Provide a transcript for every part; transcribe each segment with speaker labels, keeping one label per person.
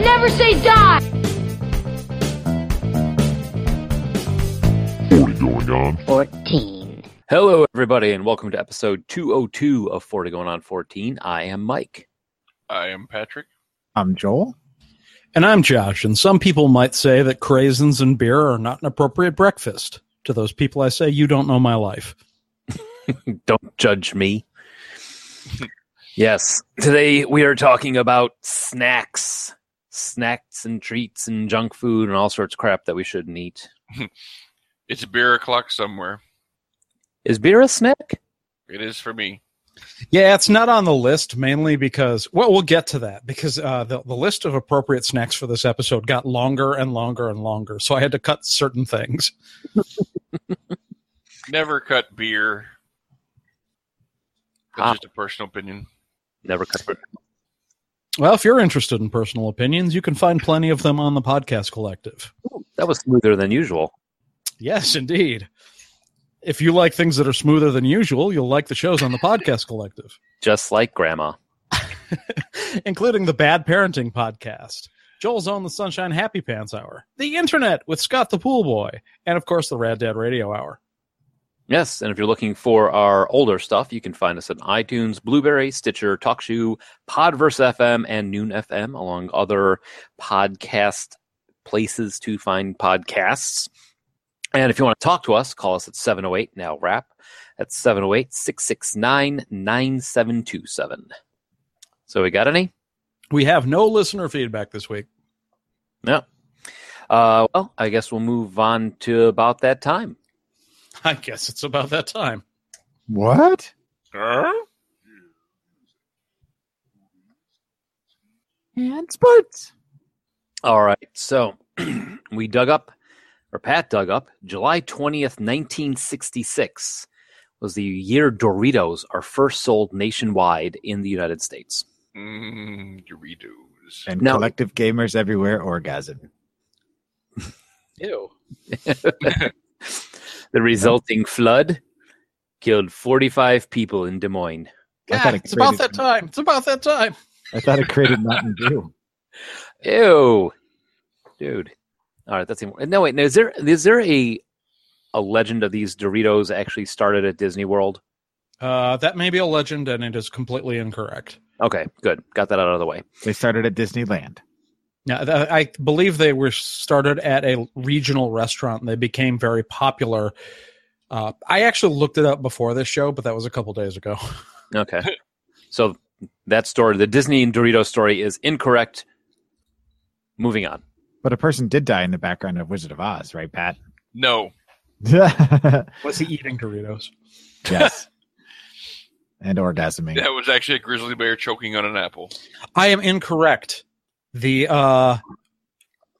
Speaker 1: never say die!
Speaker 2: 40 going on.
Speaker 3: 14.
Speaker 4: Hello, everybody, and welcome to episode 202 of 40 Going On 14. I am Mike.
Speaker 5: I am Patrick.
Speaker 6: I'm Joel.
Speaker 7: And I'm Josh, and some people might say that craisins and beer are not an appropriate breakfast. To those people, I say, you don't know my life.
Speaker 4: Don't judge me. yes, today we are talking about snacks, snacks and treats and junk food and all sorts of crap that we shouldn't eat.
Speaker 5: It's beer o'clock somewhere.
Speaker 4: Is beer a snack?
Speaker 5: It is for me.
Speaker 7: Yeah, it's not on the list mainly because, well, we'll get to that because uh, the, the list of appropriate snacks for this episode got longer and longer and longer. So I had to cut certain things.
Speaker 5: Never cut beer. That's
Speaker 4: Ah.
Speaker 5: just a personal opinion.
Speaker 4: Never cut it.
Speaker 7: Well, if you're interested in personal opinions, you can find plenty of them on the podcast collective.
Speaker 4: That was smoother than usual.
Speaker 7: Yes, indeed. If you like things that are smoother than usual, you'll like the shows on the podcast collective.
Speaker 4: Just like grandma.
Speaker 7: including the Bad Parenting Podcast, Joel's Own the Sunshine Happy Pants Hour, The Internet with Scott the Pool Boy, and of course the Rad Dad Radio Hour.
Speaker 4: Yes, and if you're looking for our older stuff, you can find us on iTunes, Blueberry, Stitcher, TalkShoe, Podverse FM, and Noon FM, along other podcast places to find podcasts. And if you want to talk to us, call us at 708 Now Rap. That's 708 669 9727. So, we got any?
Speaker 7: We have no listener feedback this week.
Speaker 4: No. Uh, well, I guess we'll move on to about that time.
Speaker 7: I guess it's about that time.
Speaker 6: What?
Speaker 5: Huh?
Speaker 6: And sports.
Speaker 4: All right. So we dug up, or Pat dug up, July 20th, 1966 was the year Doritos are first sold nationwide in the United States.
Speaker 5: Mm, Doritos.
Speaker 6: And
Speaker 4: No.
Speaker 6: collective gamers everywhere orgasm.
Speaker 7: Ew.
Speaker 4: The resulting flood killed 45 people in Des Moines.
Speaker 6: I thought
Speaker 7: God,
Speaker 6: it
Speaker 7: it's about that
Speaker 6: created-
Speaker 7: time. It's about that time.
Speaker 6: I thought it created Mountain Dew.
Speaker 4: Ew. Dude. All right. That's even, no, wait. No, is there, is there a, a legend of these Doritos actually started at Disney World?
Speaker 7: Uh, that may be a legend, and it is completely incorrect.
Speaker 4: Okay. Good. Got that out of the way.
Speaker 6: They started at Disneyland.
Speaker 7: Now, th- I believe they were started at a regional restaurant, and they became very popular. Uh, I actually looked it up before this show, but that was a couple days ago.
Speaker 4: Okay. so that story, the Disney and Doritos story, is incorrect. Moving on.
Speaker 6: But a person did die in the background of Wizard of Oz, right, Pat?
Speaker 5: No.
Speaker 7: Was he eating Doritos?
Speaker 6: yes. And orgasming.
Speaker 5: That was actually a grizzly bear choking on an apple.
Speaker 7: I am incorrect. The uh,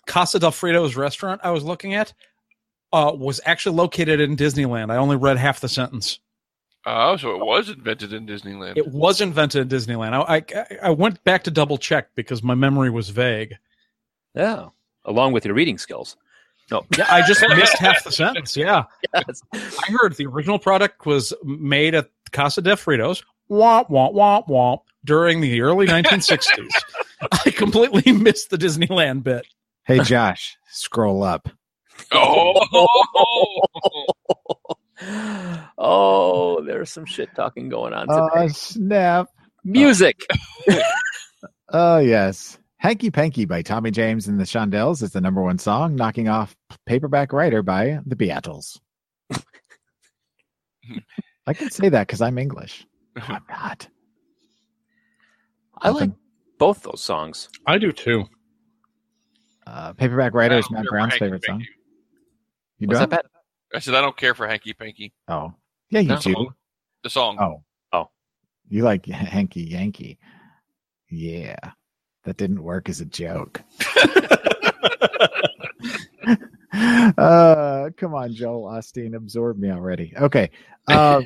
Speaker 7: Casa del Frito's restaurant I was looking at uh, was actually located in Disneyland. I only read half the sentence.
Speaker 5: Oh, so it was invented in Disneyland.
Speaker 7: It was invented in Disneyland. I, I, I went back to double check because my memory was vague.
Speaker 4: Yeah. Along with your reading skills.
Speaker 6: Oh.
Speaker 4: No.
Speaker 7: Yeah, I just missed half the sentence. Yeah.
Speaker 4: Yes.
Speaker 7: I heard the original product was made at Casa de Fritos, womp, womp, womp, womp, during the early 1960s. I completely missed the Disneyland bit.
Speaker 6: Hey, Josh, scroll up.
Speaker 5: oh,
Speaker 4: oh, there's some shit talking going on.
Speaker 6: Oh,
Speaker 4: today.
Speaker 6: snap.
Speaker 4: Music.
Speaker 6: Oh, yes. Hanky Panky by Tommy James and the Shondells is the number one song, knocking off Paperback Writer by the Beatles. I can say that because I'm English. I'm not.
Speaker 4: I like both those songs.
Speaker 7: I do too.
Speaker 6: Uh, Paperback Writer is
Speaker 5: I don't
Speaker 6: Matt
Speaker 5: care for
Speaker 6: Brown's
Speaker 5: Hanky
Speaker 6: favorite song.
Speaker 5: Panky.
Speaker 6: You
Speaker 4: What's
Speaker 6: don't?
Speaker 4: that, Pat?
Speaker 5: I said I don't care for Hanky Panky.
Speaker 6: Oh, yeah, you
Speaker 4: No.
Speaker 6: do.
Speaker 5: The song.
Speaker 6: Oh,
Speaker 4: Oh.
Speaker 6: you like Hanky Yankee? Yeah, that didn't work as a joke. uh, come on, Joel Osteen, absorb me already. Okay, uh,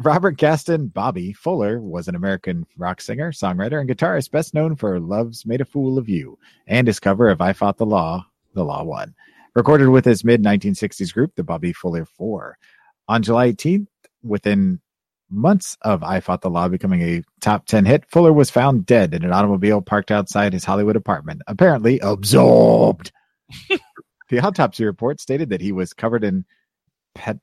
Speaker 6: Robert Gaston Bobby Fuller was an American rock singer, songwriter, and guitarist, best known for "Love's Made a Fool of You" and his cover of "I Fought the Law, the Law Won." Recorded with his mid 1960s group, the Bobby Fuller Four. On July 18th, within months of I Fought the Law becoming a top 10 hit, Fuller was found dead in an automobile parked outside his Hollywood apartment, apparently absorbed. the autopsy report stated that he was covered in pet-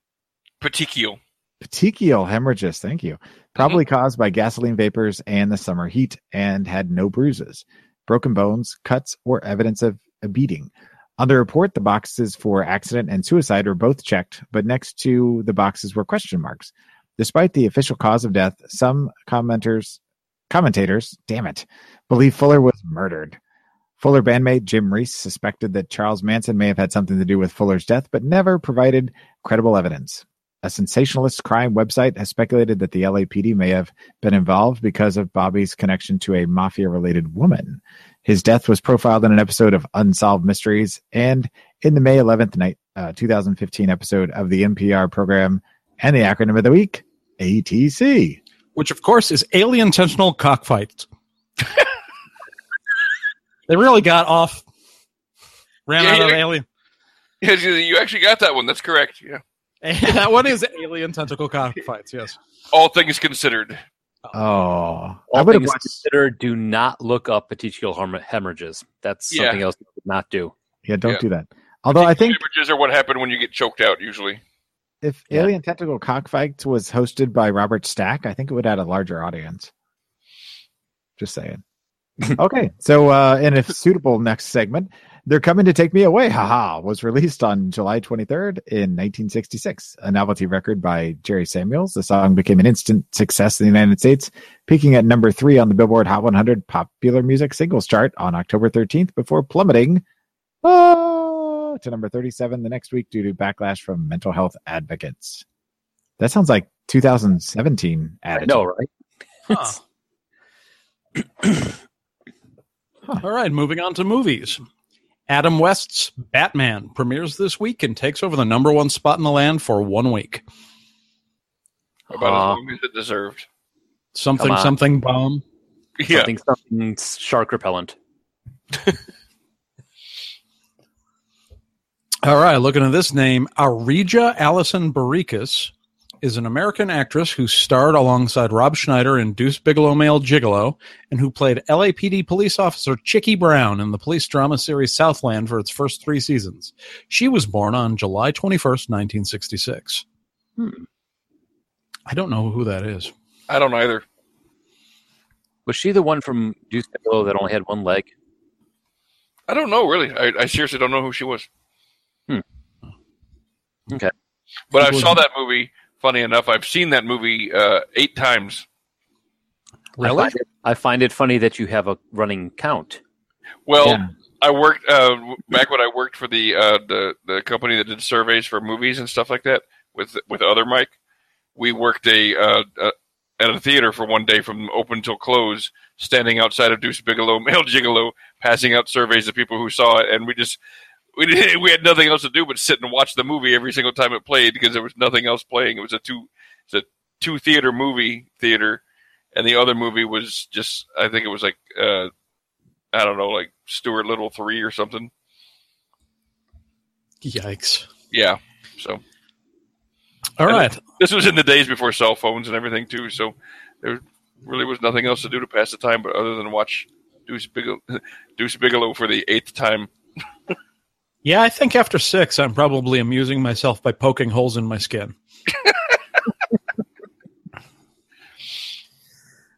Speaker 5: Petechial.
Speaker 6: petechial hemorrhages, thank you, probably caused by gasoline vapors and the summer heat, and had no bruises, broken bones, cuts, or evidence of a beating. On the report, the boxes for accident and suicide were both checked, but next to the boxes were question marks. Despite the official cause of death, some commenters, commentators, damn it, believe Fuller was murdered. Fuller bandmate Jim Reese suspected that Charles Manson may have had something to do with Fuller's death, but never provided credible evidence. A sensationalist crime website has speculated that the LAPD may have been involved because of Bobby's connection to a mafia related woman. His death was profiled in an episode of Unsolved Mysteries and in the May 11th, night, uh, 2015 episode of the NPR program and the acronym of the week, ATC.
Speaker 7: which of course is alien intentional cockfights. they really got off, ran
Speaker 5: Yeah,
Speaker 7: out of
Speaker 5: yeah.
Speaker 7: alien.
Speaker 5: Yeah, you actually got that one. That's correct. Yeah.
Speaker 7: that one is alien tentacle cockfights. Yes,
Speaker 5: All things considered.
Speaker 6: Oh, I
Speaker 4: All
Speaker 6: would have
Speaker 4: things
Speaker 6: watched.
Speaker 4: considered, do not look up petechial hem- hemorrhages. That's
Speaker 5: Yeah.
Speaker 4: something else you should not do.
Speaker 6: Yeah, don't
Speaker 5: Yeah.
Speaker 6: do that. Although I think
Speaker 5: Averages are what happen when you get choked out, usually.
Speaker 6: if
Speaker 4: Yeah.
Speaker 6: Alien Tentacle Cockfight was hosted by Robert Stack, I think it would add a larger audience. Just saying. okay, so uh, and if suitable, next segment, they're coming to take me away. Haha! Was released on July 23rd in 1966, a novelty record by Jerry Samuels. The song became an instant success in the United States, peaking at number three on the Billboard Hot 100 Popular Music Singles Chart on October 13th, before plummeting. uh, to number 37 the next week due to backlash from mental health advocates. That sounds like 2017
Speaker 4: I
Speaker 6: attitude.
Speaker 4: know, right?
Speaker 7: Huh. All right, moving on to movies. Adam West's Batman premieres this week and takes over the number one spot in the land for one week.
Speaker 5: About
Speaker 4: Uh,
Speaker 5: as long as it deserved.
Speaker 7: Something,
Speaker 4: Come on.
Speaker 7: something bomb.
Speaker 5: Yeah.
Speaker 4: Something, something shark repellent.
Speaker 7: All right, looking at this name, Arija Allison Baricus is an American actress who starred alongside Rob Schneider in Deuce Bigelow Male Gigolo and who played LAPD police officer Chicky Brown in the police drama series Southland for its first three seasons. She was born on July 21st, 1966.
Speaker 4: Hmm.
Speaker 7: I don't know who that is.
Speaker 5: I don't either.
Speaker 4: Was she the one from Deuce Bigelow that only had one leg?
Speaker 5: I don't know, really. I, I seriously don't know who she was.
Speaker 4: Hmm. Okay.
Speaker 5: But I saw that movie. Funny enough, I've seen that movie uh, eight times.
Speaker 4: I find, it, I find it funny that you have a running count.
Speaker 5: Well,
Speaker 6: Yeah.
Speaker 5: I worked uh, back when I worked for the uh, the the company that did surveys for movies and stuff like that with with other Mike. We worked a uh, uh, at a theater for one day from open till close, standing outside of Deuce Bigelow, Male Gigolo, passing out surveys to people who saw it, and we just. We, did, we had nothing else to do but sit and watch the movie every single time it played because there was nothing else playing. It was a two, it's a two theater movie theater, and the other movie was just I think it was like uh, I don't know, like Stuart Little three or something.
Speaker 7: Yikes.
Speaker 5: Yeah. So
Speaker 7: All
Speaker 5: And-
Speaker 7: right.
Speaker 5: this was in the days before cell phones and everything too. So there really was nothing else to do to pass the time, but other than watch Deuce Bigelow, Deuce Bigelow for the eighth time.
Speaker 7: Yeah, I think after six, I'm probably amusing myself by poking holes in my skin.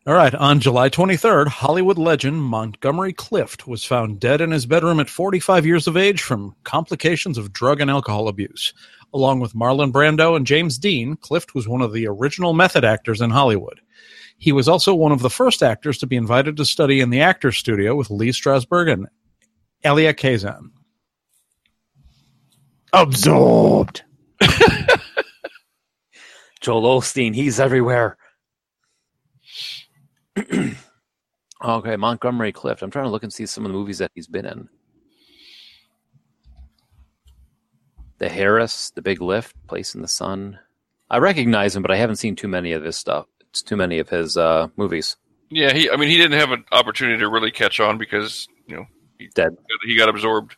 Speaker 7: All right, on July 23rd, Hollywood legend Montgomery Clift was found dead in his bedroom at 45 years of age from complications of drug and alcohol abuse. Along with Marlon Brando and James Dean, Clift was one of the original method actors in Hollywood. He was also one of the first actors to be invited to study in the Actors Studio with Lee Strasberg and Elia Kazan.
Speaker 6: Absorbed.
Speaker 4: Joel Olstein, he's everywhere. okay, Montgomery Clift. I'm trying to look and see some of the movies that he's been in. The Harris, The Big Lift, Place in the Sun. I recognize him, but I haven't seen too many of his stuff. It's too many of his uh, movies.
Speaker 5: Yeah, he. I mean, he didn't have an opportunity to really catch on because you know he
Speaker 4: Dead.
Speaker 5: He got absorbed.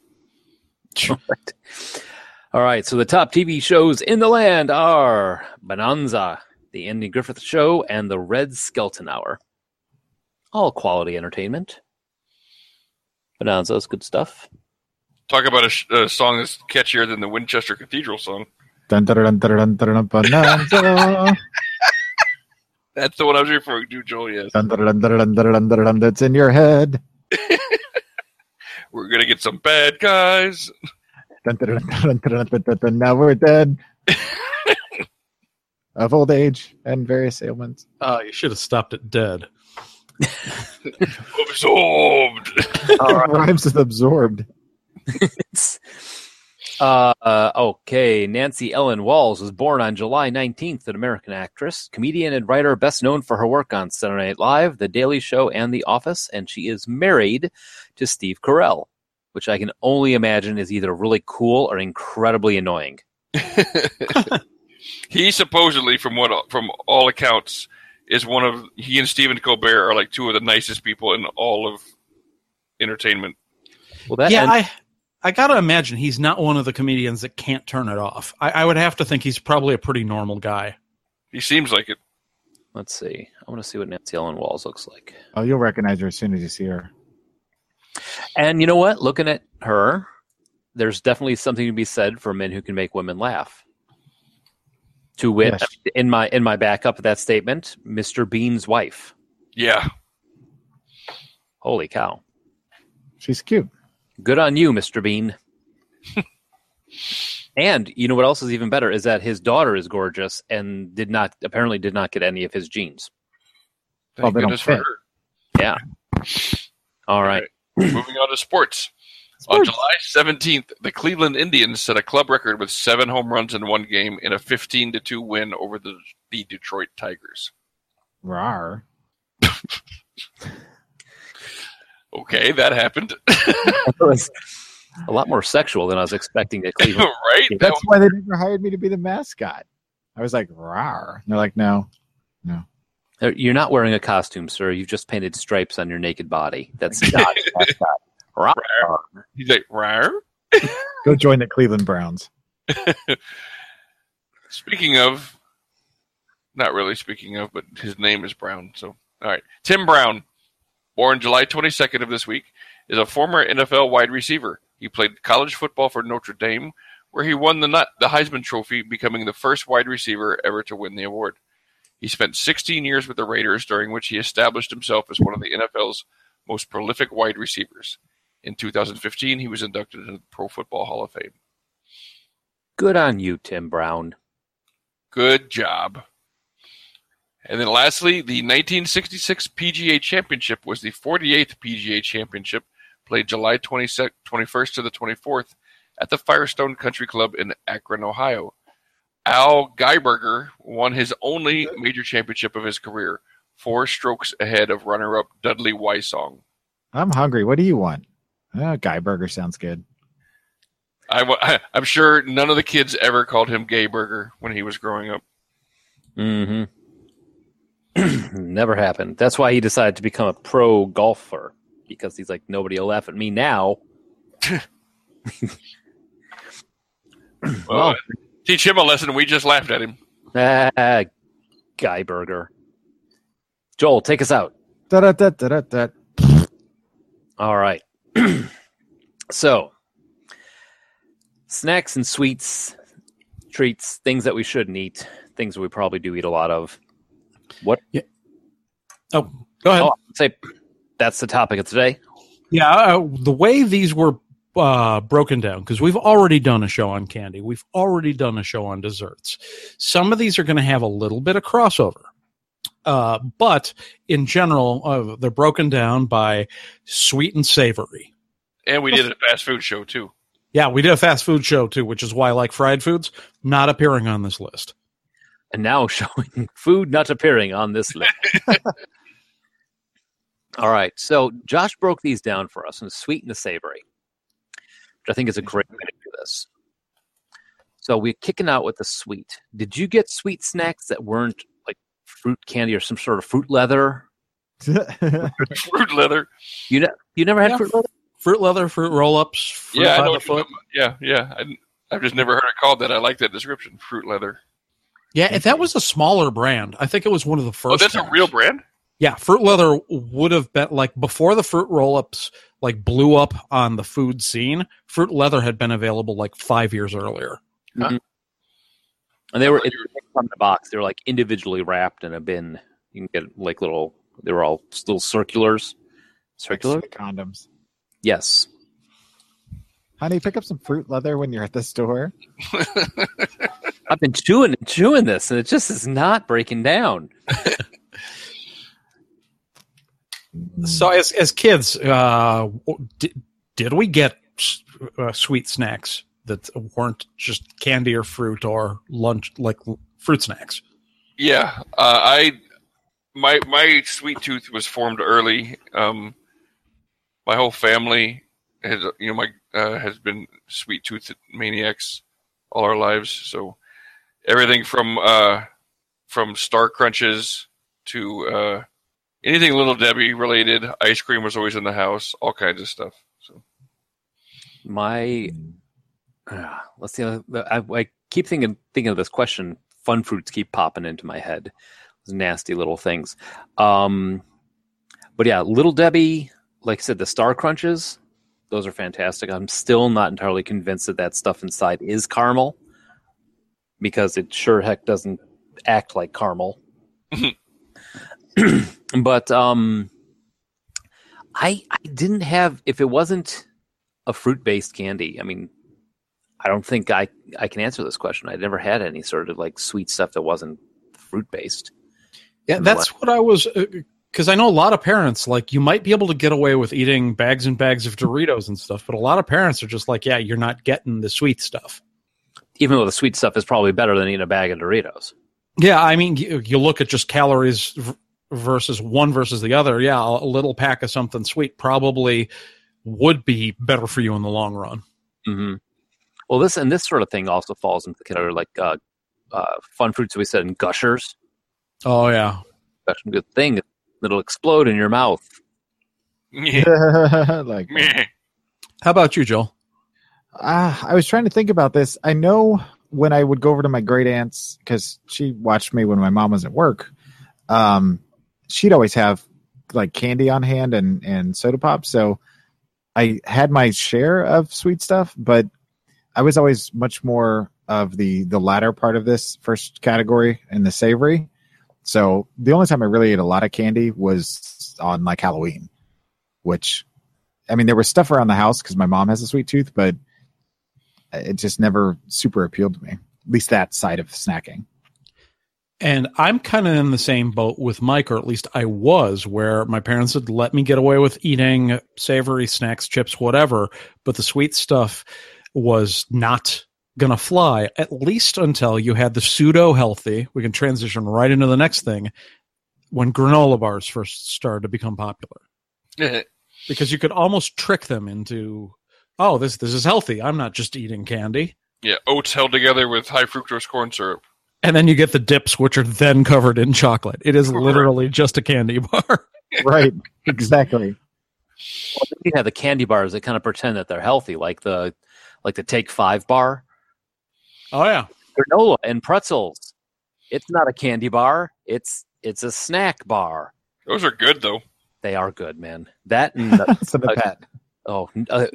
Speaker 4: All right, so the top TV shows in the land are Bonanza, The Andy Griffith Show, and The Red Skeleton Hour. All quality entertainment. Bonanza's good stuff.
Speaker 5: Talk about a, sh- a song that's catchier than the Winchester Cathedral song.
Speaker 6: Dun, dun, dun, dun, dun, dun, dun, bonanza.
Speaker 5: That's the one I was referring to, Joel. Yes,
Speaker 6: Dun, dun, dun, dun, dun, dun, dun, dun, dun, That's in your head.
Speaker 5: we're gonna get some bad guys.
Speaker 6: Dun, dun, dun, dun, dun, dun, dun, dun, dun, Now we're dead. of old age and various ailments.
Speaker 7: Uh, you should have stopped it dead.
Speaker 5: Absorbed.
Speaker 6: Rhymes with absorbed.
Speaker 4: Uh, uh, okay, Nancy Ellen Walls was born on July 19th, an American actress, comedian, and writer best known for her work on Saturday Night Live, The Daily Show, and The Office, and she is married to Steve Carell, which I can only imagine is either really cool or incredibly annoying.
Speaker 5: he supposedly, from what from all accounts, is one of he and Stephen Colbert are like two of the nicest people in all of entertainment.
Speaker 4: Well, that
Speaker 7: yeah,
Speaker 4: and-
Speaker 7: I I gotta imagine he's not one of the comedians that can't turn it off. I, I would have to think he's probably a pretty normal guy.
Speaker 5: He seems like it.
Speaker 4: let's see. I want to see what Nancy Ellen Walls looks like.
Speaker 6: Oh, you'll recognize her as soon as you see her.
Speaker 4: And you know what? Looking at her, there's definitely something to be said for men who can make women laugh. To wit,
Speaker 6: Yes.
Speaker 4: in my in my backup of that statement, Mr. Bean's wife.
Speaker 5: Yeah,
Speaker 4: Holy cow!
Speaker 6: She's cute.
Speaker 4: Good on you, Mr. Bean. and you know what else is even better is that his daughter is gorgeous and did not apparently did not get any of his genes.
Speaker 6: Well,
Speaker 5: thank
Speaker 6: they don't
Speaker 5: goodness for
Speaker 6: fit.
Speaker 5: her.
Speaker 4: All right.
Speaker 5: Moving on to sports. On July 17th, the Cleveland Indians set a club record with seven home runs in one game in a 15 to 2 win over the, the Detroit Tigers.
Speaker 6: Rar.
Speaker 5: Okay, that happened.
Speaker 4: That was a lot more sexual than I was expecting at Cleveland.
Speaker 5: right? That
Speaker 6: That's why they never hired me to be the mascot. I was like, rar. And they're like, no.
Speaker 4: Uh, You're not wearing a costume, sir. You've just painted stripes on your naked body. That's not a mascot. Rah.
Speaker 5: He's like, "Rar."
Speaker 6: Go join the Cleveland Browns.
Speaker 5: Speaking of, not really speaking of, but his name is Brown. So, all right. Tim Brown, born July 22nd of this week, is a former NFL wide receiver. He played college football for Notre Dame, where he won the, not, the Heisman Trophy, becoming the first wide receiver ever to win the award. He spent 16 years with the Raiders, during which he established himself as one of the NFL's most prolific wide receivers. In 2015, he was inducted into the Pro Football Hall of Fame.
Speaker 4: Good on you, Tim Brown.
Speaker 5: Good job. And then lastly, the 1966 PGA Championship was the 48th PGA Championship played July 22nd, 21st to the 24th at the Firestone Country Club in Akron, Ohio. Al Geiberger won his only major championship of his career, four strokes ahead of runner up Dudley Wysong.
Speaker 6: I'm hungry. What do you want? Uh, Guy Burger sounds good.
Speaker 5: I, wa- I, am sure none of the kids ever called him Gayburger when he was growing up.
Speaker 4: Mm-hmm. Never happened. That's why he decided to become a pro golfer because he's like nobody will laugh at me now.
Speaker 5: Well, teach him a lesson. We just laughed at him.
Speaker 4: Ah, Guy Burger. Joel, take us out.
Speaker 6: Da da da da da da.
Speaker 4: All right. so, snacks and sweets, treats, things that we shouldn't eat, things that we probably do eat a lot of.
Speaker 7: Oh, go ahead.
Speaker 4: Oh, I'd say that's the topic of today.
Speaker 7: Yeah, uh, the way these were uh, broken down, because we've already done a show on candy, we've already done a show on desserts. Some of these are going to have a little bit of crossover. Uh, but in general, uh, they're broken down by sweet and savory.
Speaker 5: And we did a fast food show too.
Speaker 7: Yeah, we did a fast food show too, which is why I like fried foods, not appearing on this list.
Speaker 4: and now showing food not appearing on this list. All right, so Josh broke these down for us in sweet and the savory, which I think is a great way to do this. So we're kicking out with the sweet. Did you get sweet snacks that weren't like fruit candy or some sort of fruit leather?
Speaker 5: Fruit leather.
Speaker 4: You never had
Speaker 7: Yeah.
Speaker 4: fruit leather?
Speaker 7: Fruit leather, fruit roll ups, fruit
Speaker 5: Yeah, I know
Speaker 7: by the
Speaker 5: what you're
Speaker 7: foot.
Speaker 5: talking about. Yeah, yeah. I, have just never heard it called that. I like that description. Fruit leather.
Speaker 7: Yeah, if that was a smaller brand, I think it was one of the first.
Speaker 5: oh, that's a
Speaker 7: ones.
Speaker 5: real brand.
Speaker 7: Yeah, fruit leather would have been like before the fruit roll-ups like blew up on the food scene. Fruit leather had been available like five years earlier.
Speaker 4: And they were it, on the box. They were like individually wrapped in a bin. You can get like little. They were all little circulars. Circular?
Speaker 6: Extra condoms.
Speaker 4: Yes.
Speaker 6: Honey, pick up some fruit leather when you're at the store.
Speaker 4: I've been chewing and chewing this, and it just is not breaking down.
Speaker 7: So as as kids, uh, did, did we get uh, sweet snacks that weren't just candy or fruit or lunch like fruit snacks?
Speaker 5: Yeah, uh, I my my sweet tooth was formed early. Um, my whole family has you know my uh, has been sweet tooth maniacs all our lives. So everything from uh, from star crunches to uh, anything little Debbie related, ice cream was always in the house, all kinds of stuff. So
Speaker 4: My uh, let's see. I, I keep thinking thinking of this question. Fun fruits keep popping into my head. Those nasty little things. Um, but yeah, Little Debbie, like I said, the Star Crunches, those are fantastic. I'm still not entirely convinced that that stuff inside is caramel because it sure heck doesn't act like caramel. but um, I I didn't have if it wasn't a fruit based candy. I mean, I don't think I I can answer this question. I never had any sort of like sweet stuff that wasn't fruit based.
Speaker 7: Yeah,
Speaker 4: And
Speaker 7: that's what I was because I know a lot of parents like you might be able to get away with eating bags and bags of Doritos and stuff, but a lot of parents are just like, yeah, you're not getting the sweet stuff.
Speaker 4: Even though the sweet stuff is probably better than eating a bag of Doritos.
Speaker 7: Yeah, I mean, you, you look at just calories v- versus one versus the other. Yeah, a little pack of something sweet probably would be better for you in the long run.
Speaker 4: hmm Well, this and this sort of thing also falls into the category like uh, uh, fun fruits. We said and gushers.
Speaker 7: Oh yeah,
Speaker 4: That's a good thing. It'll explode in your mouth.
Speaker 5: yeah,
Speaker 6: like
Speaker 5: meh.
Speaker 7: how about you, Joel?
Speaker 6: Ah, I was trying to think about this. I know when I would go over to my great aunt's because she watched me when my mom was at work. Um, she'd always have like candy on hand and and soda pop. So I had my share of sweet stuff, but I was always much more of the the latter part of this first category and the savory. So the only time I really ate a lot of candy was on like Halloween, which I mean there was stuff around the house because my mom has a sweet tooth, but it just never super appealed to me. At least that side of snacking.
Speaker 7: And I'm kind of in the same boat with Mike, or at least I was, where my parents had let me get away with eating savory snacks, chips, whatever, but the sweet stuff was not going to fly, at least until you had the pseudo healthy. We can transition right into the next thing when granola bars first started to become popular, because you could almost trick them into, oh, this, this is healthy. I'm not just eating candy.
Speaker 5: yeah, oats held together with high fructose corn syrup.
Speaker 7: And then you get the dips, which are then covered in chocolate. It is literally just a candy bar.
Speaker 6: Right. exactly.
Speaker 4: Well, then you have the candy bars that kind of pretend that they're healthy, like the like the Take Five bar,
Speaker 7: Oh yeah.
Speaker 4: granola and pretzels. It's not a candy bar. It's it's a snack bar.
Speaker 5: Those are good though.
Speaker 4: They are good, man. That and the,
Speaker 6: So the
Speaker 4: Okay.
Speaker 6: pet.
Speaker 4: oh, uh,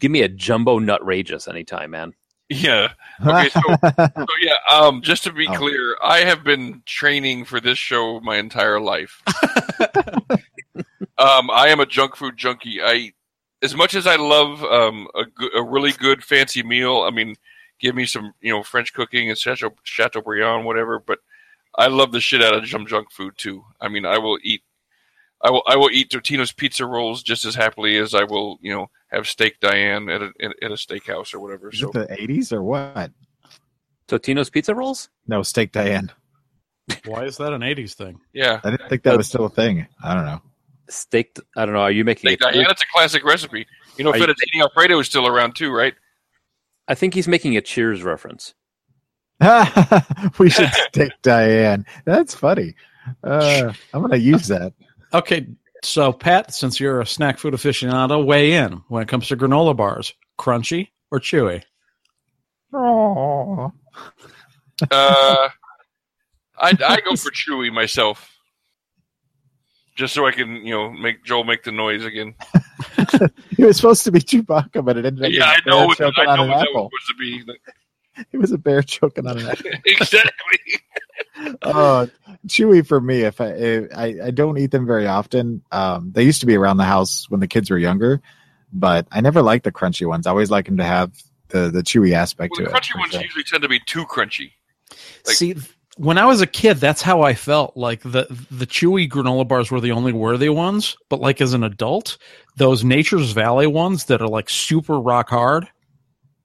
Speaker 4: give me a jumbo nutrageous anytime, man.
Speaker 5: Yeah. Okay, so So yeah, um, just to be
Speaker 6: Oh.
Speaker 5: clear, I have been training for this show my entire life. um, I am a junk food junkie. I eat- as much as I love um, a, go- a really good fancy meal. I mean, give me some you know French cooking and Chateau, Chateaubriand, whatever. But I love the shit out of some junk food too. I mean, I will eat. I will I will eat Totino's pizza rolls just as happily as I will you know have steak Diane at a at a steakhouse or whatever.
Speaker 6: Is
Speaker 5: So
Speaker 6: it the 80s or what?
Speaker 4: Totino's pizza rolls.
Speaker 6: No, Steak Diane.
Speaker 7: Why is that an 80s thing?
Speaker 5: yeah,
Speaker 6: I didn't think that was still a thing. I don't know.
Speaker 4: Steak. I don't know. Are you making?
Speaker 5: Steak
Speaker 4: it-
Speaker 5: Diana, it's a classic recipe. You know,
Speaker 4: Are you-
Speaker 5: fettuccine alfredo is still around too, right?
Speaker 4: I think he's making a Cheers reference.
Speaker 6: we should Steak Diane. That's funny. Uh, I'm going to use that.
Speaker 7: Okay, so Pat, since you're a snack food aficionado, weigh in when it comes to granola bars. Crunchy or chewy?
Speaker 6: Oh.
Speaker 5: Uh, I, I go for Chewy myself, just so I can you know make Joel make the noise again.
Speaker 6: It was supposed to be Chewbacca, but it ended up. being
Speaker 5: Yeah, I
Speaker 6: a bear
Speaker 5: know. it-
Speaker 6: choking
Speaker 5: I
Speaker 6: on
Speaker 5: know
Speaker 6: an
Speaker 5: what that
Speaker 6: apple.
Speaker 5: was supposed to be.
Speaker 6: It was a bear choking on an apple.
Speaker 5: exactly.
Speaker 6: Oh, chewy for me. If I, if I I don't eat them very often. Um, they used to be around the house when the kids were younger, but I never liked the crunchy ones. I always like them to have the the chewy aspect
Speaker 5: Well, the
Speaker 6: to it.
Speaker 5: crunchy
Speaker 6: for
Speaker 5: ones
Speaker 6: sure.
Speaker 5: usually tend to be too crunchy. Like-
Speaker 7: See, when I was a kid, that's how I felt. Like the the chewy granola bars were the only worthy ones. But like as an adult, those Nature's Valley ones that are like super rock hard,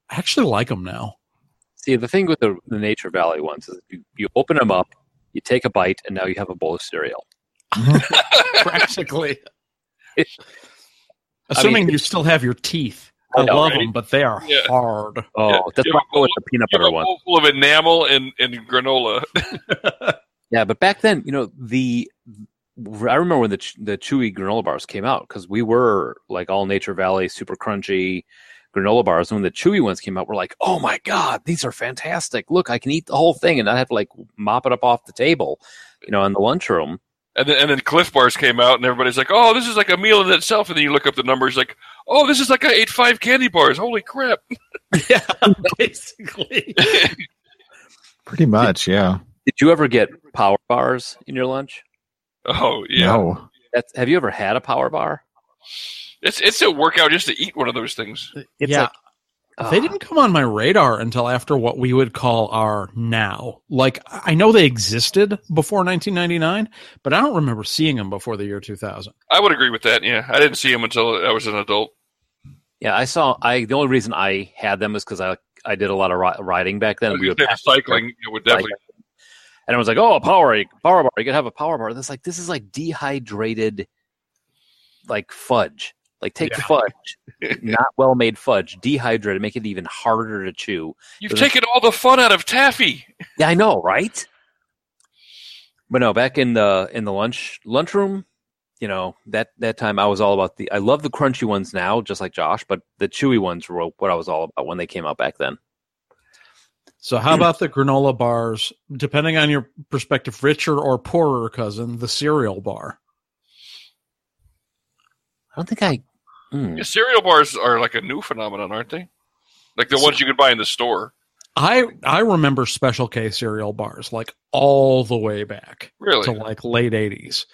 Speaker 7: I actually like them now.
Speaker 4: See, the thing with the, the Nature Valley ones is you, you open them up, you take a bite, and now you have a bowl of cereal.
Speaker 7: Practically, assuming you still have your teeth. I,
Speaker 4: I know,
Speaker 7: love
Speaker 5: right?
Speaker 7: them, but they are
Speaker 5: Yeah.
Speaker 7: hard.
Speaker 4: Oh,
Speaker 5: Yeah,
Speaker 4: that's
Speaker 5: you
Speaker 4: why
Speaker 5: have
Speaker 4: I go with the peanut
Speaker 5: You have
Speaker 4: butter
Speaker 5: a
Speaker 4: one.
Speaker 5: bowl full of enamel and, and granola.
Speaker 4: Yeah, but back then, you know, the I remember when the ch- the chewy granola bars came out because we were like all Nature Valley, super crunchy granola bars. And when the chewy ones came out, we're like, oh my god, these are fantastic! Look, I can eat the whole thing and not have to like mop it up off the table, you know, in the lunchroom.
Speaker 5: And then, and then Cliff Bars came out, and everybody's like, "Oh, this is like a meal in itself." And then you look up the numbers, like, "Oh, this is like I ate five candy bars. Holy crap!"
Speaker 7: yeah, basically.
Speaker 6: Pretty much, yeah.
Speaker 4: Did you ever get power bars in your lunch?
Speaker 5: Oh yeah,
Speaker 6: No.
Speaker 4: That's, have you ever had a power bar?
Speaker 5: it's it's a workout just to eat one of those things.
Speaker 4: It's
Speaker 7: yeah,
Speaker 4: like-
Speaker 7: they
Speaker 4: Ah.
Speaker 7: didn't come on my radar until after what we would call our now. Like I know they existed before 1999, but I don't remember seeing them before the year 2000.
Speaker 5: I would agree with that. Yeah, I didn't see them until I was an adult.
Speaker 4: Yeah, I saw. I the only reason I had them is because I I did a lot of ri- riding back then.
Speaker 5: If they were
Speaker 4: pack-
Speaker 5: cycling, it would definitely.
Speaker 4: and I was like, "Oh, a power power bar! You could have a power bar." That's like this is like dehydrated, like fudge. Like take
Speaker 7: Yeah.
Speaker 4: fudge, not well made fudge, dehydrate it, make it even harder to chew.
Speaker 5: You've taken all the fun out of taffy.
Speaker 4: Yeah, I know, right? But no, back in the in the lunch lunchroom, you know that that time I was all about the. I love the crunchy ones now, just like Josh, but the chewy ones were what I was all about when they came out back then.
Speaker 7: So how about the granola bars? Depending on your perspective, richer or poorer cousin, the cereal bar.
Speaker 4: I don't think I. Hmm.
Speaker 5: Yeah, cereal bars are like a new phenomenon, aren't they? Like the ones you could buy in the store.
Speaker 7: I I remember Special K cereal bars like all the way back.
Speaker 5: Really?
Speaker 7: to like late 80s.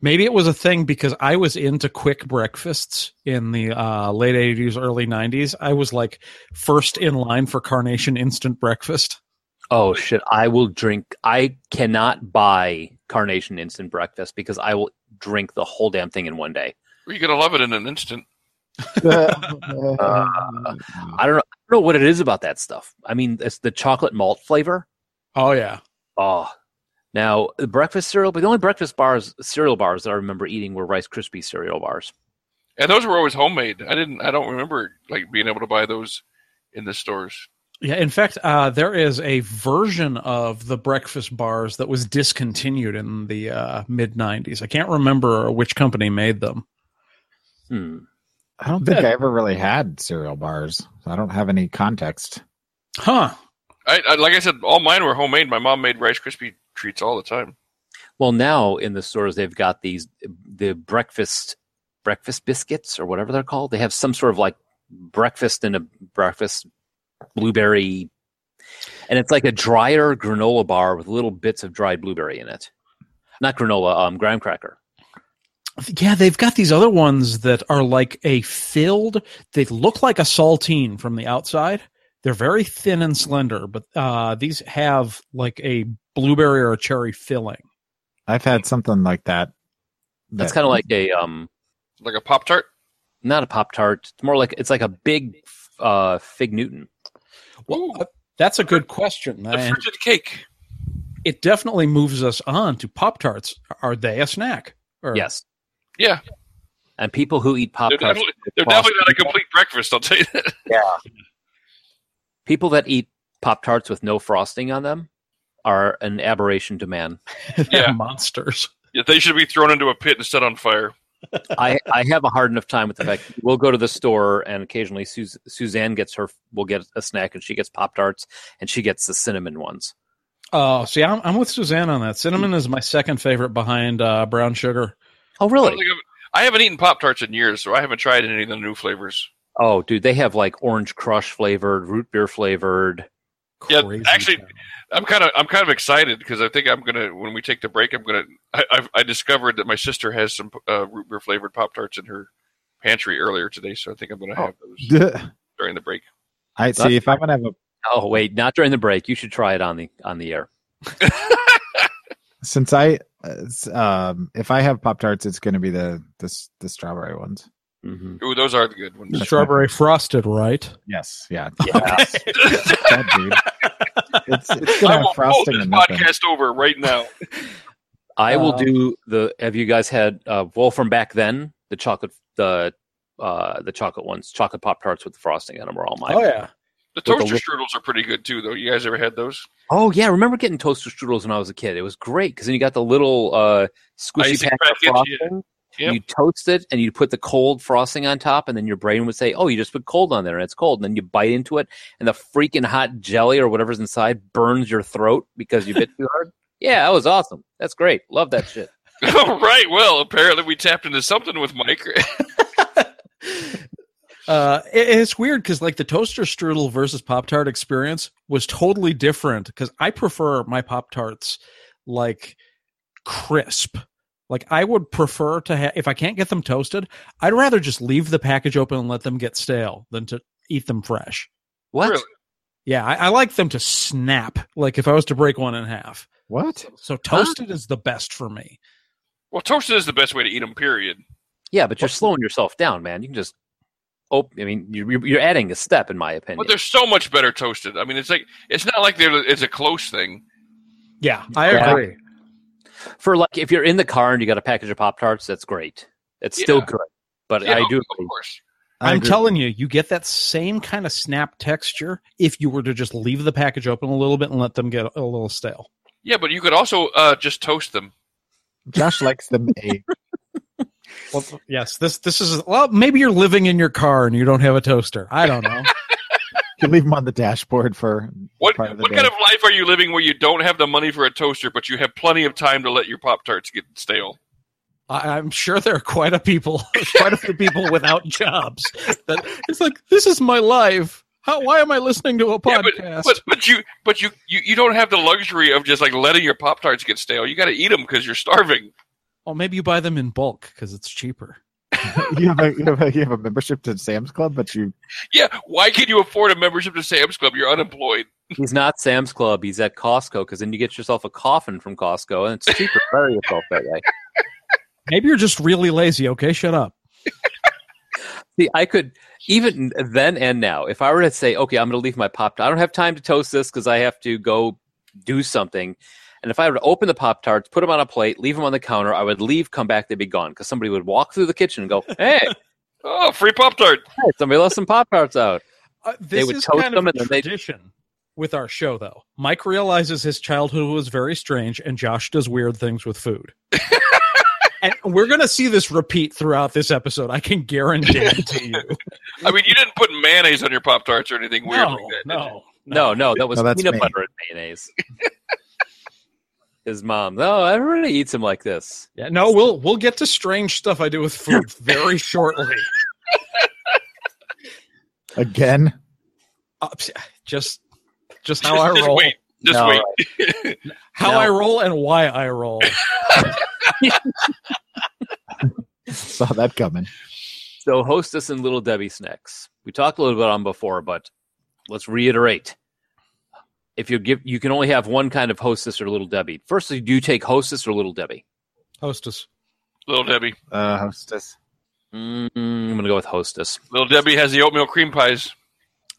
Speaker 7: Maybe it was a thing because I was into quick breakfasts in the uh, late 80s, early 90s. I was like first in line for Carnation Instant Breakfast.
Speaker 4: Oh shit! I will drink. I cannot buy Carnation instant breakfast because I will drink the whole damn thing in one day.
Speaker 5: You're gonna love it in an instant.
Speaker 4: I don't know. I don't know what it is about that stuff. I mean, it's the chocolate malt flavor.
Speaker 7: Oh, yeah.
Speaker 4: Oh, now the breakfast cereal. But the only breakfast bars, cereal bars that I remember eating were Rice Krispie cereal bars.
Speaker 5: And those were always homemade. I didn't. I don't remember like being able to buy those in the stores.
Speaker 7: Yeah. In fact, uh, there is a version of the breakfast bars that was discontinued in the uh, mid 90s. I can't remember which company made them.
Speaker 4: Hmm.
Speaker 6: I don't think I ever really had cereal bars. So I don't have any context.
Speaker 7: Huh.
Speaker 5: I, I like I said, all mine were homemade. My mom made Rice Krispie treats all the time.
Speaker 4: Well, now in the stores they've got these the breakfast breakfast biscuits or whatever they're called. They have some sort of like breakfast in a breakfast blueberry, and it's like a drier granola bar with little bits of dried blueberry in it. Not granola, um, graham cracker.
Speaker 7: Yeah, they've got these other ones that are like a filled. They look like a saltine from the outside. They're very thin and slender, but uh, these have like a blueberry or a cherry filling.
Speaker 6: I've had something like that.
Speaker 4: That's
Speaker 6: that-
Speaker 4: kind of like a um,
Speaker 5: Like a pop tart.
Speaker 4: not a pop tart. It's more like it's like a big uh, fig Newton.
Speaker 7: Well, that's a good question.
Speaker 5: The
Speaker 7: and
Speaker 5: fruited cake.
Speaker 7: it definitely moves us on to Pop Tarts. Are they a snack? Or-
Speaker 4: Yes,
Speaker 5: Yeah,
Speaker 4: and people who eat pop
Speaker 5: they're
Speaker 4: tarts
Speaker 5: definitely, they're definitely not a complete breakfast. I'll tell you that.
Speaker 4: people that eat pop tarts with no frosting on them are an aberration to man.
Speaker 7: they're
Speaker 5: Yeah.
Speaker 7: monsters.
Speaker 5: Yeah, They should be thrown into a pit and set on fire.
Speaker 4: I, I have a hard enough time with the fact that we'll go to the store and occasionally Sus- Suzanne gets her, we'll get a snack and she gets Pop Tarts and she gets the cinnamon ones.
Speaker 7: Oh, see, I'm, I'm with Suzanne on that. Cinnamon is my second favorite behind uh, brown sugar.
Speaker 4: Oh,
Speaker 5: I, don't
Speaker 4: really?
Speaker 5: think I've- I haven't eaten Pop Tarts in years, so I haven't tried any of the new flavors.
Speaker 4: Oh, dude, they have like orange crush flavored, root beer flavored.
Speaker 5: Yeah,
Speaker 7: Crazy
Speaker 5: actually-
Speaker 7: town.
Speaker 5: I'm kind of I'm kind of excited because I think I'm gonna when we take the break I'm gonna I, I've, I discovered that my sister has some uh, root beer flavored Pop Tarts in her pantry earlier today, so I think I'm gonna
Speaker 6: Oh.
Speaker 5: have those during the break.
Speaker 6: I see. If I'm gonna have a
Speaker 4: Oh, wait, not during the break. You should try it on the on the air.
Speaker 6: since I uh, s- um if I have pop tarts, it's gonna be the this the strawberry ones.
Speaker 4: hmm
Speaker 5: Ooh, those are the good ones.
Speaker 7: Strawberry frosted, right?
Speaker 6: Yes, yeah,
Speaker 4: Yeah.
Speaker 6: that, dude. It's, it's gonna
Speaker 5: I
Speaker 6: have
Speaker 5: will hold
Speaker 6: frosting
Speaker 5: this
Speaker 6: and nothing.
Speaker 5: podcast over right now.
Speaker 4: I will
Speaker 7: Uh,
Speaker 4: do the. Have you guys had uh, Wolf from back then? The chocolate, the uh, the chocolate ones, chocolate pop tarts with the frosting on them are all mine.
Speaker 7: Oh yeah,
Speaker 4: the
Speaker 5: The toaster
Speaker 4: li-
Speaker 5: strudels are pretty good too, though. You guys ever had those?
Speaker 4: Oh yeah, I remember getting toaster strudels when I was a kid. It was great because then you got the little uh, squishy
Speaker 5: Icing
Speaker 4: pack of
Speaker 5: package, yeah.
Speaker 4: frosting.
Speaker 5: Yep.
Speaker 4: You toast it and you put the cold frosting on top, and then your brain would say, "Oh, you just put cold on there, and it's cold." And then you bite into it, and the freaking hot jelly or whatever's inside burns your throat because you bit too hard. Yeah, that was awesome. That's great. Love that shit.
Speaker 5: All right. Well, apparently we tapped into something with Mike.
Speaker 7: uh, it- it's weird because like the toaster strudel versus pop tart experience was totally different because I prefer my pop tarts like crisp. Like I would prefer to have if I can't get them toasted, I'd rather just leave the package open and let them get stale than to eat them fresh.
Speaker 4: What?
Speaker 5: Really?
Speaker 7: Yeah, I, I like them to snap. Like if I was to break one in half,
Speaker 6: What?
Speaker 7: so toasted is the best for me.
Speaker 5: well, toasted is the best way to eat them. Period.
Speaker 4: Yeah, but you're slowing yourself down, man. You can just. Oh, I mean, you're, you're- you're adding a step, in my opinion.
Speaker 5: But they're so much better toasted. I mean, it's like it's not like they're it's a close thing.
Speaker 7: Yeah, I
Speaker 4: Yeah.
Speaker 7: agree.
Speaker 4: For like, if you're in the car and you got a package of Pop Tarts, that's great. It's still
Speaker 5: Yeah.
Speaker 4: good. But
Speaker 5: Yeah,
Speaker 4: I do.
Speaker 5: of course.
Speaker 6: I
Speaker 7: I'm
Speaker 6: agree.
Speaker 7: telling you, you get that same kind of snap texture if you were to just leave the package open a little bit and let them get a little stale.
Speaker 5: Yeah, but you could also uh, just toast them.
Speaker 6: Josh likes them a
Speaker 7: Well, yes, this this is well, maybe you're living in your car and you don't have a toaster. I don't know.
Speaker 6: you leave them on the dashboard for
Speaker 5: What
Speaker 6: part of the
Speaker 5: what
Speaker 6: day.
Speaker 5: kind of life are you living where you don't have the money for a toaster, but you have plenty of time to let your pop tarts get stale?
Speaker 7: I, I'm sure there are quite a people, quite a few people without jobs. That it's like this is my life. How? Why am I listening to a
Speaker 5: Yeah, but-
Speaker 7: podcast?
Speaker 5: But but you but you, you you don't have the luxury of just like letting your pop tarts get stale. You got to eat them because you're starving.
Speaker 7: well, maybe you buy them in bulk because it's cheaper.
Speaker 6: you have a you have a, you have a membership to Sam's Club, but you
Speaker 5: Yeah, why can you afford a membership to Sam's Club? You're unemployed.
Speaker 4: He's not Sam's Club. He's at Costco because then you get yourself a coffin from Costco and it's cheaper. to Bury yourself that way.
Speaker 7: Maybe you're just really lazy. Okay, shut up.
Speaker 4: See, I could even then and now, if I were to say, okay, I'm going to leave my pop. I don't have time to toast this because I have to go do something. And if I were to open the pop tarts, put them on a plate, leave them on the counter, I would leave, come back, they'd be gone because somebody would walk through the kitchen and go, "Hey,
Speaker 5: Oh, free pop tart.
Speaker 4: hey, somebody left some pop tarts out."
Speaker 7: Uh, this
Speaker 4: would
Speaker 7: is
Speaker 4: toast
Speaker 7: kind
Speaker 4: them
Speaker 7: of
Speaker 4: and
Speaker 7: a
Speaker 4: then they'd-
Speaker 7: tradition with our show, though. Mike realizes his childhood was very strange, and Josh does weird things with food. and we're gonna see this repeat throughout this episode. I can guarantee it to you.
Speaker 5: I mean, you didn't put mayonnaise on your pop tarts or anything weird
Speaker 7: no,
Speaker 5: like that. did you?
Speaker 7: no,
Speaker 4: No, no, that was
Speaker 6: No, that's
Speaker 4: peanut
Speaker 6: me.
Speaker 4: butter and mayonnaise. His mom. No, everybody eats him like this.
Speaker 7: Yeah, no. We'll we'll get to strange stuff I do with food very shortly.
Speaker 6: again.
Speaker 7: Uh, just just how I
Speaker 5: Just
Speaker 7: roll,
Speaker 5: wait. Just
Speaker 4: No,
Speaker 5: wait.
Speaker 7: how
Speaker 4: No.
Speaker 7: I roll, and why I roll.
Speaker 6: Saw that coming.
Speaker 4: So, Hostess and Little Debbie snacks. We talked a little bit on 'em before, but let's reiterate. If you give, you can only have one kind of Hostess or Little Debbie. Firstly, do you take Hostess or Little Debbie?
Speaker 7: Hostess.
Speaker 5: Little Debbie.
Speaker 6: Uh, hostess.
Speaker 4: Mm, I'm gonna go with Hostess.
Speaker 5: Little Debbie has the oatmeal cream pies.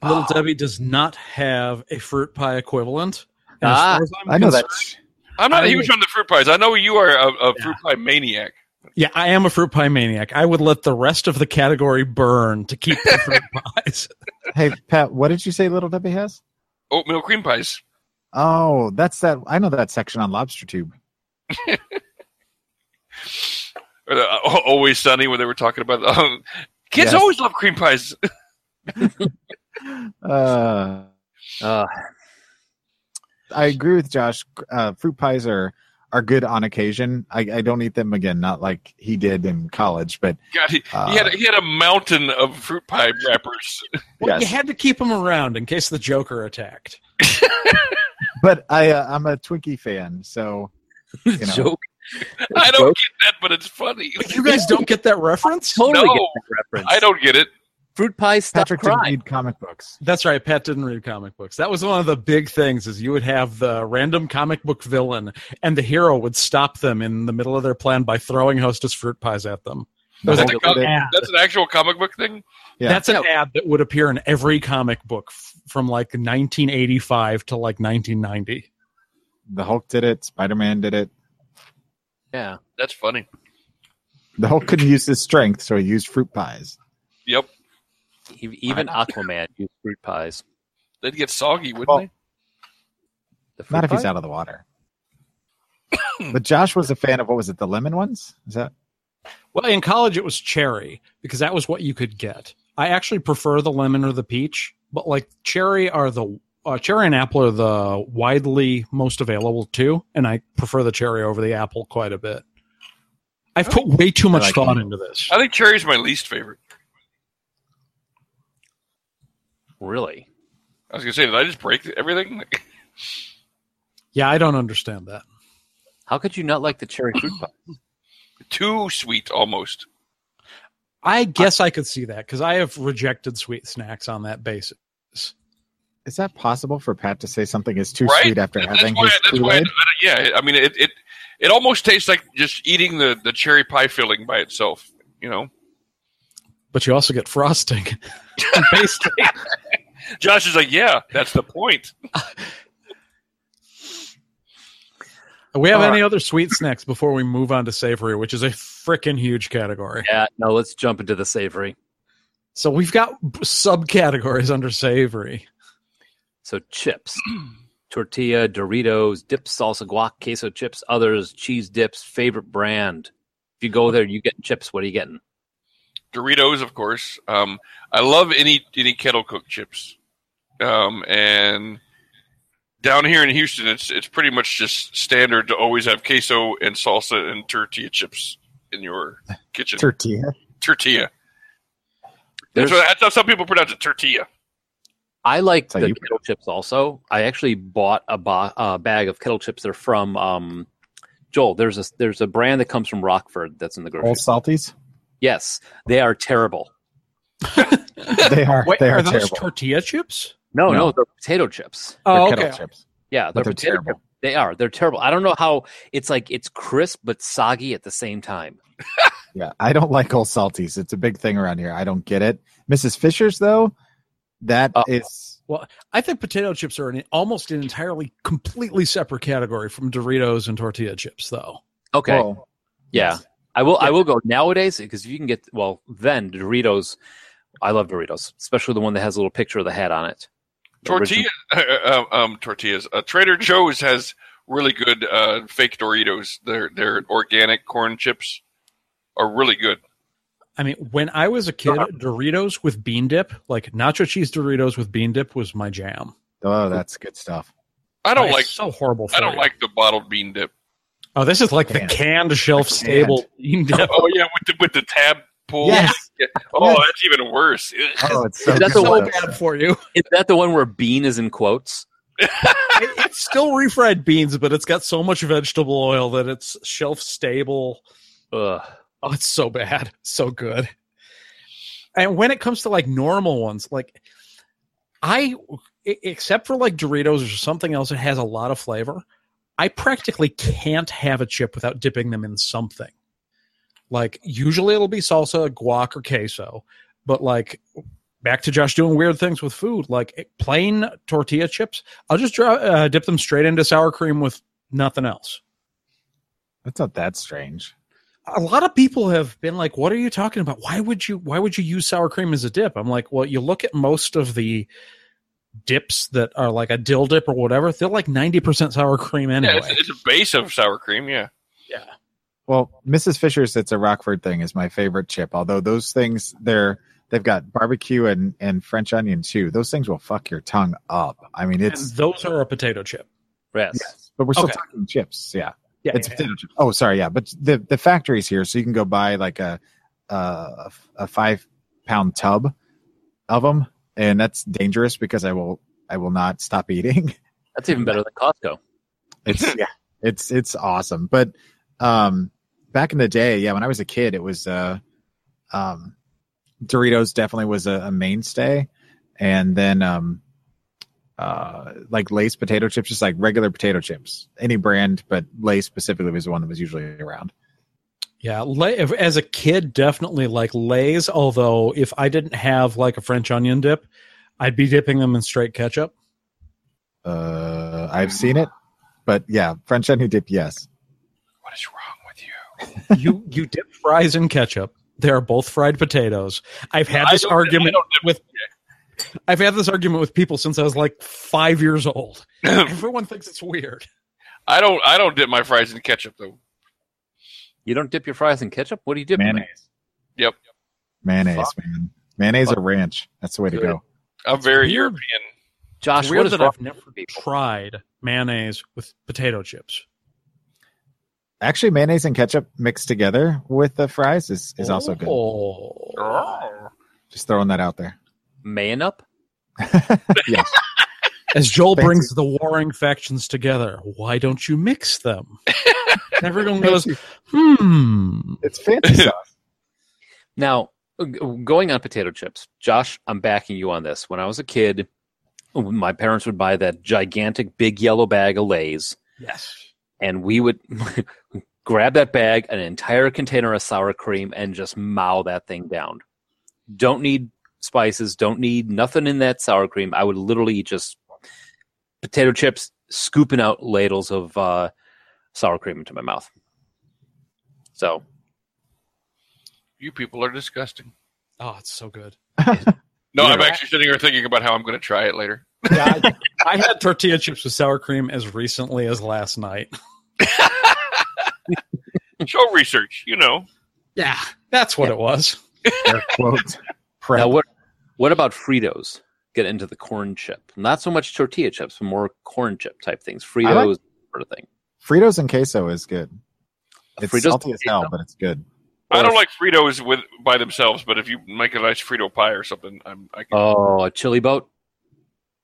Speaker 7: Little
Speaker 4: Oh.
Speaker 7: Debbie does not have a fruit pie equivalent. And as
Speaker 4: Ah,
Speaker 7: far as I'm
Speaker 6: I know
Speaker 7: concerned-
Speaker 6: that.
Speaker 5: I'm not
Speaker 7: I-
Speaker 5: huge on the fruit pies. I know you are a, a fruit pie maniac.
Speaker 7: Yeah, I am a fruit pie maniac. I would let the rest of the category burn to keep the fruit pies.
Speaker 6: Hey Pat, what did you say Little Debbie has?
Speaker 5: Oatmeal cream pies.
Speaker 6: Oh, that's that. I know that section on Lobster Tube.
Speaker 5: Or the, uh, always sunny when they were talking about um, kids
Speaker 6: Yes.
Speaker 5: always love cream pies.
Speaker 6: Uh,
Speaker 4: Uh,
Speaker 6: I agree with Josh. Uh, fruit pies are are good on occasion. I, I don't eat them again, not like he did in college, but
Speaker 5: God, he, he had a, he had a mountain of fruit pie wrappers.
Speaker 7: Well, You
Speaker 6: Yes.
Speaker 7: had to keep him around in case the Joker attacked.
Speaker 6: but I uh, I'm a Twinkie fan, so
Speaker 4: you
Speaker 6: know.
Speaker 4: joke.
Speaker 5: I don't get that, but it's funny.
Speaker 7: You guys don't get that reference?
Speaker 4: totally
Speaker 5: No,
Speaker 4: get that reference.
Speaker 5: I don't get it.
Speaker 4: Fruit pies stop
Speaker 6: Patrick didn't
Speaker 4: crying.
Speaker 6: read comic books.
Speaker 7: That's right. Pat didn't read comic books. That was one of the big things is you would have the random comic book villain and the hero would stop them in the middle of their plan by throwing hostess fruit pies at them.
Speaker 6: The
Speaker 5: Was
Speaker 6: whole
Speaker 5: it the
Speaker 6: bit.
Speaker 7: ad.
Speaker 5: That's an actual comic book thing.
Speaker 6: Yeah.
Speaker 7: That's an ad that would appear in every comic book f- from like 1985 to like 1990.
Speaker 6: The Hulk did it. Spider Man did it.
Speaker 4: Yeah.
Speaker 5: That's funny.
Speaker 6: The Hulk couldn't use his strength, so he used fruit pies.
Speaker 5: Yep,
Speaker 4: E- Even Aquaman used fruit pies.
Speaker 5: they'd get soggy, wouldn't
Speaker 6: Well,
Speaker 5: they?
Speaker 4: The fruit
Speaker 6: Not if he's
Speaker 4: pie?
Speaker 6: out of the water. but Josh was a fan of what was it? The lemon ones? Is that
Speaker 7: Well, in college it was cherry because that was what you could get. I actually prefer the lemon or the peach, but like cherry are the uh, cherry and apple are the widely most available too, and I prefer the cherry over the apple quite a bit. I've put way too much
Speaker 6: like
Speaker 7: thought
Speaker 6: it.
Speaker 7: into this.
Speaker 5: I think cherry's my least favorite.
Speaker 4: Really?
Speaker 5: I was gonna say, did I just break everything?
Speaker 7: Yeah, I don't understand that.
Speaker 4: How could you not like the cherry fruit pie?
Speaker 5: Too sweet, almost.
Speaker 7: I guess I could see that because I have rejected sweet snacks on that basis.
Speaker 6: is that possible for Pat to say something is too
Speaker 5: Right?
Speaker 6: sweet after
Speaker 5: That's
Speaker 6: having
Speaker 5: why.
Speaker 6: his
Speaker 5: That's why. I,
Speaker 6: Kool-Aid?
Speaker 5: I, yeah, I mean, it, it it almost tastes like just eating the the cherry pie filling by itself. You know,
Speaker 7: But you also get frosting and basting.
Speaker 5: Josh is like, yeah, that's the point.
Speaker 7: We have
Speaker 4: All
Speaker 7: any other sweet snacks before we move on to savory, which is a freaking huge category.
Speaker 4: Yeah, no, let's jump into the savory.
Speaker 7: So we've got b- subcategories under savory.
Speaker 4: So chips, tortilla, Doritos, dip salsa, guac, queso chips, others, cheese dips, favorite brand. If you go there, you get chips. What are you getting?
Speaker 5: Doritos, of course. Um, I love any any kettle cooked chips. Um, and down here in Houston, it's it's pretty much just standard to always have queso and salsa and tortilla chips in your kitchen.
Speaker 6: Tortilla.
Speaker 5: tortilla.
Speaker 4: There's,
Speaker 5: That's, what, that's how some people pronounce it. Tortilla.
Speaker 4: I like
Speaker 6: So
Speaker 4: the
Speaker 6: you-
Speaker 4: kettle chips also. I actually bought a bo- uh, bag of kettle chips. They're from um, Joel. There's a there's a brand that comes from Rockford that's in the grocery.
Speaker 6: Old salties.
Speaker 4: Yes, they are terrible.
Speaker 6: They are
Speaker 7: Wait,
Speaker 6: they are,
Speaker 7: are, those
Speaker 6: terrible.
Speaker 7: tortilla chips?
Speaker 4: No,
Speaker 6: No.
Speaker 4: no, they're potato chips.
Speaker 6: They're
Speaker 7: Oh,
Speaker 6: kettle
Speaker 7: okay.
Speaker 6: chips.
Speaker 4: Yeah,
Speaker 6: But
Speaker 4: they're,
Speaker 6: they're
Speaker 4: potato
Speaker 6: terrible.
Speaker 4: chips. They are. They're terrible. I don't know how it's like it's crisp but soggy at the same time.
Speaker 6: Yeah. I don't like old salties. It's a big thing around here. I don't get it. Mrs. Fisher's though, that is
Speaker 4: Uh,
Speaker 7: I think potato chips are an, almost an entirely, completely separate category from Doritos and tortilla chips, though.
Speaker 4: Okay.
Speaker 6: well,
Speaker 4: yeah.
Speaker 6: yes.
Speaker 4: I will I will go nowadays because you can get well then Doritos I love Doritos, especially the one that has a little picture of the hat on it. The
Speaker 5: Tortilla.
Speaker 4: original-
Speaker 5: um, um, tortillas. Uh, Trader Joe's has really good uh, fake Doritos. Their their organic corn chips are really good.
Speaker 7: I mean, when I was a kid, Doritos with bean dip, like nacho cheese Doritos with bean dip, was my jam.
Speaker 6: Oh, that's good stuff.
Speaker 5: I don't
Speaker 7: It's
Speaker 5: like.
Speaker 7: so horrible. For
Speaker 5: I don't
Speaker 7: you.
Speaker 5: like the bottled bean dip.
Speaker 7: Oh, this is like
Speaker 6: Canned.
Speaker 7: the canned shelf
Speaker 6: Canned.
Speaker 7: stable bean dip.
Speaker 5: Oh yeah, with the with the tab pull.
Speaker 6: Yes.
Speaker 5: Yeah. Oh,
Speaker 6: Yes.
Speaker 5: that's even worse. Ugh.
Speaker 6: Oh, it's so,
Speaker 4: That's
Speaker 6: good.
Speaker 4: a
Speaker 7: so
Speaker 4: one-
Speaker 7: bad for you.
Speaker 4: Is that the one where bean is in quotes?
Speaker 7: It- it's still refried beans, but it's got so much vegetable oil that it's shelf stable.
Speaker 4: Ugh.
Speaker 7: Oh, it's so bad. So good. And when it comes to like normal ones, like I, e- except for like Doritos or something else that has a lot of flavor, I practically can't have a chip without dipping them in something. Like usually it'll be salsa, guac, or queso. But like back to Josh doing weird things with food, like eh, plain tortilla chips, I'll just dra- uh, dip them straight into sour cream with nothing else
Speaker 6: That's not that strange.
Speaker 7: a lot of people have been like what are you talking about why would you why would you use sour cream as a dip i'm like well you look at most of the dips that are like a dill dip or whatever they're like 90% sour cream
Speaker 5: Yeah,
Speaker 7: anyway
Speaker 5: it's, it's a base of sour cream. Yeah.
Speaker 6: Well, Mrs. Fisher's it's a Rockford thing is my favorite chip. Although those things they're they've got barbecue and and French onion too. Those things will fuck your tongue up. I mean,
Speaker 7: And
Speaker 6: it's
Speaker 7: those are a potato chip
Speaker 4: Yes.
Speaker 6: But we're still
Speaker 7: Okay.
Speaker 6: talking chips. Yeah.
Speaker 7: Yeah,
Speaker 6: it's potato chips. Oh, sorry, yeah, but the the factory's here, so you can go buy like a a, a five pound tub of them, and that's dangerous because I will I will not stop eating.
Speaker 4: That's even better than Costco.
Speaker 6: It's yeah, it's it's awesome. But um, back in the day, yeah, when I was a kid, it was uh, um, Doritos definitely was a, a mainstay, and then um, uh, like Lay's potato chips, just like regular potato chips, any brand, but Lay specifically was the one that was usually around.
Speaker 7: Yeah, lay, if- as a kid, definitely like Lay's. Although, if I didn't have like a French onion dip, I'd be dipping them in straight ketchup.
Speaker 6: Uh, I've seen it, but yeah, French onion dip, yes.
Speaker 5: What is wrong with you?
Speaker 7: you you dip fries in ketchup. They are both fried potatoes. I've had
Speaker 5: I
Speaker 7: this
Speaker 5: don't- I
Speaker 7: argument
Speaker 5: don't dip-
Speaker 7: with. I've had this argument with people since I was like five years old. Everyone thinks it's weird.
Speaker 5: I don't. I don't dip my fries in ketchup though.
Speaker 4: You don't dip your fries in ketchup. What do you dip? in there?
Speaker 6: Mayonnaise,
Speaker 5: Yep,
Speaker 6: mayonnaise,
Speaker 4: Fuck.
Speaker 6: man, mayonnaise
Speaker 4: Fuck.
Speaker 6: or ranch. That's the way to
Speaker 4: Good.
Speaker 6: go.
Speaker 5: I'm very
Speaker 7: weird.
Speaker 5: European.
Speaker 4: Josh,
Speaker 7: It's
Speaker 4: what
Speaker 7: weird
Speaker 4: is
Speaker 7: that
Speaker 4: wrong
Speaker 7: I've never
Speaker 4: with people?
Speaker 7: tried mayonnaise with potato chips.
Speaker 6: Actually, mayonnaise and ketchup mixed together with the fries is, is also
Speaker 7: Oh.
Speaker 6: good.
Speaker 7: good.
Speaker 5: Oh.
Speaker 6: Just throwing that out there.
Speaker 4: Man up.
Speaker 7: As Joel
Speaker 6: Fancy.
Speaker 7: brings the warring factions together, why don't you mix them? Everyone goes, hmm.
Speaker 6: It's fancy sauce.
Speaker 4: Now, g- going on potato chips, Josh, I'm backing you on this. When I was a kid, my parents would buy that gigantic big yellow bag of Lay's,
Speaker 7: Yes.
Speaker 4: and we would grab that bag, an entire container of sour cream, and just mow that thing down. Don't need spices, don't need nothing in that sour cream. I would literally eat just potato chips, scooping out ladles of uh, sour cream into my mouth. So
Speaker 5: You people are disgusting.
Speaker 7: Oh, it's so good.
Speaker 4: Yeah.
Speaker 5: No, I'm actually sitting here thinking about how I'm going to try it later.
Speaker 7: Yeah, I, I had tortilla chips with sour cream as recently as last night.
Speaker 5: Show research, you know.
Speaker 7: Yeah, that's what it was.
Speaker 6: Air quotes. Prep.
Speaker 4: Now what? What about Fritos? Get into the corn chip. Not so much tortilla chips, but more corn chip type things. Fritos sort of thing.
Speaker 6: Fritos and queso is good. It's
Speaker 4: Fritos
Speaker 6: salty
Speaker 4: and
Speaker 6: as hell,
Speaker 4: queso?
Speaker 6: but it's good.
Speaker 5: I
Speaker 4: Or-
Speaker 5: don't like Fritos with by themselves, but if you make a nice Frito pie or something, I'm. I can,
Speaker 4: Oh, a chili boat.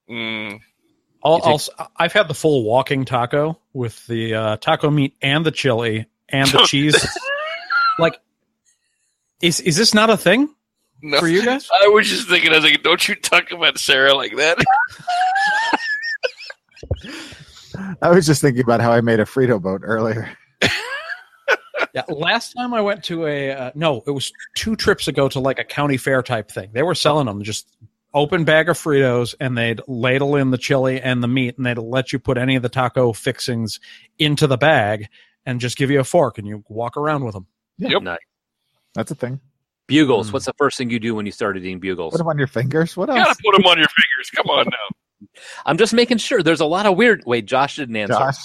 Speaker 5: mm,
Speaker 7: Al
Speaker 4: You take-
Speaker 7: also, I've had the full walking taco with the uh, taco meat and the chili and the cheese. like, is is this not a thing
Speaker 5: no.
Speaker 7: for you guys?
Speaker 5: I was just thinking, I was like, don't you talk about Sarah like that?
Speaker 6: I was just thinking about how I made a Frito boat earlier.
Speaker 7: Yeah, last time I went to a uh, no, it was two trips ago to like a county fair type thing. They were selling them just open bag of Fritos, and they'd ladle in the chili and the meat, and they'd let you put any of the taco fixings into the bag, and just give you a fork, and you walk around with them.
Speaker 5: Yep.
Speaker 4: Nice.
Speaker 6: That's a thing.
Speaker 4: Bugles.
Speaker 7: Mm.
Speaker 4: What's the first thing you do when you started eating bugles?
Speaker 6: Put them on your fingers. What
Speaker 5: You gotta
Speaker 6: else?
Speaker 5: put them on your fingers. Come on now.
Speaker 4: I'm just making sure. There's a lot of weird. Wait, Josh didn't answer.
Speaker 6: Josh,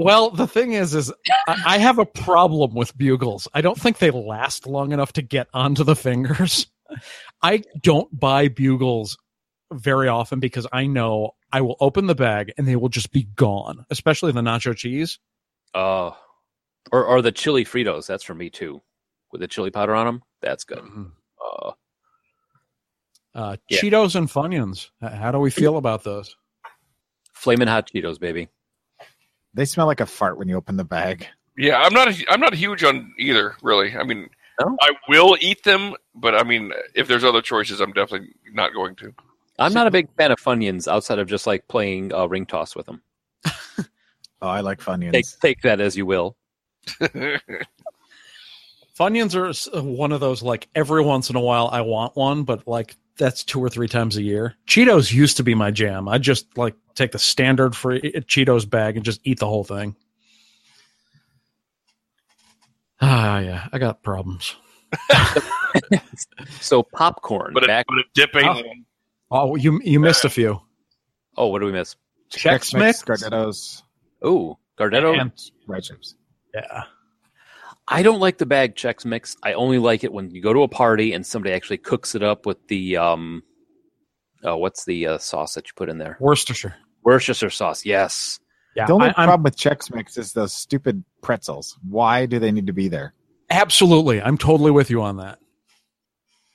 Speaker 7: Well, the thing is, is I, I have a problem with bugles. I don't think they last long enough to get onto the fingers. I don't buy bugles very often because I know I will open the bag and they will just be gone, especially the nacho cheese.
Speaker 4: Oh, or or the chili Fritos. That's for me too. With the chili powder on them. That's good. Uh,
Speaker 7: Uh,
Speaker 4: Yeah.
Speaker 7: Cheetos and Funyuns. H- How do we feel about those?
Speaker 4: flaming hot Cheetos, baby.
Speaker 6: they smell like a fart when you open the bag.
Speaker 5: Yeah, I'm not. I'm not huge on either. Really, I mean,
Speaker 4: No?
Speaker 5: I will eat them, but I mean, if there's other choices, I'm definitely not going to.
Speaker 4: I'm not a big fan of Funyuns outside of just like playing uh, ring toss with them.
Speaker 6: Oh, I like Funyuns.
Speaker 4: Take take that as you will.
Speaker 7: Funyuns are s- uh, one of those like every once in a while I want one, but like that's two or three times a year. Cheetos used to be my jam. I just like take the standard free uh, Cheetos bag and just eat the whole thing. Ah, yeah, I got problems.
Speaker 4: So popcorn.
Speaker 5: But a,
Speaker 4: back-
Speaker 5: but a dip ain't
Speaker 7: Oh.
Speaker 5: one.
Speaker 7: Oh, you you missed a few.
Speaker 4: oh, what do we miss?
Speaker 7: Chex Mix,
Speaker 6: Gardettos,
Speaker 4: Oh, Gardetto.
Speaker 7: and
Speaker 6: red chips.
Speaker 7: yeah,
Speaker 4: I don't like the bag checks mix. I only like it when you go to a party and somebody actually cooks it up with the um, oh, what's the uh, sauce that you put in there?
Speaker 7: Worcestershire.
Speaker 4: Worcestershire sauce. Yes,
Speaker 7: Yeah,
Speaker 6: the only
Speaker 7: I, am
Speaker 6: problem with Chex Mix is those stupid pretzels. Why do they need to be there?
Speaker 7: absolutely. I'm totally with you on that.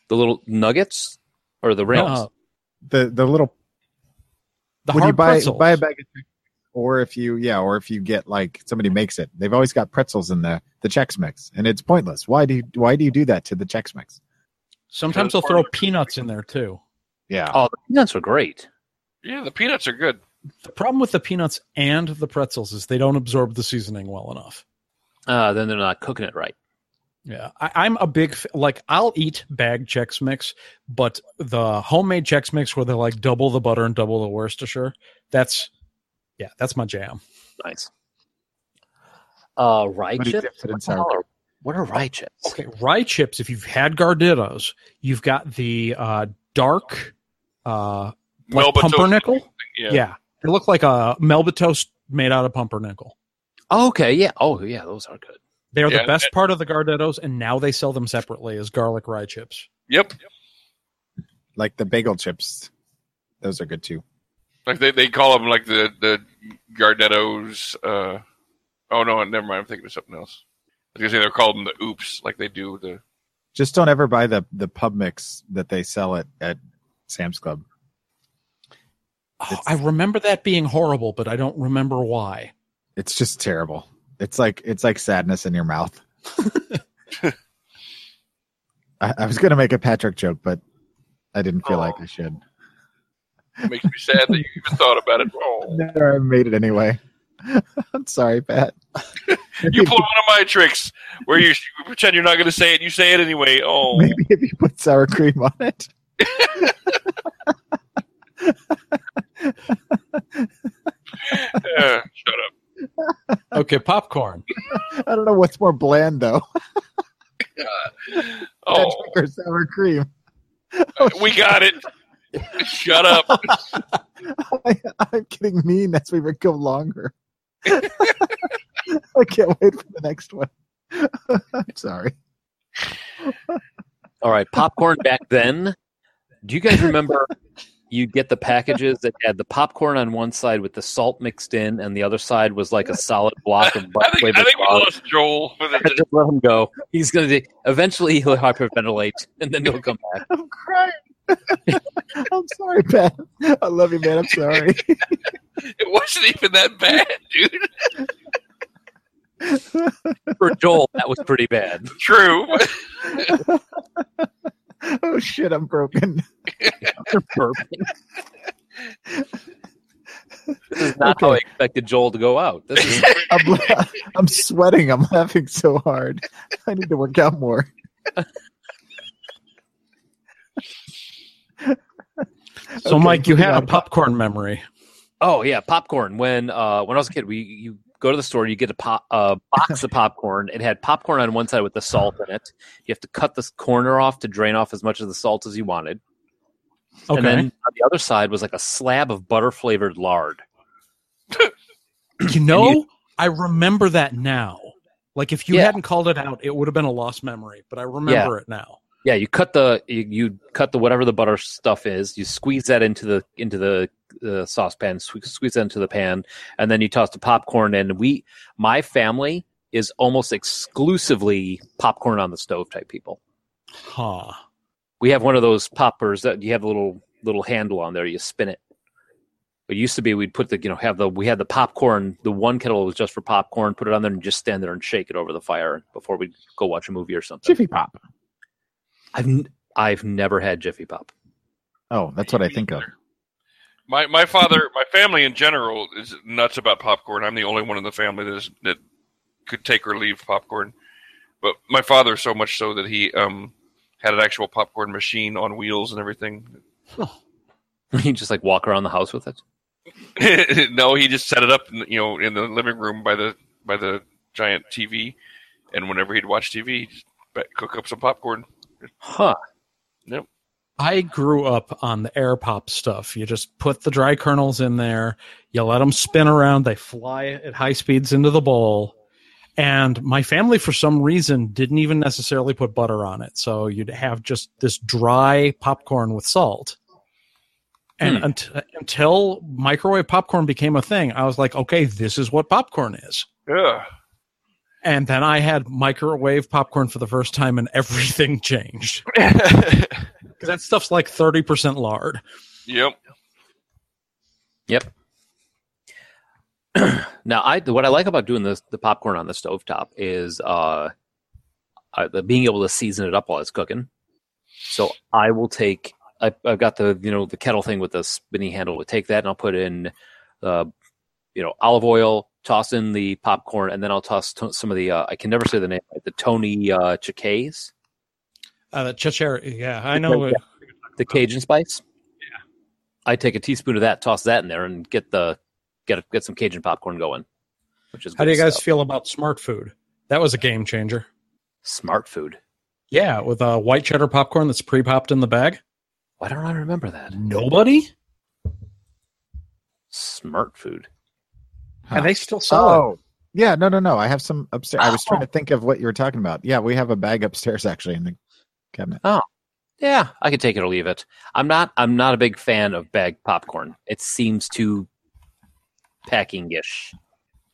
Speaker 4: The little nuggets or the rounds?
Speaker 6: Uh-huh.
Speaker 7: Uh,
Speaker 6: The the little
Speaker 7: the
Speaker 6: when
Speaker 7: hard
Speaker 6: you buy
Speaker 7: pretzels.
Speaker 6: buy a bag of Chex Mix, or if you yeah, or if you get like somebody makes it, they've always got pretzels in the the Chex Mix, and it's pointless. Why do you, why do you do that to the Chex Mix?
Speaker 7: Sometimes they'll throw peanuts in there too.
Speaker 6: Yeah,
Speaker 4: oh, the peanuts are great.
Speaker 5: Yeah, the peanuts are good.
Speaker 7: The problem with the peanuts and the pretzels is they don't absorb the seasoning well enough.
Speaker 4: Uh, then they're not cooking it right.
Speaker 7: Yeah, I, I'm a big f- like I'll eat bag Chex Mix, but the homemade Chex Mix where they like double the butter and double the Worcestershire, that's yeah, that's my jam.
Speaker 4: Nice. Uh, rye
Speaker 6: But he
Speaker 4: chips?
Speaker 6: dips it in
Speaker 4: What the
Speaker 6: sour
Speaker 4: hell are- What are rye chips?
Speaker 7: Okay, rye chips. If you've had Gardittos, you've got the uh, dark uh, like
Speaker 5: Melba toast.
Speaker 7: pumpernickel.
Speaker 5: Yeah.
Speaker 7: yeah. they look like a Melba toast made out of pumpernickel.
Speaker 4: Okay, yeah. Oh, yeah, those are good.
Speaker 7: They are
Speaker 5: Yeah,
Speaker 7: the best part of the Gardettos, and now they sell them separately as garlic rye chips.
Speaker 5: Yep.
Speaker 6: like the bagel chips. Those are good too.
Speaker 5: Like they, they call them like the the Gardettos. Uh, oh no, never mind. I'm thinking of something else. I was gonna say they're called them the Oops, like they do the.
Speaker 6: Just don't ever buy the the pub mix that they sell at at Sam's Club.
Speaker 7: Oh,
Speaker 6: It's-
Speaker 7: I remember that being horrible, but I don't remember why.
Speaker 6: It's just terrible. It's like it's like sadness in your mouth. I, I was gonna make a Patrick joke, but I didn't feel
Speaker 7: Oh.
Speaker 6: like I should.
Speaker 5: It makes me sad that you even thought about it. Oh,
Speaker 6: No, I made it anyway. I'm sorry, Pat.
Speaker 5: you pulled one of my tricks where you pretend you're not gonna say it. You say it anyway. Oh,
Speaker 6: Maybe if you put sour cream on it.
Speaker 5: yeah, shut up.
Speaker 7: Okay, popcorn.
Speaker 6: I don't know what's more bland though.
Speaker 5: Oh,
Speaker 6: Patrick or sour cream.
Speaker 5: we got it. Shut up.
Speaker 6: I, I'm getting mean as we go longer. I can't wait for the next one. I'm sorry.
Speaker 4: All right, popcorn back then. Do you guys remember you'd get the packages that had the popcorn on one side with the salt mixed in, and the other side was like a solid block of
Speaker 5: I
Speaker 4: butt
Speaker 5: think,
Speaker 4: flavored
Speaker 5: I think we
Speaker 4: lard?
Speaker 5: lost Joel. With it.
Speaker 4: Just let him go. He's going to eventually he'll hyperventilate, and then he'll come back.
Speaker 6: I'm crying. I'm sorry, Pat. I love you, man. I'm sorry.
Speaker 5: it wasn't even that bad, dude.
Speaker 4: For Joel, that was pretty bad.
Speaker 5: True.
Speaker 6: oh shit, I'm broken.
Speaker 4: This is not how I expected Joel to go out. This is
Speaker 6: I'm, la- I'm sweating. I'm laughing so hard. I need to work out more.
Speaker 7: So,
Speaker 6: Okay,
Speaker 7: Mike, you
Speaker 6: moving
Speaker 7: had a
Speaker 6: on.
Speaker 7: popcorn memory.
Speaker 4: Oh yeah, popcorn. When uh, when I was a kid, we you go to the store, you get a pop, a box of popcorn. It had popcorn on one side with the salt in it. You have to cut this corner off to drain off as much of the salt as you wanted,
Speaker 7: Okay.
Speaker 4: and then on the other side was like a slab of butter flavored lard.
Speaker 7: you know, I remember that now. Like if you
Speaker 4: Yeah.
Speaker 7: hadn't called it out, it would have been a lost memory, but I remember it now.
Speaker 4: Yeah, you cut the you, you cut the whatever the butter stuff is. You squeeze that into the into the uh, saucepan. Sque- squeeze that into the pan, and then you toss the popcorn in. We my family is almost exclusively popcorn on the stove type people.
Speaker 7: Huh.
Speaker 4: we have one of those poppers that you have a little little handle on there. You spin it. It used to be we'd put the you know have the we had the popcorn. The one kettle was just for popcorn. Put it on there and just stand there and shake it over the fire before we go watch a movie or something.
Speaker 6: Jiffy Pop.
Speaker 4: I've n- I've never had Jiffy Pop.
Speaker 6: Oh, that's what I think of.
Speaker 5: My my father, my family in general is nuts about popcorn. I'm the only one in the family that is, that could take or leave popcorn. But my father so much so that he um had an actual popcorn machine on wheels and everything.
Speaker 4: you just like walk around the house with it.
Speaker 5: no, he just set it up, in, you know, in the living room by the by the giant TV, and whenever he'd watch TV, he'd just ba- cook up some popcorn.
Speaker 4: Huh.
Speaker 7: I grew up on the air pop stuff. You just put the dry kernels in there, you let them spin around, they fly at high speeds into the bowl. And my family, for some reason, didn't even necessarily put butter on it. So you'd have just this dry popcorn with salt. And unt- until microwave popcorn became a thing, I was like, okay, this is what popcorn is.
Speaker 5: Yeah.
Speaker 7: And then I had microwave popcorn for the first time, and everything changed because that stuff's like thirty percent lard.
Speaker 5: yep.
Speaker 4: Yep. now, I what I like about doing this the popcorn on the stovetop is uh, uh the being able to season it up while it's cooking. So I will take I, I've got the you know the kettle thing with the spinny handle. Would take that and I'll put in uh, you know olive oil, toss in the popcorn, and then I'll toss to- some of the uh, I can never say the name right, the Tony uh, chickpeas,
Speaker 7: Uh, the chicharra, yeah, I know. it-
Speaker 4: the Cajun spice. Yeah, I take a teaspoon of that, toss that in there, and get the get get some Cajun popcorn going. Which is
Speaker 7: How do
Speaker 4: good
Speaker 7: you guys
Speaker 4: stuff.
Speaker 7: feel about smart food? That was a game changer.
Speaker 4: Smart food.
Speaker 7: Yeah, with uh, white cheddar popcorn that's pre-popped in the bag.
Speaker 4: Why don't I remember that?
Speaker 7: Nobody,
Speaker 4: Smart food.
Speaker 7: and they still sell it.
Speaker 6: Oh, yeah. No, no, no. I have some upstairs. I was
Speaker 4: Oh.
Speaker 6: trying to think of what you were talking about. Yeah, we have a bag upstairs actually in the cabinet.
Speaker 4: Yeah, I could take it or leave it. I'm not. I'm not a big fan of bag popcorn. It seems too packing-ish.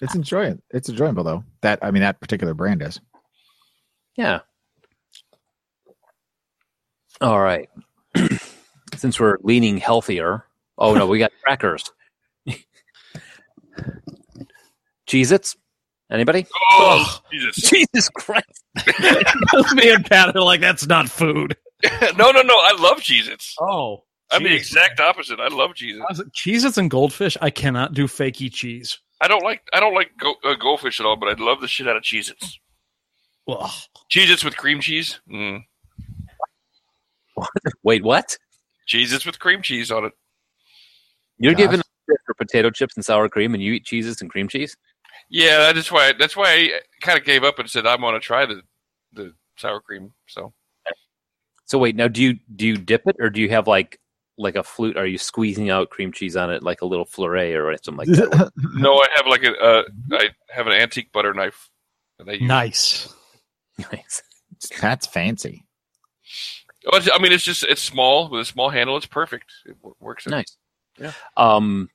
Speaker 6: It's enjoyable. It's enjoyable though. That I mean, that particular brand is.
Speaker 4: Yeah. All right. Since we're leaning healthier. Oh no, we got crackers. Cheez Its? Anybody?
Speaker 5: Oh, Jesus.
Speaker 4: Jesus Christ.
Speaker 7: Both me and Pat are like, that's not food.
Speaker 5: no, no, no. I love Cheez Its.
Speaker 7: Oh,
Speaker 5: I'm the
Speaker 7: jeez.
Speaker 5: exact opposite. I love Cheez Its.
Speaker 7: I was like, Cheez-Its and goldfish. I cannot do fakey cheese.
Speaker 5: I don't like I don't like go, uh, goldfish at all, but I love the shit out of Cheez Its.
Speaker 7: Ugh.
Speaker 5: Cheez Its with cream cheese? Mm.
Speaker 4: Wait, what?
Speaker 5: Cheez Its with cream cheese on it.
Speaker 4: You're
Speaker 6: Gosh.
Speaker 4: giving up for potato chips and sour cream and you eat cheeses and cream cheese?
Speaker 5: Yeah, that's why that's why I kind of gave up and said I'm going to try the the sour cream. So
Speaker 4: So wait, now do you do you dip it or do you have like like a flute? Are you squeezing out cream cheese on it like a little fleuret or something like that?
Speaker 5: no, I have like a uh, I have an antique butter knife. that I use.
Speaker 7: Nice.
Speaker 4: Nice.
Speaker 6: That's fancy.
Speaker 5: Oh, it's- I mean, it's just it's small with a small handle. It's perfect. It w- works. out.
Speaker 4: Nice.
Speaker 5: Yeah.
Speaker 4: Um,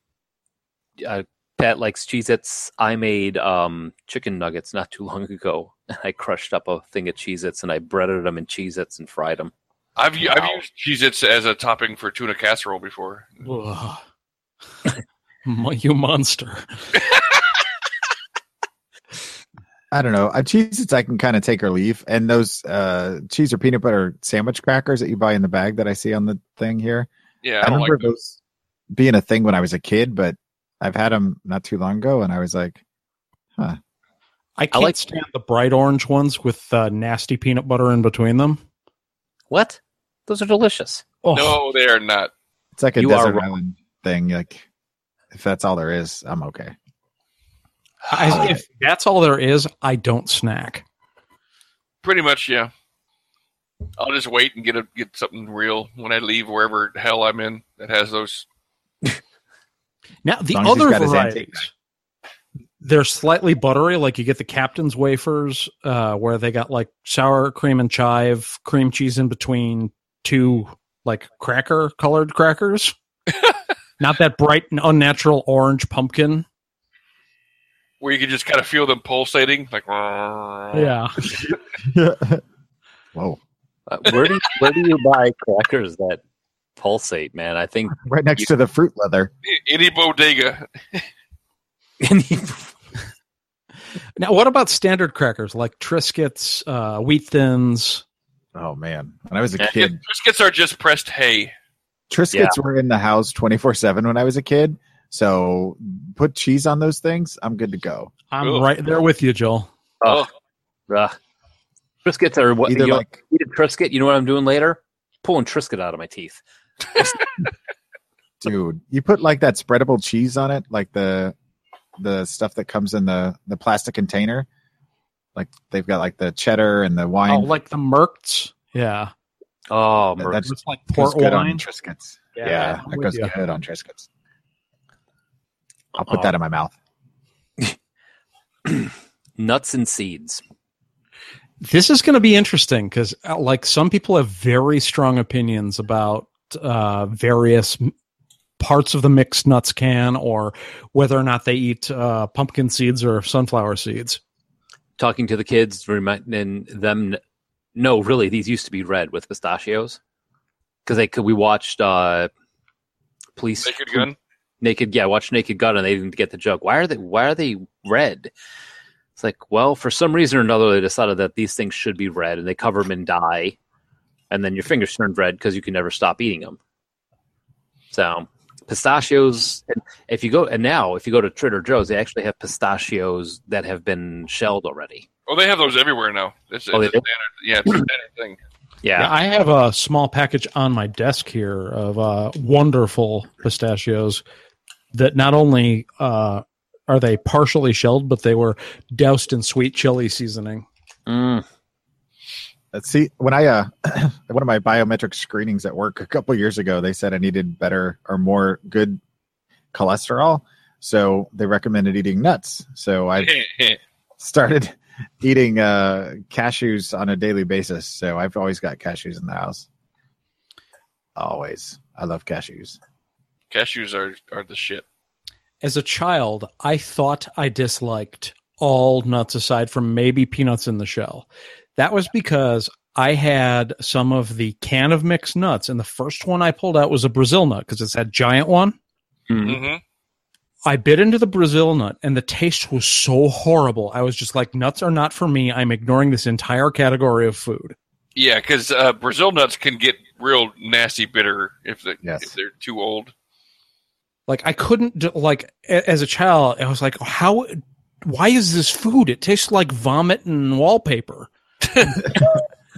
Speaker 4: uh, Pat likes Cheez Its. I made um, chicken nuggets not too long ago. and I crushed up a thing of Cheez Its and I breaded them in Cheez Its and fried them.
Speaker 5: I've u-
Speaker 4: Wow.
Speaker 5: I've used Cheez-Its as a topping for tuna casserole before.
Speaker 7: Ugh. Mo- you monster.
Speaker 6: I don't know. Uh, Cheez Its I can kind of take or leave. And those uh, cheese or peanut butter sandwich crackers that you buy in the bag that I see on the thing here.
Speaker 5: Yeah,
Speaker 6: I,
Speaker 5: I don't
Speaker 6: remember
Speaker 5: like those.
Speaker 6: those being a thing when I was a kid, but I've had them not too long ago and I was like,
Speaker 7: I can't
Speaker 4: like-
Speaker 7: stand the bright orange ones with uh, nasty peanut butter in between them.
Speaker 4: What? Those are delicious.
Speaker 7: Oh,
Speaker 5: No, they are not.
Speaker 6: it's like a
Speaker 4: You are
Speaker 6: desert
Speaker 4: wrong.
Speaker 6: island thing. Like, if that's all there is, I'm okay.
Speaker 7: I, if that's all there is, I don't snack.
Speaker 5: Pretty much, yeah. I'll just wait and get a get something real when I leave wherever hell I'm in that has those.
Speaker 7: Now the
Speaker 6: long as he's
Speaker 7: other
Speaker 6: got his antique.
Speaker 7: varieties, they're slightly buttery. Like you get the captain's wafers, uh, where they got like sour cream and chive, cream cheese in between two like cracker colored crackers. Not that bright and unnatural orange pumpkin.
Speaker 5: Where you can just kind of feel them pulsating, like yeah.
Speaker 7: Yeah.
Speaker 6: Whoa.
Speaker 4: Uh, where do you, where do you buy crackers that pulsate, man? I think
Speaker 6: Right next to the fruit leather.
Speaker 5: Any bodega,
Speaker 7: Now, what about standard crackers like Triscuits, uh, Wheat Thins?
Speaker 6: Oh, man. When I was a
Speaker 4: Yeah.
Speaker 6: kid,
Speaker 5: biscuits are just pressed hay.
Speaker 6: Triscuits
Speaker 4: Yeah.
Speaker 6: were in the house 24 7 when I was a kid. So put cheese on those things. I'm good to go.
Speaker 7: I'm
Speaker 5: Ugh.
Speaker 7: right there with you, Joel.
Speaker 4: Ugh. Ugh. Triscuits uh, are what
Speaker 6: Either
Speaker 4: you know,
Speaker 6: like,
Speaker 4: eat a Triscuit. You know what I'm doing later? Pulling Triscuit out of my teeth.
Speaker 6: dude, you put like that spreadable cheese on it, like the the stuff that comes in the the plastic container. Like they've got like the cheddar and the wine.
Speaker 7: Oh, like the Mercs. Yeah.
Speaker 4: Oh,
Speaker 6: That-
Speaker 4: Merc.
Speaker 6: that's-
Speaker 7: It's like
Speaker 6: Goes
Speaker 7: port
Speaker 6: good on
Speaker 7: wine.
Speaker 6: Triscuits.
Speaker 7: Yeah,
Speaker 6: Yeah,
Speaker 7: I'm
Speaker 6: that
Speaker 7: with
Speaker 6: goes
Speaker 7: ya.
Speaker 6: good on Triscuits. I'll put that in my mouth.
Speaker 4: nuts and seeds.
Speaker 7: This is going to be interesting because, uh, like, some people have very strong opinions about uh, various m- parts of the mixed nuts can or whether or not they eat uh, pumpkin seeds or sunflower seeds.
Speaker 4: Talking to the kids, reminding them, no, really, these used to be red with pistachios because they could. We watched uh, police
Speaker 5: Naked Gun.
Speaker 4: naked yeah watch naked gun and they didn't get the joke why are they why are they red it's like well for some reason or another they decided that these things should be red and they cover them in dye and then your fingers turn red because you can never stop eating them so pistachios and if you go and now if you go to trader joe's they actually have pistachios that have been shelled already
Speaker 5: Oh, they have those everywhere now. It's,
Speaker 4: Oh,
Speaker 5: it's
Speaker 4: they
Speaker 5: a standard, yeah, it's a standard thing.
Speaker 4: yeah,
Speaker 7: Yeah, I have a small package on my desk here of uh, wonderful pistachios that not only uh, are they partially shelled, but they were doused in sweet chili seasoning.
Speaker 4: Mm.
Speaker 6: Let's see. When I uh, one of my biometric screenings at work a couple years ago, they said I needed better or more good cholesterol, so they recommended eating nuts. So I started eating uh, cashews on a daily basis. So I've always got cashews in the house. Always, I love cashews.
Speaker 5: Cashews are, are the shit.
Speaker 7: As a child, I thought I disliked all nuts aside from maybe peanuts in the shell. That was because I had some of the can of mixed nuts, and the first one I pulled out was a Brazil nut because it's that giant one.
Speaker 4: Mm.
Speaker 5: Mm-hmm.
Speaker 7: I bit into the Brazil nut and the taste was so horrible. I was just like, nuts are not for me. I'm ignoring this entire category of food.
Speaker 5: Yeah, because uh, Brazil nuts can get real nasty bitter if, they,
Speaker 6: Yes.
Speaker 5: if they're too old.
Speaker 7: Like, I couldn't, d- like, a- as a child, I was like, how, why is this food? It tastes like vomit and wallpaper.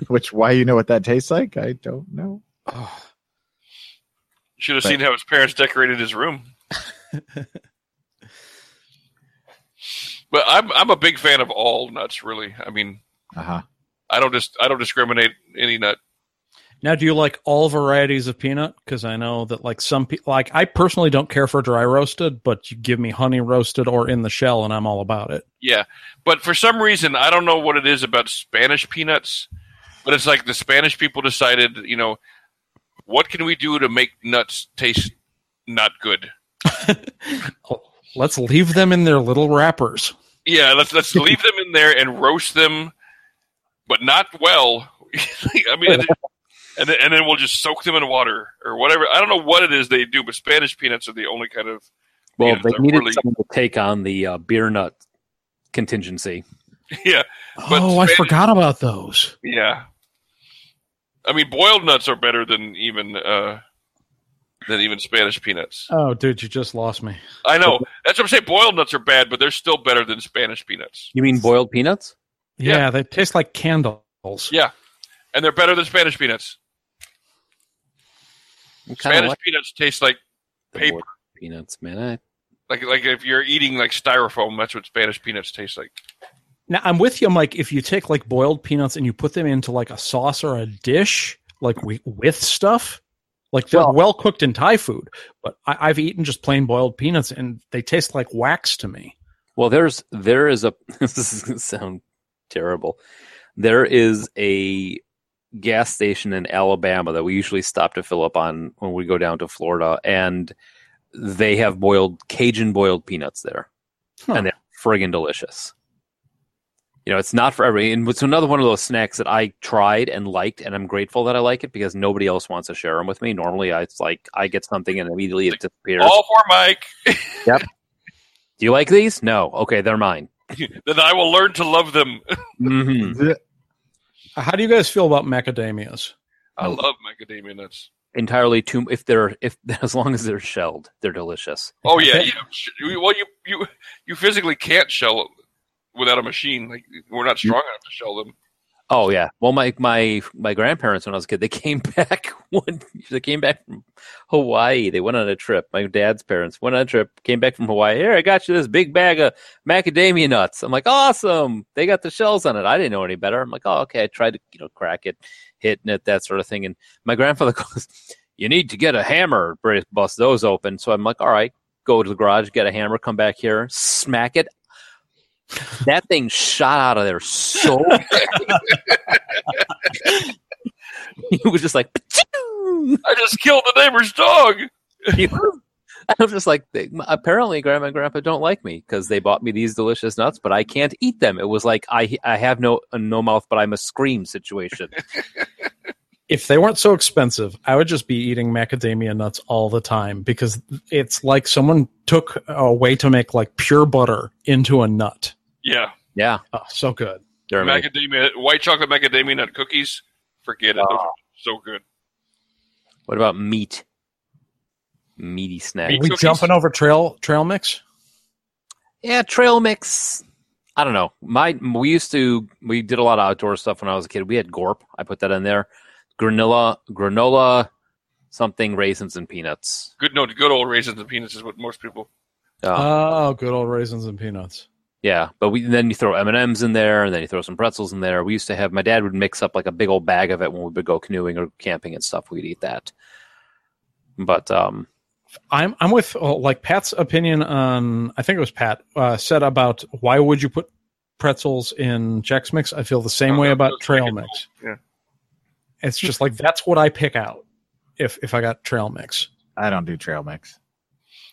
Speaker 6: Which why you know what that tastes like? I don't know.
Speaker 7: Ugh.
Speaker 5: Should have
Speaker 6: But-
Speaker 5: seen how his parents decorated his room. but I'm I'm a big fan of all nuts. Really, I mean,
Speaker 6: Uh huh.
Speaker 5: I don't just I don't discriminate any nut.
Speaker 7: Now, do you like all varieties of peanut? Because I know that, like, some people, like, I personally don't care for dry roasted, but you give me honey roasted or in the shell, and I'm all about it.
Speaker 5: Yeah, but for some reason I don't know what it is about Spanish peanuts, but it's like the Spanish people decided, you know, what can we do to make nuts taste not good?
Speaker 7: Let's leave them in their little wrappers.
Speaker 5: Yeah, let's let's leave them in there and roast them, but not well. I mean, and then, and then and then we'll just soak them in water or whatever. I don't know what it is they do, but Spanish peanuts are the only kind of
Speaker 4: well
Speaker 5: Yeah,
Speaker 4: they
Speaker 5: they're
Speaker 4: needed
Speaker 5: really-
Speaker 4: someone to take on the uh, beer nut contingency
Speaker 5: yeah But
Speaker 7: oh, I
Speaker 5: Spanish-
Speaker 7: forgot about those.
Speaker 5: yeah. I mean, boiled nuts are better than even uh, than even Spanish peanuts.
Speaker 7: Oh, dude, you just lost me.
Speaker 5: I know that's what I'm saying. Boiled nuts are bad, but they're still better than Spanish peanuts,
Speaker 4: you mean boiled peanuts
Speaker 7: Yeah,
Speaker 5: Yeah.
Speaker 7: they taste like candles.
Speaker 5: Yeah. and they're better than Spanish peanuts. Spanish peanuts taste like
Speaker 4: the
Speaker 5: paper.
Speaker 4: boiled peanuts, man. I,
Speaker 5: like like if you're eating like styrofoam. That's what Spanish peanuts taste like.
Speaker 7: Now, I'm with you, Mike. If you take like boiled peanuts and you put them into like a sauce or a dish, like we, with stuff, like they're well,
Speaker 4: Well-
Speaker 7: cooked in Thai food, but I, I've eaten just plain boiled peanuts and they taste like wax to me.
Speaker 4: well, there's there is a this is gonna sound terrible. There is a gas station in Alabama that we usually stop to fill up on when we go down to Florida, and they have boiled Cajun boiled peanuts there,
Speaker 7: Huh.
Speaker 4: and they're friggin' delicious. You know, it's not for every, and it's another one of those snacks that I tried and liked, and I'm grateful that I like it because nobody else wants to share them with me. Normally, I, it's like I get something and immediately it disappears.
Speaker 5: All for Mike.
Speaker 4: Do you like these? No. Okay, they're mine.
Speaker 5: then I will learn to love them.
Speaker 6: Mm-hmm.
Speaker 4: hmm
Speaker 7: How do you guys feel about macadamias?
Speaker 5: I
Speaker 4: Hmm.
Speaker 5: love macadamia nuts.
Speaker 4: Entirely too. If they're if as long as they're shelled, they're delicious.
Speaker 5: Oh yeah, yeah. sh- Well, you you you physically can't shell it without a machine. Like we're not strong enough to shell them.
Speaker 4: Oh yeah. Well, my my my grandparents when I was a kid, they came back one. They came back from Hawaii. They went on a trip. My dad's parents went on a trip. Came back from Hawaii. Here, I got you this big bag of macadamia nuts. I'm like, awesome. They got the shells on it. I didn't know any better. I'm like, oh okay. I tried to you know crack it, hitting it, that sort of thing. And my grandfather goes, "You need to get a hammer, br- bust those open." So I'm like, all right, go to the garage, get a hammer, come back here, smack it. That thing shot out of there so he was just like, "Pachoo!"
Speaker 5: I just killed the neighbor's dog.
Speaker 4: He was I'm just like, they, apparently, grandma and grandpa don't like me because they bought me these delicious nuts, but I can't eat them. It was like I I have no no mouth, but I must scream situation.
Speaker 7: if they weren't so expensive, I would just be eating macadamia nuts all the time because it's like someone took a way to make like pure butter into a nut.
Speaker 5: Yeah,
Speaker 4: Yeah,
Speaker 7: Oh, so good.
Speaker 4: they're amazing.
Speaker 5: macadamia, white chocolate macadamia nut cookies. Forget it. Those are so good.
Speaker 4: What about meat? Meaty snack.
Speaker 7: Are
Speaker 5: Meat
Speaker 7: we
Speaker 5: cookies?
Speaker 7: jumping over trail trail mix?
Speaker 4: Yeah, trail mix. I don't know. My we used to we did a lot of outdoor stuff when I was a kid. We had gorp. I put that in there. Granola, granola, something raisins and peanuts.
Speaker 5: Good note. Good old raisins and peanuts is what most people.
Speaker 4: Uh,
Speaker 7: Oh, good old raisins and peanuts.
Speaker 4: yeah, but we then you throw M and M's in there, and then you throw some pretzels in there. We used to have my dad would mix up like a big old bag of it when we would go canoeing or camping and stuff. We'd eat that. But um,
Speaker 7: I'm I'm with uh, like Pat's opinion on I think it was Pat uh, said about why would you put pretzels in Chex Mix? I feel the same
Speaker 5: Oh,
Speaker 7: way
Speaker 5: no,
Speaker 7: about
Speaker 5: those
Speaker 7: trail
Speaker 5: freaking-
Speaker 7: mix.
Speaker 5: yeah.
Speaker 7: It's just like that's what I pick out if if I got trail mix.
Speaker 6: I don't do trail mix.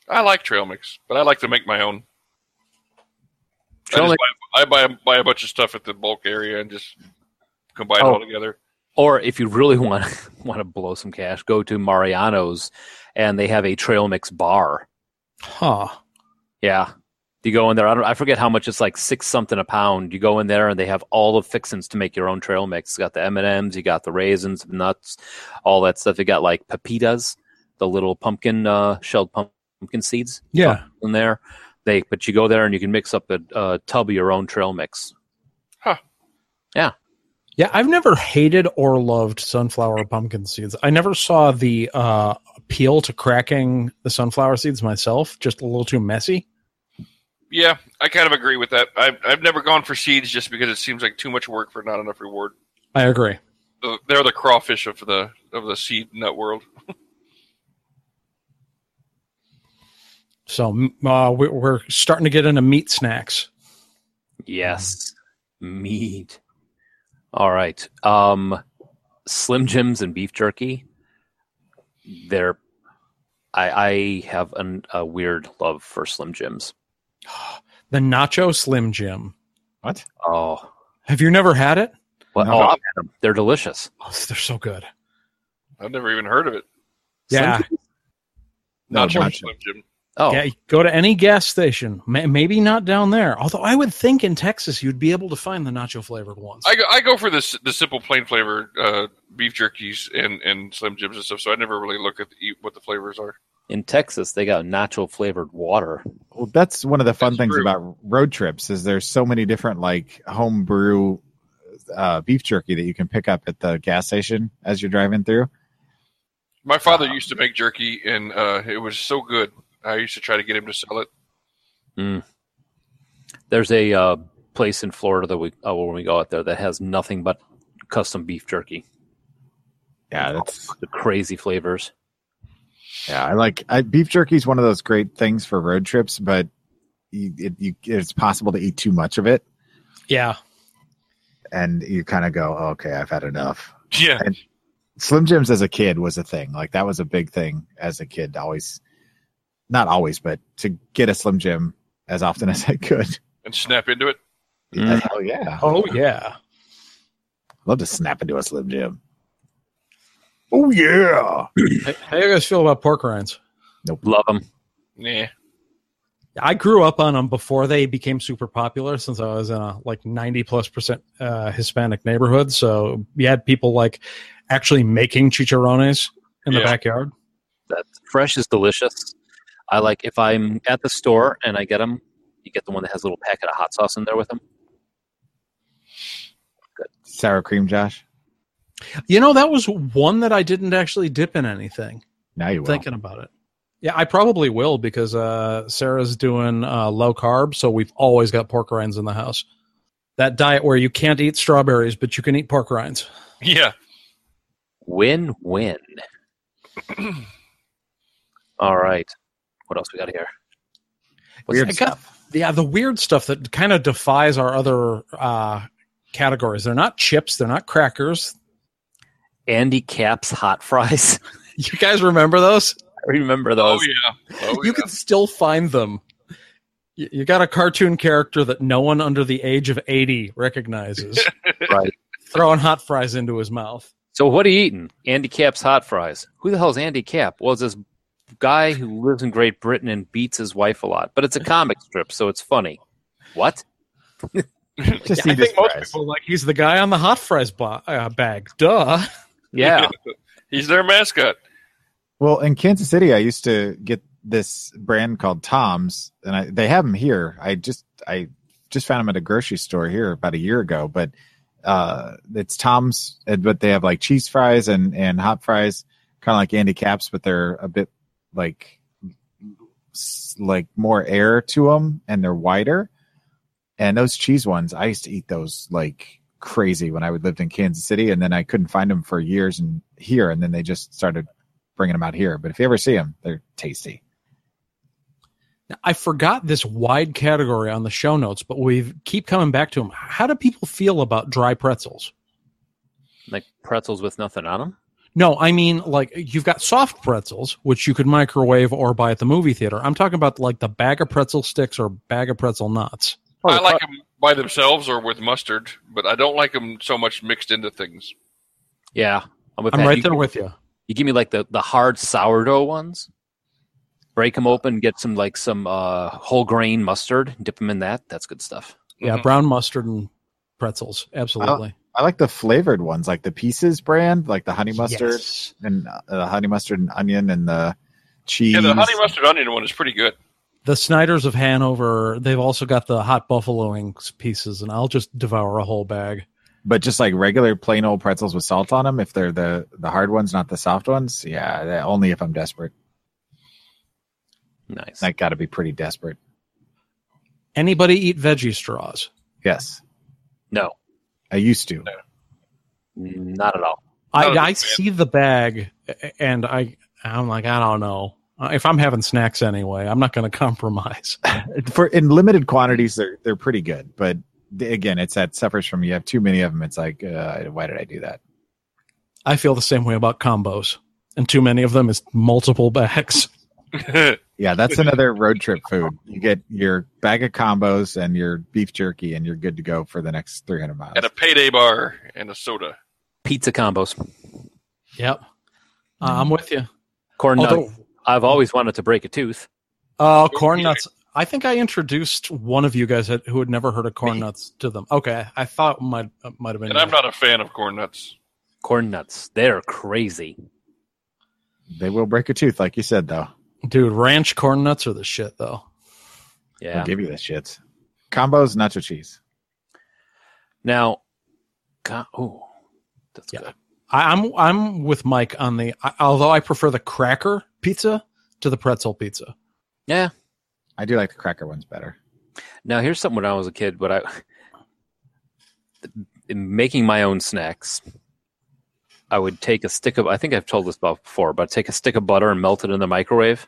Speaker 5: I like trail mix, but I like to make my own. I,
Speaker 4: Trail
Speaker 5: just
Speaker 4: mix-
Speaker 5: buy, I buy buy a bunch of stuff at the bulk area and just combine
Speaker 4: Oh.
Speaker 5: it all together.
Speaker 4: Or if you really want want to blow some cash, go to Mariano's, and they have a trail mix bar.
Speaker 7: Huh.
Speaker 4: Yeah, you go in there. I don't. I forget how much it's like six something a pound. You go in there and they have all the fixins to make your own trail mix. It's got the M and M's, you got the raisins, nuts, all that stuff. You got like pepitas, the little pumpkin uh, shelled pumpkin seeds
Speaker 7: Yeah.
Speaker 4: in there. They but you go there and you can mix up a, a tub of your own trail mix.
Speaker 7: Yeah, I've never hated or loved sunflower pumpkin seeds. I never saw the uh, appeal to cracking the sunflower seeds myself, just a little too messy.
Speaker 5: Yeah, I kind of agree with that. I've I've never gone for seeds just because it seems like too much work for not enough reward.
Speaker 7: I agree.
Speaker 5: The- They're the crawfish of the of the seed nut world.
Speaker 7: So m- uh, we- we're starting to get into meat snacks.
Speaker 4: Yes, meat. All right. Um, Slim Jims and beef jerky. They're. I, I have an, a weird love for Slim Jims.
Speaker 7: The Nacho Slim Jim.
Speaker 6: What?
Speaker 4: Oh,
Speaker 7: Have you never had it?
Speaker 4: well,
Speaker 6: No.
Speaker 4: oh, I've had 'em. they're delicious.
Speaker 7: Oh, they're so good.
Speaker 5: I've never even heard of it.
Speaker 4: Slim
Speaker 7: Yeah.
Speaker 4: Jims?
Speaker 6: No,
Speaker 5: Not Slim
Speaker 6: nacho.
Speaker 5: Jim.
Speaker 4: Oh,
Speaker 7: Yeah, go to any gas station. May- maybe not down there. Although I would think in Texas you'd be able to find the nacho flavored ones.
Speaker 5: I go, I go for this the simple plain flavor uh, beef jerkies and, and Slim Jims and stuff. So I never really look at the, e, what the flavors are.
Speaker 4: in Texas they got nacho flavored water.
Speaker 6: Well, that's one of the fun
Speaker 5: That's
Speaker 6: things
Speaker 5: true.
Speaker 6: about road trips is there's so many different like homebrew uh, beef jerky that you can pick up at the gas station as you're driving through.
Speaker 5: My father used to make jerky, and uh, it was so good. I used to try to get him to sell it.
Speaker 4: There's a uh, place in Florida that we uh, when we go out there that has nothing but custom beef jerky.
Speaker 6: Yeah, that's
Speaker 4: The crazy flavors.
Speaker 6: yeah. I like I, beef jerky is one of those great things for road trips, but you, it, you, it's possible to eat too much of it,
Speaker 7: yeah.
Speaker 6: and you kind of go, oh, "Okay, I've had enough."
Speaker 5: Yeah,
Speaker 6: Slim Jims as a kid was a thing. Like that was a big thing as a kid. to Always, not always, but to get a Slim Jim as often as I
Speaker 7: Mm.
Speaker 6: could.
Speaker 5: and snap into it.
Speaker 4: Mm.
Speaker 6: Hell yeah,
Speaker 7: Oh yeah.
Speaker 6: love to snap into a Slim Jim. Oh yeah,
Speaker 7: Hey, How you guys feel about pork rinds?
Speaker 4: Love them.
Speaker 5: Nah,
Speaker 7: I grew up on them before they became super popular since I was in a like 90 plus percent uh, Hispanic neighborhood. So you had people like actually making chicharrones in the
Speaker 5: Yeah.
Speaker 7: backyard.
Speaker 4: That fresh is delicious. I like if I'm at the store and I get them. You get the one that has a little packet of hot sauce in there with them.
Speaker 6: sour cream, Josh.
Speaker 7: You know, that was one that I didn't actually dip in anything.
Speaker 6: Now you will.
Speaker 7: Thinking about it. Yeah, I probably will because uh, Sarah's doing uh, low carb, so we've always got pork rinds in the house. That diet where you can't eat strawberries, but you can eat pork rinds.
Speaker 5: yeah.
Speaker 4: Win win. All right. What else we got here? What's
Speaker 6: Weird
Speaker 4: that?
Speaker 7: got- yeah, the weird stuff that kind of defies our other uh, categories. They're not chips. They're not crackers.
Speaker 4: Andy Caps hot fries.
Speaker 7: You guys remember those?
Speaker 4: remember those.
Speaker 5: Oh yeah. Oh,
Speaker 7: you
Speaker 5: yeah.
Speaker 7: can still find them. You, you got a cartoon character that no one under the age of 80 recognizes.
Speaker 4: Right.
Speaker 7: Throwing hot fries into his mouth.
Speaker 4: So what are you eating? Andy Cap's hot fries. Who the hell's Andy Cap? Well, it's this guy who lives in Great Britain and beats his wife a lot, but it's a comic strip, so it's funny. What?
Speaker 6: Just
Speaker 7: I
Speaker 6: eat his
Speaker 7: think most
Speaker 6: fries.
Speaker 7: people like he's the guy on the hot fries bo- uh, bag. Duh.
Speaker 4: Yeah.
Speaker 5: He's their mascot.
Speaker 6: Well, in Kansas City, I used to get this brand called Tom's, and I, they have them here. I just I just found them at a grocery store here about a year ago, but uh, it's Tom's, and- but they have like cheese fries and and hot fries, kind of like Andy Caps, but they're a bit like s- like more air to them, and they're wider. And those cheese ones, I used to eat those like crazy when I would lived in Kansas City, and then I couldn't find them for years and here, and then they just started bringing them out here. But if you ever see them, they're tasty.
Speaker 7: I forgot this wide category on the show notes, but we keep coming back to them. How do people feel about dry pretzels?
Speaker 4: Like pretzels with nothing on them?
Speaker 7: No, I mean like you've got soft pretzels, which you could microwave or buy at the movie theater. I'm talking about like the bag of pretzel sticks or bag of pretzel knots.
Speaker 5: I like them by themselves or with mustard, but I don't like them so much mixed into things.
Speaker 4: Yeah. I'm, with
Speaker 7: I'm
Speaker 4: that.
Speaker 7: right
Speaker 4: you,
Speaker 7: there with you.
Speaker 4: You give me like the, the hard sourdough ones. Break them open, get some like some uh, whole grain mustard, dip them in that. That's good stuff.
Speaker 7: Yeah,
Speaker 5: Mhm.
Speaker 7: brown mustard and pretzels. Absolutely.
Speaker 6: I like the flavored ones, like the Pieces brand, like the honey mustard
Speaker 7: Yes.
Speaker 6: and uh, the honey mustard and onion and the cheese.
Speaker 5: Yeah, the honey mustard onion one is pretty good.
Speaker 7: The Snyders of Hanover, they've also got the hot buffalo wings pieces, and I'll just devour a whole bag.
Speaker 6: But just like regular plain old pretzels with salt on them, if they're the the hard ones, not the soft ones. Yeah, that- only if I'm desperate.
Speaker 4: Nice.
Speaker 6: I got to be pretty desperate.
Speaker 7: Anybody eat veggie straws?
Speaker 6: Yes,
Speaker 4: no,
Speaker 6: I used to.
Speaker 4: not at all.
Speaker 7: I,
Speaker 5: No,
Speaker 7: I
Speaker 5: man.
Speaker 7: see the bag and I I'm like I don't know Uh, if I'm having snacks anyway I'm not going to compromise.
Speaker 6: For in limited quantities, they're they're pretty good. But th- again, it's that suffers from you have too many of them. It's like, uh, why did I do that?
Speaker 7: I feel the same way about combos and too many of them is multiple bags.
Speaker 6: Yeah, that's another road trip food. You get your bag of combos and your beef jerky, and you're good to go for the next 300 miles.
Speaker 5: and a payday bar and a soda.
Speaker 4: Pizza combos,
Speaker 7: Yep, uh, I'm with you.
Speaker 4: corn nuts.
Speaker 7: Although
Speaker 4: I've always wanted to break a tooth.
Speaker 7: uh, corn nuts, I think I introduced one of you guys had, who had never heard of corn nuts to them. Okay, I thought might uh, might have been.
Speaker 5: And I'm
Speaker 7: you.
Speaker 5: not a fan of corn nuts.
Speaker 4: Corn nuts, they're crazy.
Speaker 6: They will break a tooth, like you said, though.
Speaker 7: dude. Ranch corn nuts are the shit though.
Speaker 6: I'll
Speaker 4: Yeah.
Speaker 6: give you the shits. Combos, nacho cheese.
Speaker 4: Now, God, oh, that's
Speaker 7: Yeah.
Speaker 4: good.
Speaker 7: I, I'm I'm with Mike on the. I, although I prefer the cracker pizza to the pretzel pizza.
Speaker 4: Yeah.
Speaker 6: I do like the cracker ones better.
Speaker 4: Now here's something when I was a kid, but I in making my own snacks. I would take a stick of I think I've told this about before, but take a stick of butter and melt it in the microwave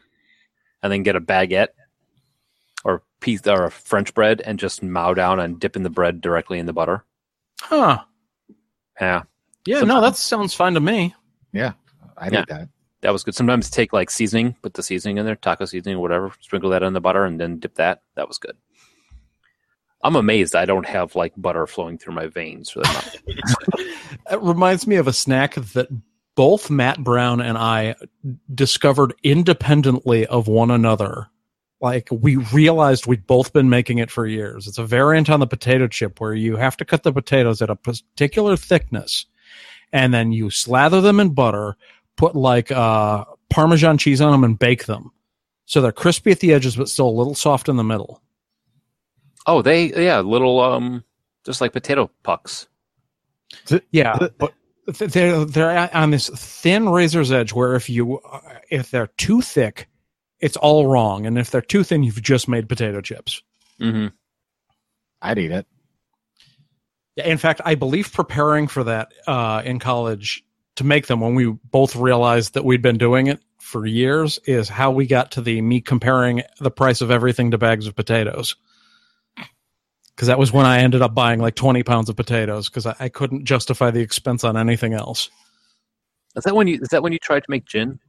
Speaker 4: and then get a baguette or pizza or a french bread and just mow down and dip in the bread directly in the butter.
Speaker 7: Huh.
Speaker 4: Yeah.
Speaker 7: Yeah, no, that sounds fine to me.
Speaker 6: I did
Speaker 4: Yeah.
Speaker 6: that.
Speaker 4: That was good. Sometimes take like seasoning, put the seasoning in there, taco seasoning or whatever, sprinkle that in the butter and then dip that. That was good. I'm amazed I don't have like butter flowing through my veins. for that.
Speaker 7: It reminds me of a snack that both Matt Brown and I discovered independently of one another. Like we realized we'd both been making it for years. It's a variant on the potato chip where you have to cut the potatoes at a particular thickness and then you slather them in butter, put like uh, Parmesan cheese on them and bake them. So they're crispy at the edges, but still a little soft in the middle.
Speaker 4: Oh, they yeah, little um, just like potato pucks.
Speaker 7: Yeah, but th- they're they're on this thin razor's edge where if you if they're too thick, it's all wrong, and if they're too thin, you've just made potato chips.
Speaker 4: Mm-hmm.
Speaker 6: I'd eat it.
Speaker 7: Yeah, in fact, I believe preparing for that uh, in college to make them when we both realized that we'd been doing it for years is how we got to the me comparing the price of everything to bags of potatoes. Because that was when I ended up buying like 20 pounds of potatoes because I, I couldn't justify the expense on anything else.
Speaker 4: Is that when you is that when you tried to make gin?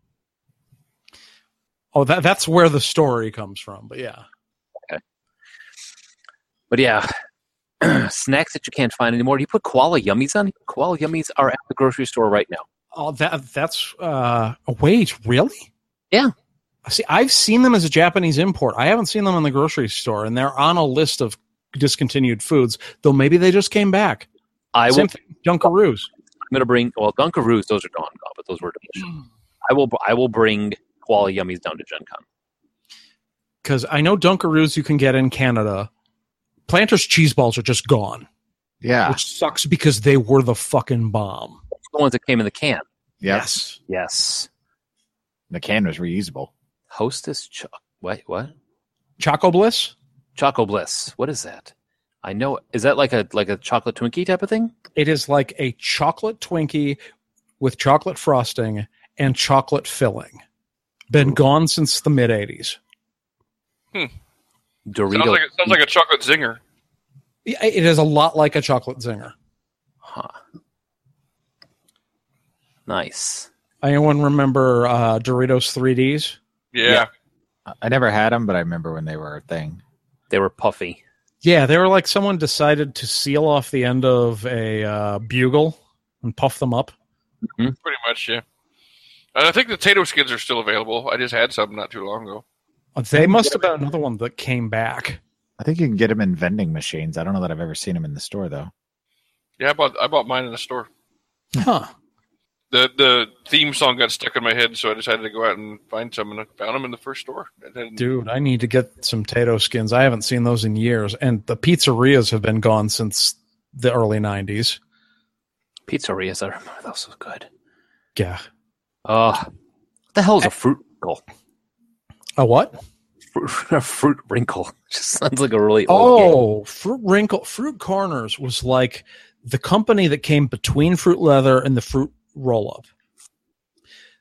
Speaker 7: Oh, that that's where the story comes from. But yeah,
Speaker 4: But yeah, snacks that you can't find anymore. Do you put koala yummies on? Koala yummies are at the grocery store right now.
Speaker 7: oh that that's uh oh, wait really
Speaker 4: Yeah.
Speaker 7: See, I've seen them as a Japanese import. I haven't seen them in the grocery store, and they're on a list of discontinued foods. Though maybe they just came back.
Speaker 4: I will.
Speaker 7: Same thing, Dunkaroos.
Speaker 4: I'm gonna bring well Dunkaroos. Those are gone now, but those were delicious. I will. I will bring koala yummies down to Gen Con.
Speaker 7: because I know Dunkaroos you can get in Canada. Planters cheese balls are just gone,
Speaker 4: Ah.
Speaker 6: Yeah.
Speaker 7: which sucks because they were the fucking bomb.
Speaker 4: The ones that came in the can.
Speaker 6: Yep.
Speaker 7: Yes,
Speaker 4: Yes.
Speaker 6: The can was reusable.
Speaker 4: Hostess. Cho- what? What?
Speaker 7: Choco Bliss.
Speaker 4: Choco Bliss. What is that? I know. Is that like a like a chocolate Twinkie type of thing?
Speaker 7: It is like a chocolate Twinkie with chocolate frosting and chocolate filling. Been gone since the mid '80s.
Speaker 4: Dorito.
Speaker 5: Sounds like, sounds like a chocolate zinger.
Speaker 7: Yeah, It is a lot like a chocolate zinger.
Speaker 4: huh. Nice.
Speaker 7: Anyone remember uh, Doritos 3ds?
Speaker 5: Yeah.
Speaker 4: Yeah.
Speaker 6: I- I never had them, but I remember when they were a thing.
Speaker 4: They were puffy.
Speaker 7: Yeah, they were like someone decided to seal off the end of a uh, bugle and puff them up.
Speaker 5: pretty much. Yeah. And I think the potato skins are still available. I just had some not too long ago.
Speaker 7: They must have been another one that came back.
Speaker 6: I think you can get them in vending machines. I don't know that I've ever seen them in the store though.
Speaker 5: Yeah, I bought I bought mine in the store.
Speaker 7: Huh.
Speaker 5: The the theme song got stuck in my head, so I decided to go out and find some, and I found them in the first store. And then-
Speaker 7: Dude, I need to get some Tato skins. I haven't seen those in years. And the pizzerias have been gone since the early 90s.
Speaker 4: Pizzerias. I remember those were good.
Speaker 7: Yeah.
Speaker 4: Uh, what the hell is a fruit wrinkle?
Speaker 7: A what?
Speaker 4: Fruit, a fruit wrinkle. Just sounds like a really old game.
Speaker 7: Oh, Fruit Wrinkle. Fruit Corners was like the company that came between Fruit Leather and the Fruit Roll Up.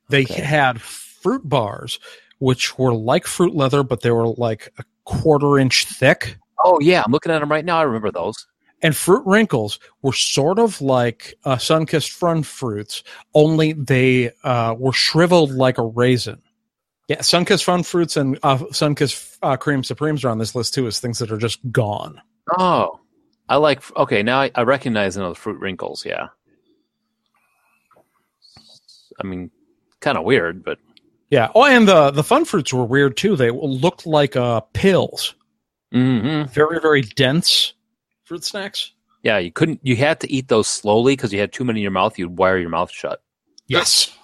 Speaker 7: They
Speaker 4: Okay.
Speaker 7: had fruit bars, which were like Fruit Leather, but they were like a quarter inch thick.
Speaker 4: Oh yeah, I'm looking at them right now. I remember those.
Speaker 7: and fruit wrinkles were sort of like uh, sun-kissed fun fruits only they uh, were shriveled like a raisin yeah sun-kissed fun fruits and uh, sun-kissed uh, cream supremes are on this list too as things that are just gone
Speaker 4: Oh, I like. Okay, now I, I recognize another fruit wrinkles. Yeah, I mean, kind of weird, but
Speaker 7: yeah oh and the the fun fruits were weird too they looked like uh, pills
Speaker 4: hmm
Speaker 7: very very dense fruit snacks
Speaker 4: yeah, you couldn't. You had to eat those slowly because you had too many in your mouth. You'd wire your mouth shut.
Speaker 7: yes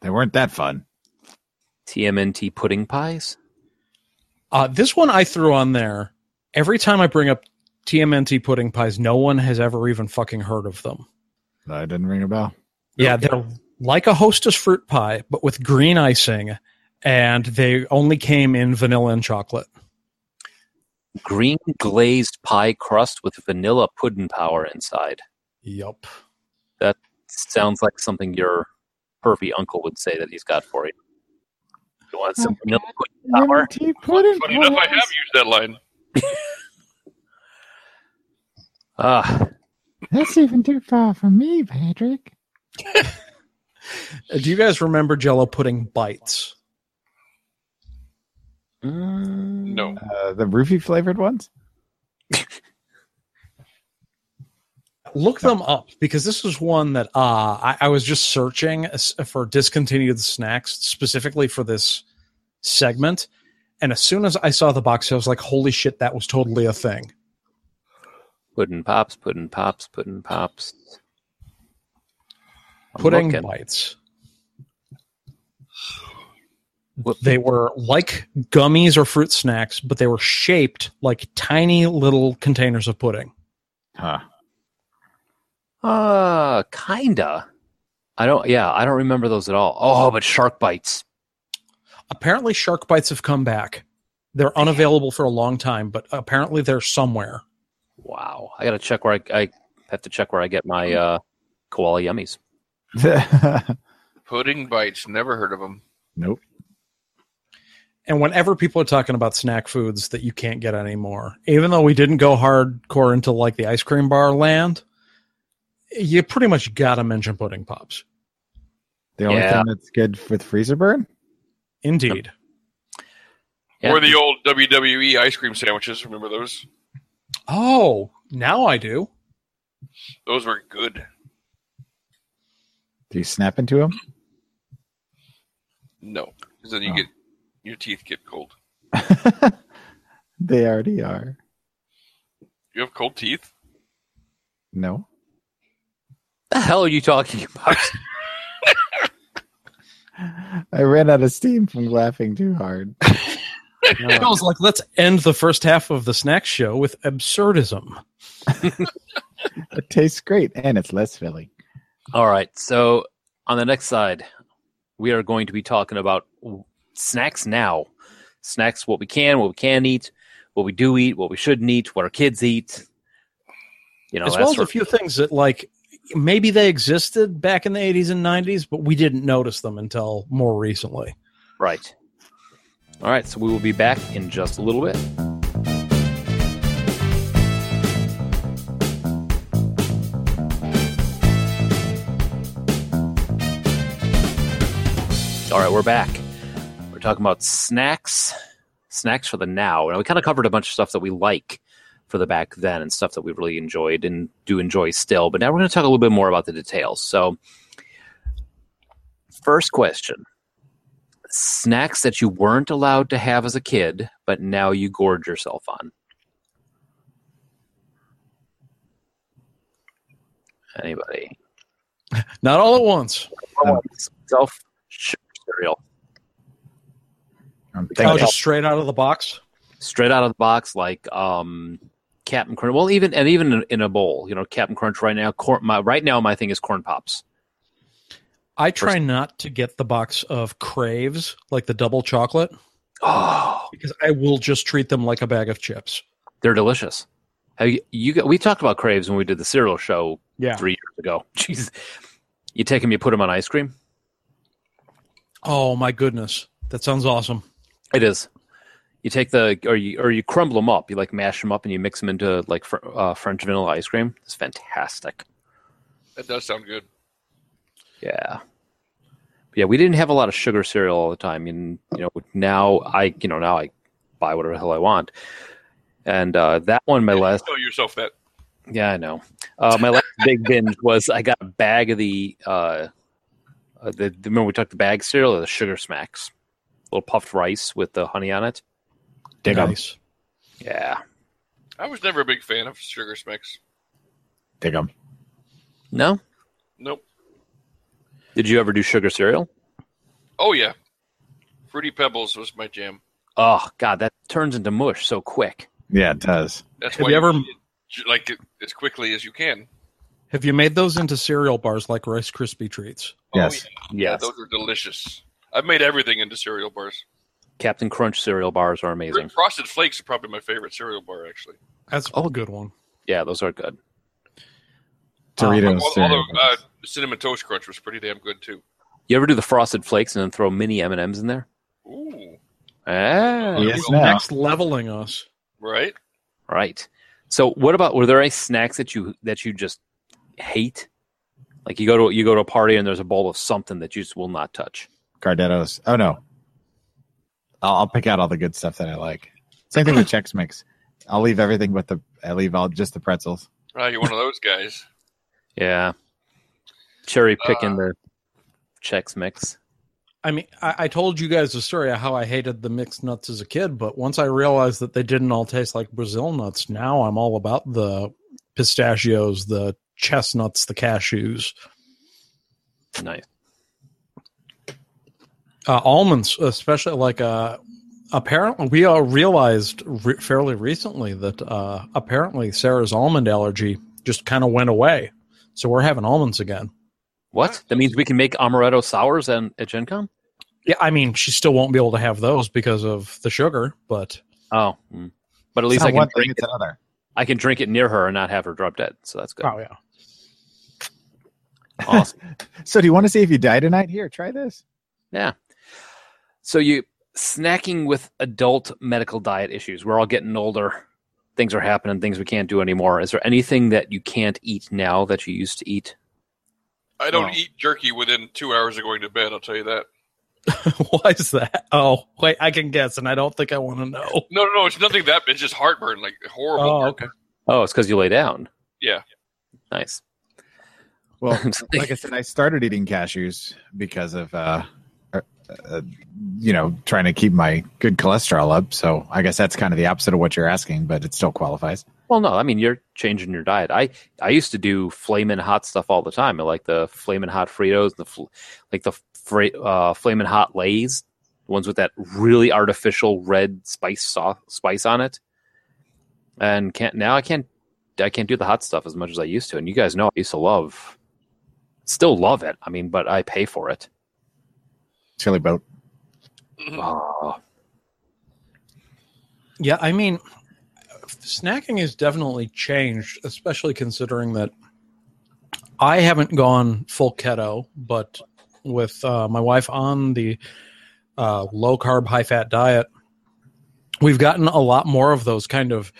Speaker 6: They weren't that fun.
Speaker 4: TMNT pudding pies.
Speaker 7: Uh, this one I threw on there. Every time I bring up TMNT pudding pies, no one has ever even fucking heard of them.
Speaker 6: That didn't ring a bell.
Speaker 7: Yeah, they're like a hostess fruit pie, but with green icing, and they only came in vanilla and chocolate.
Speaker 4: Green glazed pie crust with vanilla pudding power inside.
Speaker 7: Yup.
Speaker 4: Sounds like something your pervy uncle would say that he's got for you. You want some vanilla pudding power?
Speaker 5: funny enough, I have used that line.
Speaker 4: Ah,
Speaker 6: That's even too far from me, Patrick.
Speaker 7: Uh, Do you guys remember Jello pudding bites?
Speaker 4: Mm,
Speaker 5: No,
Speaker 6: Uh, the roofie flavored ones.
Speaker 7: Look them up because this is one that uh, I, I was just searching as- for discontinued snacks specifically for this segment. And as soon as I saw the box, I was like, holy shit, that was totally a thing.
Speaker 4: Puddin' pops, puddin' pops, puddin' pops. I'm
Speaker 7: pudding
Speaker 4: looking.
Speaker 7: bites.
Speaker 4: What-
Speaker 7: They were like gummies or fruit snacks, but they were shaped like tiny little containers of pudding.
Speaker 6: Huh.
Speaker 4: Uh, kinda. I don't. Yeah, I don't remember those at all. Oh, but shark bites.
Speaker 7: Apparently, shark bites have come back. They're unavailable for a long time, but apparently they're somewhere.
Speaker 4: Wow, I gotta check where I, I have to check where I get my uh, koala yummies.
Speaker 5: pudding bites. Never heard of them.
Speaker 6: nope.
Speaker 7: And whenever people are talking about snack foods that you can't get anymore, even though we didn't go hardcore into like the ice cream bar land, you pretty much gotta mention pudding pops.
Speaker 6: The only
Speaker 4: Yeah.
Speaker 6: thing that's good with freezer burn.
Speaker 7: Indeed.
Speaker 4: Yeah.
Speaker 5: Or the old WWE ice cream sandwiches. Remember those?
Speaker 7: Oh, now I do.
Speaker 5: Those were good.
Speaker 6: Do you snap into them?
Speaker 5: No, because then you
Speaker 6: Oh.
Speaker 5: get your teeth get cold.
Speaker 6: they already are.
Speaker 5: You have cold teeth.
Speaker 6: No.
Speaker 4: The hell are you talking about?
Speaker 6: I ran out of steam from laughing too hard.
Speaker 7: I was like, let's end the first half of the snack show with absurdism.
Speaker 6: It tastes great and it's less filling.
Speaker 4: All right. So on the next side, we are going to be talking about snacks now. Snacks, what we can, what we can eat, what we do eat, what we shouldn't eat, what our kids eat. You know,
Speaker 7: as
Speaker 4: that
Speaker 7: well as
Speaker 4: sort
Speaker 7: a
Speaker 4: of-
Speaker 7: few things that like maybe they existed back in the 80s and 90s, but we didn't notice them until more recently.
Speaker 4: right. All right. So we will be back in just a little bit. All right, we're back. We're talking about snacks, snacks for the now. Now we kind of covered a bunch of stuff that we like for the back then, and stuff that we really enjoyed and do enjoy still. But now we're going to talk a little bit more about the details. So, first question: snacks that you weren't allowed to have as a kid, but now you gorge yourself on. Anybody?
Speaker 7: Not all at once.
Speaker 4: Self cereal.
Speaker 6: I'm
Speaker 4: Thank
Speaker 7: Oh,
Speaker 6: thinking
Speaker 4: you.
Speaker 7: just straight out of the box.
Speaker 4: straight out of the box, like um, Captain Crunch. Well, even and even in- in a bowl, you know, Captain Crunch right now. Corn, my, right now, my thing is corn pops.
Speaker 7: I try not to get the box of craves, like the double chocolate,
Speaker 4: Oh,
Speaker 7: because I will just treat them like a bag of chips.
Speaker 4: they're delicious. Have you, you got- we talked about craves when we did the cereal show
Speaker 7: Yeah.
Speaker 4: three years ago. Jeez, you take them, you put them on ice cream.
Speaker 7: Oh my goodness. That sounds awesome.
Speaker 4: It is. You take the or you or you crumble them up. You like mash them up and you mix them into like fr- uh, French vanilla ice cream. It's fantastic.
Speaker 5: That does sound good.
Speaker 4: Yeah. Yeah, we didn't have a lot of sugar cereal all the time. And you know, now I you know, now I buy whatever the hell I want. And uh, that one my last
Speaker 5: Tell yourself that.
Speaker 4: yeah, I know. Uh, my last big binge was I got a bag of the uh uh, the, the remember we took the bag cereal or the sugar smacks. Little puffed rice with the honey on it.
Speaker 6: dig 'em,
Speaker 7: nice.
Speaker 4: Yeah.
Speaker 5: I was never a big fan of sugar smacks.
Speaker 6: dig 'em.
Speaker 4: No?
Speaker 5: Nope.
Speaker 4: Did you ever do sugar cereal?
Speaker 5: Oh yeah, fruity pebbles was my jam.
Speaker 4: Oh god, that turns into mush so quick.
Speaker 6: Yeah, it does.
Speaker 5: That's
Speaker 7: Have
Speaker 5: why
Speaker 7: you ever-
Speaker 5: eat it, like it as quickly as you can.
Speaker 7: Have you made those into cereal bars like Rice Krispie treats?
Speaker 6: Yes.
Speaker 5: Oh, yeah. yeah,
Speaker 4: Yes.
Speaker 5: those are delicious. I've made everything into cereal bars.
Speaker 4: Captain Crunch cereal bars are amazing.
Speaker 5: Frosted Flakes are probably my favorite cereal bar, actually.
Speaker 7: That's
Speaker 4: Oh.
Speaker 7: a good one.
Speaker 4: Yeah, those are good. Oh,
Speaker 6: Doritos.
Speaker 5: Al-
Speaker 6: cereal
Speaker 5: Although uh,
Speaker 6: bars.
Speaker 5: cinnamon toast crunch was pretty damn good too.
Speaker 4: You ever do the frosted flakes and then throw mini M and M's in there?
Speaker 5: Ooh,
Speaker 4: Ah,
Speaker 6: Yes,
Speaker 5: well,
Speaker 6: now.
Speaker 7: Next leveling us.
Speaker 5: right?
Speaker 4: right. So, what about were there any snacks that you that you just hate? Like you go to you go to a party and there's a bowl of something that you just will not touch.
Speaker 6: Gardettos. Oh no. I'll, I'll pick out all the good stuff that I like. Same thing with Chex Mix. I'll leave everything but the I leave all just the pretzels.
Speaker 5: Ah, you're one of those guys.
Speaker 4: Yeah, cherry
Speaker 5: Uh,
Speaker 4: picking the Chex Mix.
Speaker 7: I mean, I, I told you guys the story of how I hated the mixed nuts as a kid, but once I realized that they didn't all taste like Brazil nuts, now I'm all about the pistachios, the chestnuts, the cashews,
Speaker 4: Nice.
Speaker 7: uh, almonds, especially like uh, apparently we all realized re- fairly recently that uh, apparently Sarah's almond allergy just kind of went away. So we're having almonds again.
Speaker 4: What? That means we can make amaretto sours and at Gen Con?
Speaker 7: Yeah, I mean, she still won't be able to have those because of the sugar, but
Speaker 4: Oh, mm. but at least
Speaker 6: It's not
Speaker 4: I can
Speaker 6: one
Speaker 4: drink
Speaker 6: thing,
Speaker 4: it.
Speaker 6: it's another.
Speaker 4: I can drink it near her and not have her drop dead. So that's good.
Speaker 7: oh yeah.
Speaker 4: Awesome.
Speaker 6: So do you want to see if you die tonight? Here, try this.
Speaker 4: So you snacking with adult medical diet issues. We're all getting older. Things are happening, things we can't do anymore. Is there anything that you can't eat now that you used to eat?
Speaker 5: I don't
Speaker 4: Wow.
Speaker 5: eat jerky within two hours of going to bed. I'll tell you that.
Speaker 7: Why is that? Oh, wait, I can guess, and I don't think I want to know.
Speaker 5: No, no, no. It's nothing that. It's just heartburn, like horrible.
Speaker 7: Oh,
Speaker 5: heartburn.
Speaker 4: Oh, it's because you lay down.
Speaker 5: Yeah.
Speaker 4: Nice.
Speaker 6: Well, like I said, I started eating cashews because of, uh, uh, uh, you know, trying to keep my good cholesterol up. So I guess that's kind of the opposite of what you're asking, but it still qualifies.
Speaker 4: Well, no, I mean you're changing your diet. I I used to do flamin' hot stuff all the time. I like the flamin' hot Fritos, the fl- like the fra- uh, flamin' hot Lay's, the ones with that really artificial red spice sauce spice on it. And can't now I can't I can't do the hot stuff as much as I used to. And you guys know I used to love, still love it. I mean, but I pay for it.
Speaker 6: Chili boat.
Speaker 4: Oh,
Speaker 7: Yeah, I mean, snacking has definitely changed, especially considering that I haven't gone full keto, but with uh, my wife on the uh, low carb, high fat diet, we've gotten a lot more of those kind of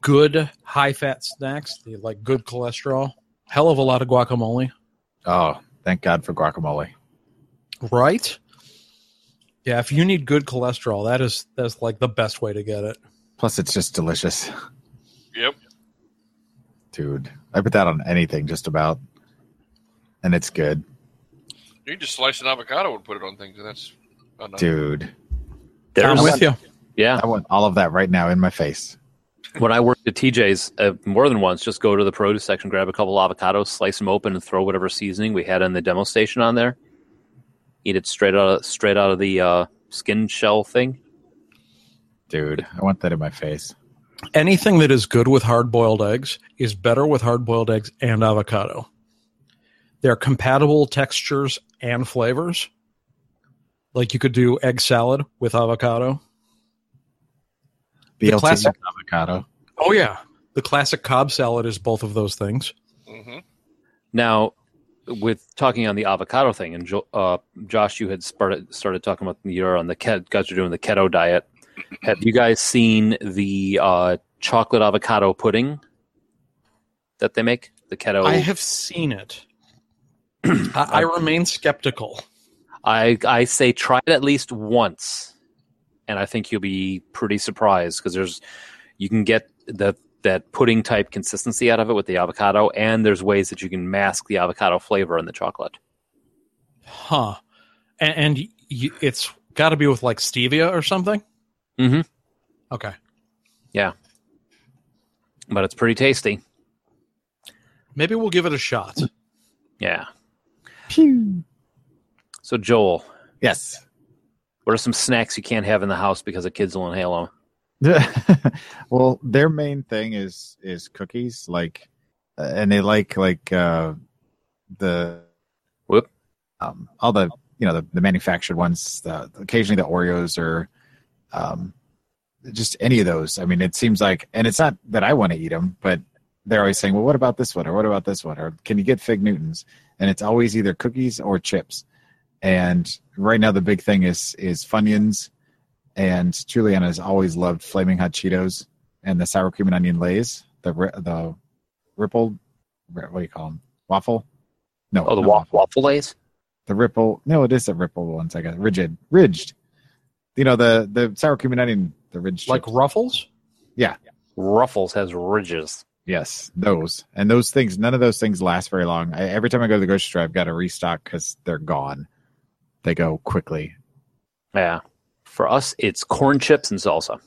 Speaker 7: good high fat snacks, the like good cholesterol, hell of a lot of guacamole.
Speaker 6: Oh, thank God for guacamole.
Speaker 7: Right? Yeah, if you need good cholesterol, that is that's like the best way to get it.
Speaker 6: Plus, it's just delicious.
Speaker 5: Yep.
Speaker 6: Dude, I put that on anything just about, and it's good.
Speaker 5: You just slice an avocado and put it on things, and that's enough.
Speaker 6: Dude,
Speaker 4: there's
Speaker 7: I'm with you.
Speaker 4: yeah.
Speaker 6: I want all of that right now in my face.
Speaker 4: when I worked at TJ's uh, more than once, just go to the produce section, grab a couple avocados, slice them open, and throw whatever seasoning we had in the demo station on there. Eat it straight out of, straight out of the uh, skin shell thing.
Speaker 6: Dude, I want that in my face.
Speaker 7: anything that is good with hard boiled eggs is better with hard boiled eggs and avocado. They're compatible textures and flavors. Like you could do egg salad with avocado.
Speaker 6: BLT
Speaker 7: classic-
Speaker 6: avocado.
Speaker 7: Oh, yeah. The classic Cobb salad is both of those things.
Speaker 5: hmm
Speaker 4: Now, with talking on the avocado thing, and jo- uh, Josh, you had started, started talking about you're on the ket- guys are doing the keto diet. Have you guys seen the uh, chocolate avocado pudding that they make? The keto.
Speaker 7: I have seen it. I, I remain skeptical.
Speaker 4: I I say try it at least once, and I think you'll be pretty surprised because there's you can get the that pudding type consistency out of it with the avocado, and there's ways that you can mask the avocado flavor in the chocolate.
Speaker 7: Huh. And, and y- y- it's got to be with like stevia or something. Mm-hmm.
Speaker 4: Mhm.
Speaker 7: Okay.
Speaker 4: But it's pretty tasty.
Speaker 7: Maybe we'll give it a shot.
Speaker 4: Yeah. So Joel,
Speaker 6: Yes.
Speaker 4: what are some snacks you can't have in the house because the kids will inhale them?
Speaker 6: well, their main thing is is cookies, like, uh, and they like like uh the
Speaker 4: Whoop.
Speaker 6: um all the you know the, the manufactured ones, the, occasionally the Oreos or um just any of those. I mean, it seems like, and it's not that I want to eat them, but they're always saying, well, what about this one or what about this one or can you get fig Newtons? And it's always either cookies or chips. And right now, the big thing is is Funyuns and Juliana has always loved flaming hot Cheetos and the sour cream and onion lays, the ri- the ripple, ri- what do you call them? Waffle? No,
Speaker 4: Oh, the
Speaker 6: not
Speaker 4: wa- waffle lays.
Speaker 6: The ripple? No, it is the ripple ones. I guess rigid, ridged. You know the the sour cream and onion, the ridged.
Speaker 7: like
Speaker 6: chips.
Speaker 7: Ruffles?
Speaker 4: Ruffles has ridges.
Speaker 6: yes, those and those things. None of those things last very long. I, every time I go to the grocery store, I've got to restock because they're gone. They go quickly.
Speaker 4: Yeah. For us, it's corn chips and salsa.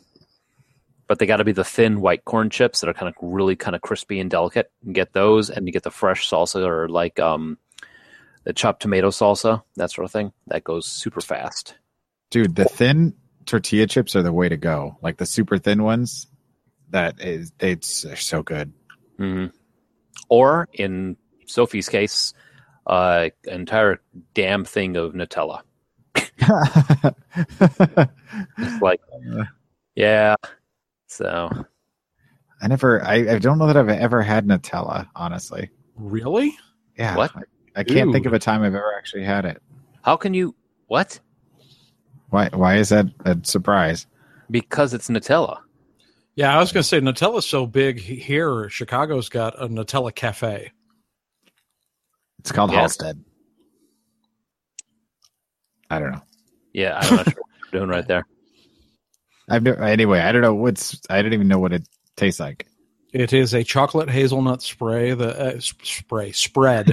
Speaker 4: But they got to be the thin white corn chips that are kind of really kind of crispy and delicate. And get those, and you get the fresh salsa or like um, the chopped tomato salsa, that sort of thing. That goes super fast.
Speaker 6: dude the thin tortilla chips are the way to go like the super thin ones that is it's they're so good
Speaker 4: hmm Or in Sophie's case, uh, entire damn thing of Nutella. It's like, yeah. So
Speaker 6: i never I, I don't know that i've ever had nutella honestly
Speaker 7: Really?
Speaker 6: yeah
Speaker 4: What?
Speaker 6: i, I can't
Speaker 7: Ooh.
Speaker 6: think of a time i've ever actually had it
Speaker 4: how can you what?
Speaker 6: why why is that a surprise
Speaker 4: Because it's Nutella.
Speaker 7: Yeah, I was going to say Nutella's so big he- here. Chicago's got a Nutella cafe.
Speaker 6: it's called
Speaker 4: Yeah.
Speaker 6: halstead i don't know
Speaker 4: Yeah, I'm not sure what they're doing right there.
Speaker 6: I've never, anyway. I don't know what's. I don't even know what it tastes like.
Speaker 7: It is a chocolate hazelnut spray, the uh, s- spray spread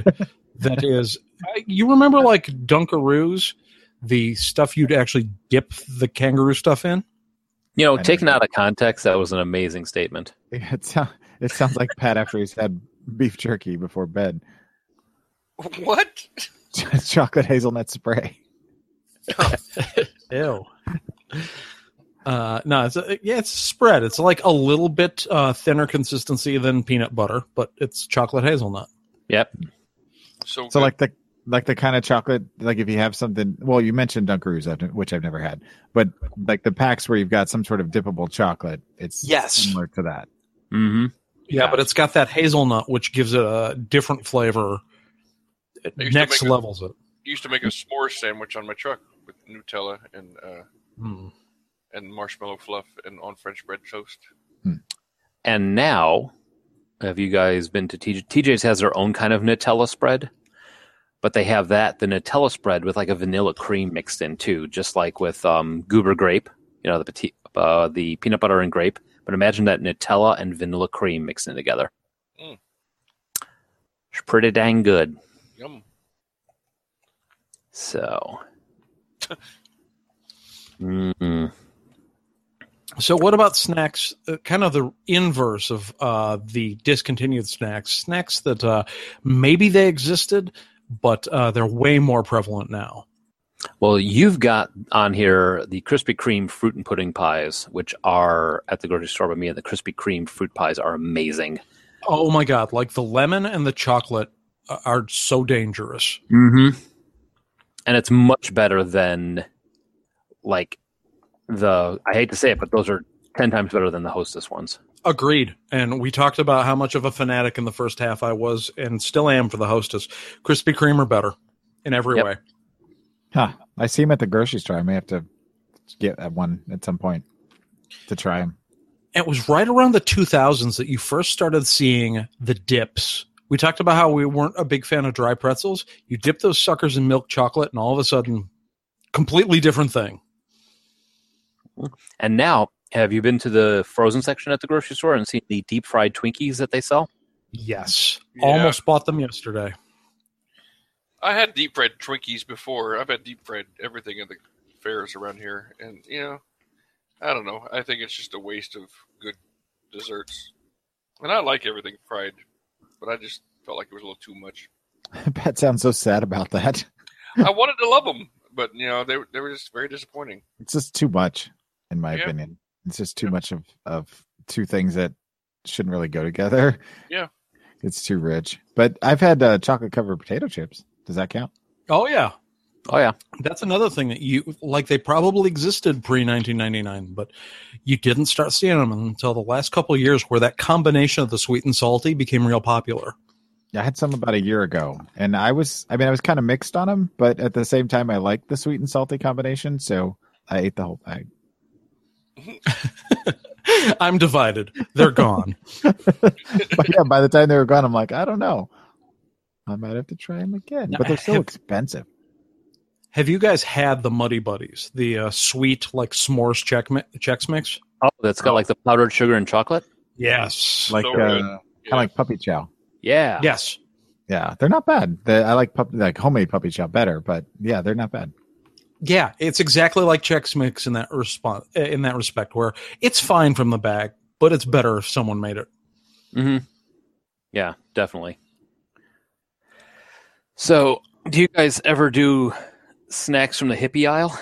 Speaker 7: that is. uh, You remember like Dunkaroos, the stuff you'd actually dip the kangaroo stuff in.
Speaker 4: You know,
Speaker 6: I
Speaker 4: taken
Speaker 6: never-
Speaker 4: out of context, that was an amazing statement.
Speaker 6: It, sound, it sounds like Pat after he's had beef jerky before bed.
Speaker 5: What?
Speaker 6: Chocolate hazelnut spray.
Speaker 7: Ew. Uh, no, it's a, yeah, it's a spread. It's like a little bit uh, thinner consistency than peanut butter, but it's chocolate hazelnut.
Speaker 4: Yep.
Speaker 5: So,
Speaker 6: So like the like the kind of chocolate like if you have something. Well, you mentioned Dunkaroos, I've- which I've never had, but like the packs where you've got some sort of dippable chocolate. It's
Speaker 7: Yes.
Speaker 6: similar to that.
Speaker 4: hmm
Speaker 7: Yeah, but it's got that hazelnut, which gives it a different flavor. It
Speaker 5: used to
Speaker 7: next
Speaker 5: make a-
Speaker 7: levels it.
Speaker 5: used to make a s'more sandwich on my truck with Nutella and uh,
Speaker 7: Hmm.
Speaker 5: and marshmallow fluff and on French bread toast.
Speaker 4: And now, have you guys been to TJ? TJ's has their own kind of Nutella spread, but they have that the Nutella spread with like a vanilla cream mixed in too, just like with um, Goober grape. You know the petit, uh, the peanut butter and grape. But imagine that Nutella and vanilla cream mixed in together.
Speaker 5: Mm.
Speaker 4: It's pretty dang good.
Speaker 5: Yum.
Speaker 4: So. Mm-hmm. Mm-mm.
Speaker 7: So, what about snacks? Uh, kind of the inverse of uh, the discontinued snacks. Snacks that uh, maybe they existed, but uh, they're way more prevalent now.
Speaker 4: Well, you've got on here the Krispy Kreme fruit and pudding pies, which are at the grocery store by me, and the Krispy Kreme fruit pies are amazing.
Speaker 7: Oh my god! Like the lemon and the chocolate a- are so dangerous.
Speaker 4: Mm-hmm. And it's much better than, like, the I hate to say it, but those are ten times better than the Hostess ones.
Speaker 7: Agreed. And we talked about how much of a fanatic in the first half I was, and still am for the hostess. Krispy Kreme are better in every
Speaker 4: Yep.
Speaker 7: way.
Speaker 6: Huh. I see him at the grocery store. I may have to get at one at some point to try him.
Speaker 7: it was right around the 2000s that you first started seeing the dips. We talked about how we weren't a big fan of dry pretzels. You dip those suckers in milk chocolate, and all of a sudden, completely different thing.
Speaker 4: And now, have you been to the frozen section at the grocery store and seen the deep fried Twinkies that they sell?
Speaker 7: Yes.
Speaker 5: Yeah.
Speaker 7: Almost bought them yesterday.
Speaker 5: I had deep fried Twinkies before. I've had deep fried everything at the fairs around here, and you know, I don't know. I think it's just a waste of good desserts. And I like everything fried, but I just felt like it was a little too much.
Speaker 6: Pat sounds so sad about that.
Speaker 5: I wanted to love them, but you know, they were- they were just very disappointing.
Speaker 6: It's just too much, in my
Speaker 5: Yeah.
Speaker 6: opinion. It's just too
Speaker 5: Yeah.
Speaker 6: much of of two things that shouldn't really go together.
Speaker 5: Yeah.
Speaker 6: it's too rich. But I've had uh, chocolate covered potato chips. Does that count?
Speaker 7: Oh, yeah.
Speaker 4: Oh yeah,
Speaker 7: That's another thing that you like, they probably existed pre 1999, but you didn't start seeing them until the last couple of years where that combination of the sweet and salty became real popular.
Speaker 6: I had some about a year ago, and I was I mean I was kind of mixed on them, but at the same time I liked the sweet and salty combination, so I ate the whole bag.
Speaker 7: I'm divided. They're gone.
Speaker 6: but yeah, by the time they were gone, I'm like, I don't know. I might have to try them again,
Speaker 7: Now,
Speaker 6: but they're so
Speaker 7: have-
Speaker 6: expensive.
Speaker 7: Have you guys had the Muddy Buddies, the uh, sweet like s'mores check mi- Chex mix?
Speaker 4: oh, that's got like the powdered sugar and chocolate.
Speaker 7: Yes.
Speaker 6: Like
Speaker 5: So good.
Speaker 6: uh, kind of
Speaker 5: Yeah.
Speaker 6: like puppy chow.
Speaker 4: Yeah,
Speaker 7: yes.
Speaker 6: Yeah, they're not bad. The, I like puppy, like homemade puppy chow better, but yeah, they're not bad.
Speaker 7: Yeah, it's exactly like Chex mix in that response in that respect where it's fine from the bag, but it's better if someone made it.
Speaker 4: hmm Yeah, definitely. So, do you guys ever do snacks from the hippie aisle?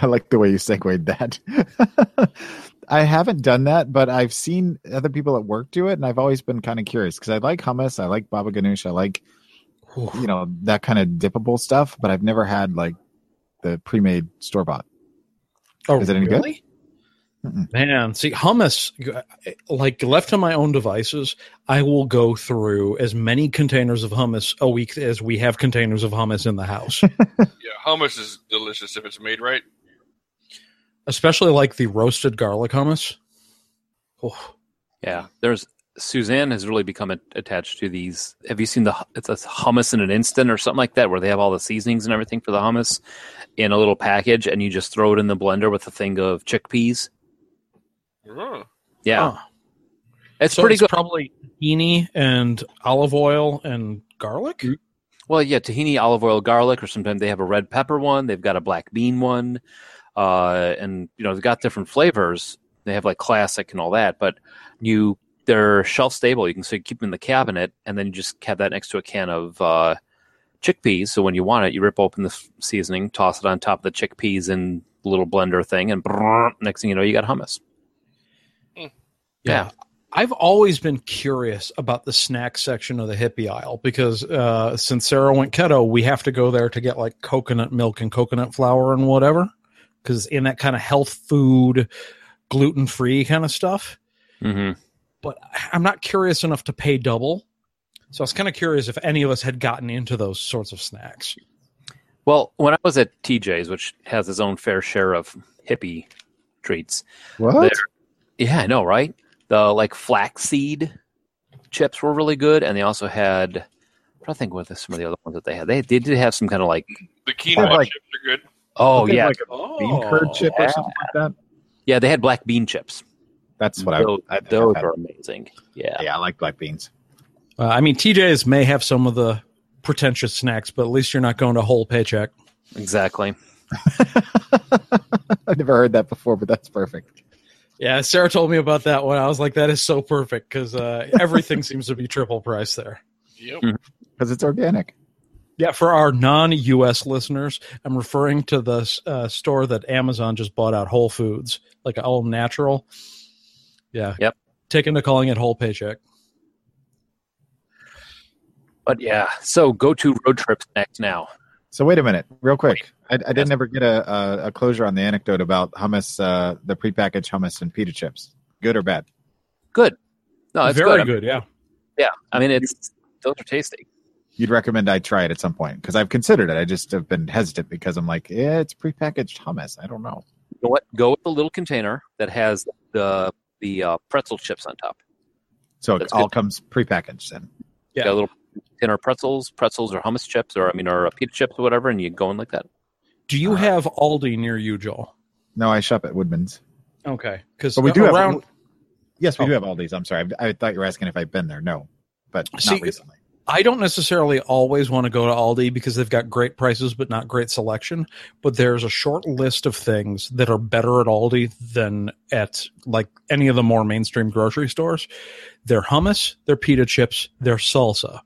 Speaker 6: I like the way you segued that. I haven't done that, but I've seen other people at work do it, and I've always been kind of curious because I like hummus, I like baba ganoush, I like you know that kind of dippable stuff, but I've never had like the pre-made store bought.
Speaker 7: Oh,
Speaker 6: Is it any good?
Speaker 7: good? Man, see hummus like left to my own devices, I will go through as many containers of hummus a week as we have containers of hummus in the house.
Speaker 5: Yeah, hummus is delicious if it's made right.
Speaker 7: Especially like the roasted garlic hummus. Oh.
Speaker 4: Yeah, there's Suzanne has really become a- attached to these. Have you seen the it's a hummus in an instant or something like that, where they have all the seasonings and everything for the hummus in a little package, and you just throw it in the blender with a thing of chickpeas.
Speaker 5: Oh.
Speaker 4: Yeah,
Speaker 7: Huh.
Speaker 4: it's
Speaker 7: So
Speaker 4: pretty good.
Speaker 7: Probably tahini and olive oil and garlic.
Speaker 4: Well, yeah, tahini, olive oil, garlic, or sometimes they have a red pepper one. They've got a black bean one, uh, and you know they've got different flavors. They have like classic and all that, but you they're shelf stable. You can so you keep them in the cabinet, and then you just have that next to a can of uh, chickpeas. So when you want it, you rip open the s- seasoning, toss it on top of the chickpeas in the little blender thing, and brrrr, next thing you know, you got hummus. Yeah.
Speaker 7: I've always been curious about the snack section of the hippie aisle because uh, since Sarah went keto, we have to go there to get like coconut milk and coconut flour and whatever. Because in that kind of health food, gluten free kind of stuff.
Speaker 4: Mm-hmm.
Speaker 7: but I'm not curious enough to pay double. So I was kind of curious if any of us had gotten into those sorts of snacks.
Speaker 4: Well, when I was at TJ's, which has its own fair share of hippie treats,
Speaker 6: What?
Speaker 4: Yeah, I know, right? The like flaxseed chips were really good, and they also had. I'm trying to think what the- some of the other ones that they had. They, they did have some kind of like.
Speaker 5: The quinoa
Speaker 6: like-
Speaker 5: chips are good.
Speaker 4: Oh
Speaker 6: They have,
Speaker 4: yeah,
Speaker 6: like a bean curd chip or something like that.
Speaker 4: yeah, they had black bean chips.
Speaker 6: That's what
Speaker 4: those,
Speaker 6: I. I think
Speaker 4: those
Speaker 6: I've had-
Speaker 4: are amazing. Yeah.
Speaker 6: yeah, I like black beans.
Speaker 7: Uh, I mean, TJ's may have some of the pretentious snacks, but at least you're not going to whole paycheck.
Speaker 4: exactly.
Speaker 6: I've never heard that before, but that's perfect.
Speaker 7: Yeah, Sarah told me about that one. I was like, that is so perfect because uh, everything seems to be triple price there.
Speaker 5: Yep.
Speaker 6: Because it's organic.
Speaker 7: Yeah, for our non US listeners, I'm referring to the uh, store that Amazon just bought out Whole Foods, like all natural. Yeah.
Speaker 4: Yep.
Speaker 7: Taken to calling it whole paycheck.
Speaker 4: But yeah, so go to road trips next now.
Speaker 6: So wait a minute, real quick. I, I didn't ever get a, a, a closure on the anecdote about hummus, uh, the prepackaged hummus and pita chips. Good or bad? Oh,
Speaker 4: No, it's
Speaker 7: Very
Speaker 4: good.
Speaker 7: good, yeah.
Speaker 4: Yeah, I mean it's those are tasty.
Speaker 6: You'd recommend I try it at some point because I've considered it. I just have been hesitant because I'm like, yeah, it's prepackaged hummus. I don't know.
Speaker 4: You know what? Go with the little container that has the the uh, pretzel chips on top.
Speaker 6: So it
Speaker 4: That's
Speaker 6: all
Speaker 4: good.
Speaker 6: comes prepackaged then.
Speaker 7: Yeah.
Speaker 4: Got a little container of pretzels, pretzels or hummus chips, or I mean, or uh, pita chips or whatever, and you go in like that.
Speaker 7: Do
Speaker 6: Uh-huh.
Speaker 7: you have Aldi near you, Joel?
Speaker 6: No, I shop at Woodman's.
Speaker 7: Okay, because
Speaker 6: But we do have-
Speaker 7: around.
Speaker 6: Yes, we
Speaker 7: Oh.
Speaker 6: do have all these. I'm sorry. I, I thought you were asking if I've been there. No, but not
Speaker 7: See,
Speaker 6: recently.
Speaker 7: I don't necessarily always want to go to Aldi because they've got great prices but not great selection. But there's a short list of things that are better at Aldi than at like any of the more mainstream grocery stores. Their hummus, their pita chips, their salsa,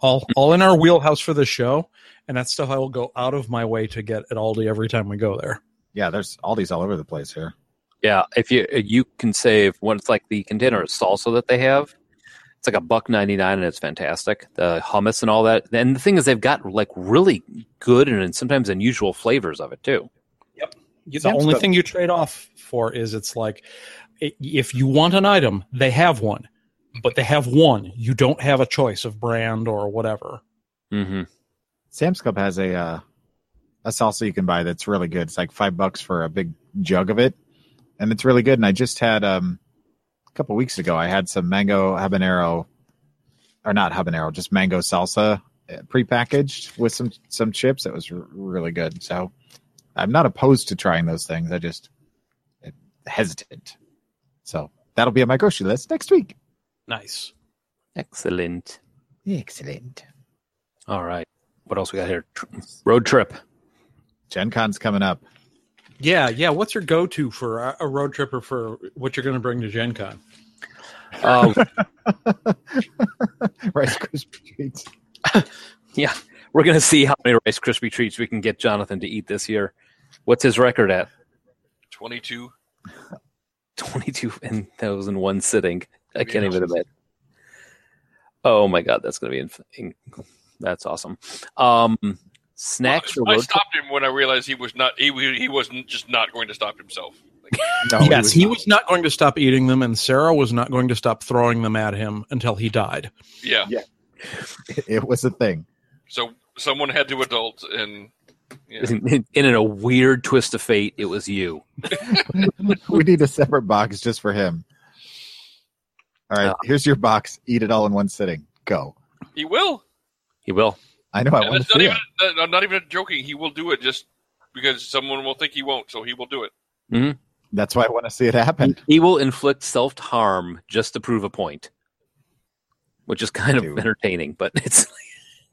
Speaker 7: all all in our wheelhouse for the show. And that's stuff I will go out of my way to get at Aldi every time we go there.
Speaker 6: Yeah, there's all these all over the place here.
Speaker 4: Yeah, if you uh, you can save when it's like the container of salsa that they have, it's like a buck ninety nine and it's fantastic. The hummus and all that, and the thing is they've got like really good and sometimes unusual flavors of it too.
Speaker 7: The
Speaker 6: Sam's
Speaker 7: only
Speaker 6: Club.
Speaker 7: thing you trade off for is it's like i- if you want an item, they have one, but they have one. You don't have a choice of brand or whatever.
Speaker 4: Mm-hmm.
Speaker 6: Sam's Club has a uh, a salsa you can buy that's really good. It's like five bucks for a big jug of it, and it's really good. And I just had um, a couple weeks ago, I had some mango habanero, or not habanero, just mango salsa uh, prepackaged with some some chips. It was r- really good. So I'm not opposed to trying those things. I just eh, hesitant. So that'll be on my grocery list next week.
Speaker 7: Nice.
Speaker 4: Excellent.
Speaker 6: Excellent.
Speaker 4: All right, what else we got here? Tr- Road trip.
Speaker 6: Gen Con's coming up.
Speaker 7: Yeah, yeah. What's your go to for a- a road trip or for what you're going to bring to Gen Con?
Speaker 4: Uh,
Speaker 6: Rice Krispie treats.
Speaker 4: we're gonna see how many Rice Krispie treats we can get Jonathan to eat this year. What's his record at?
Speaker 5: 22.
Speaker 4: Twenty two, and that was in one sitting. I can't
Speaker 5: Yeah.
Speaker 4: even imagine. Oh my god, that's gonna be inf- in- that's awesome. Um, snacks or
Speaker 5: I
Speaker 4: road trip?
Speaker 5: stopped him when I realized he was not. He, he wasn't just not going to stop himself. Like,
Speaker 6: No,
Speaker 7: yes, Oh, he
Speaker 6: not.
Speaker 7: was not going to stop eating them, and Sarah was not going to stop throwing them at him until he died.
Speaker 5: yeah.
Speaker 6: it was a thing.
Speaker 5: So someone had to adult, and yeah.
Speaker 4: And in a weird twist of fate, it was you.
Speaker 6: we need a separate box just for him. All right,
Speaker 4: Uh.
Speaker 6: here's your box. Eat it all in one sitting. Go.
Speaker 5: He will.
Speaker 4: He will.
Speaker 6: I know. I
Speaker 5: And
Speaker 6: want
Speaker 5: that's
Speaker 6: to
Speaker 5: not
Speaker 6: see
Speaker 5: even,
Speaker 6: it.
Speaker 5: that- I'm not even joking. He will do it just because someone will think he won't, so he will do it.
Speaker 6: That's why I want to see it happen.
Speaker 4: He, he will inflict self harm just to prove a point, which is kind of
Speaker 6: Dude.
Speaker 4: entertaining. But it's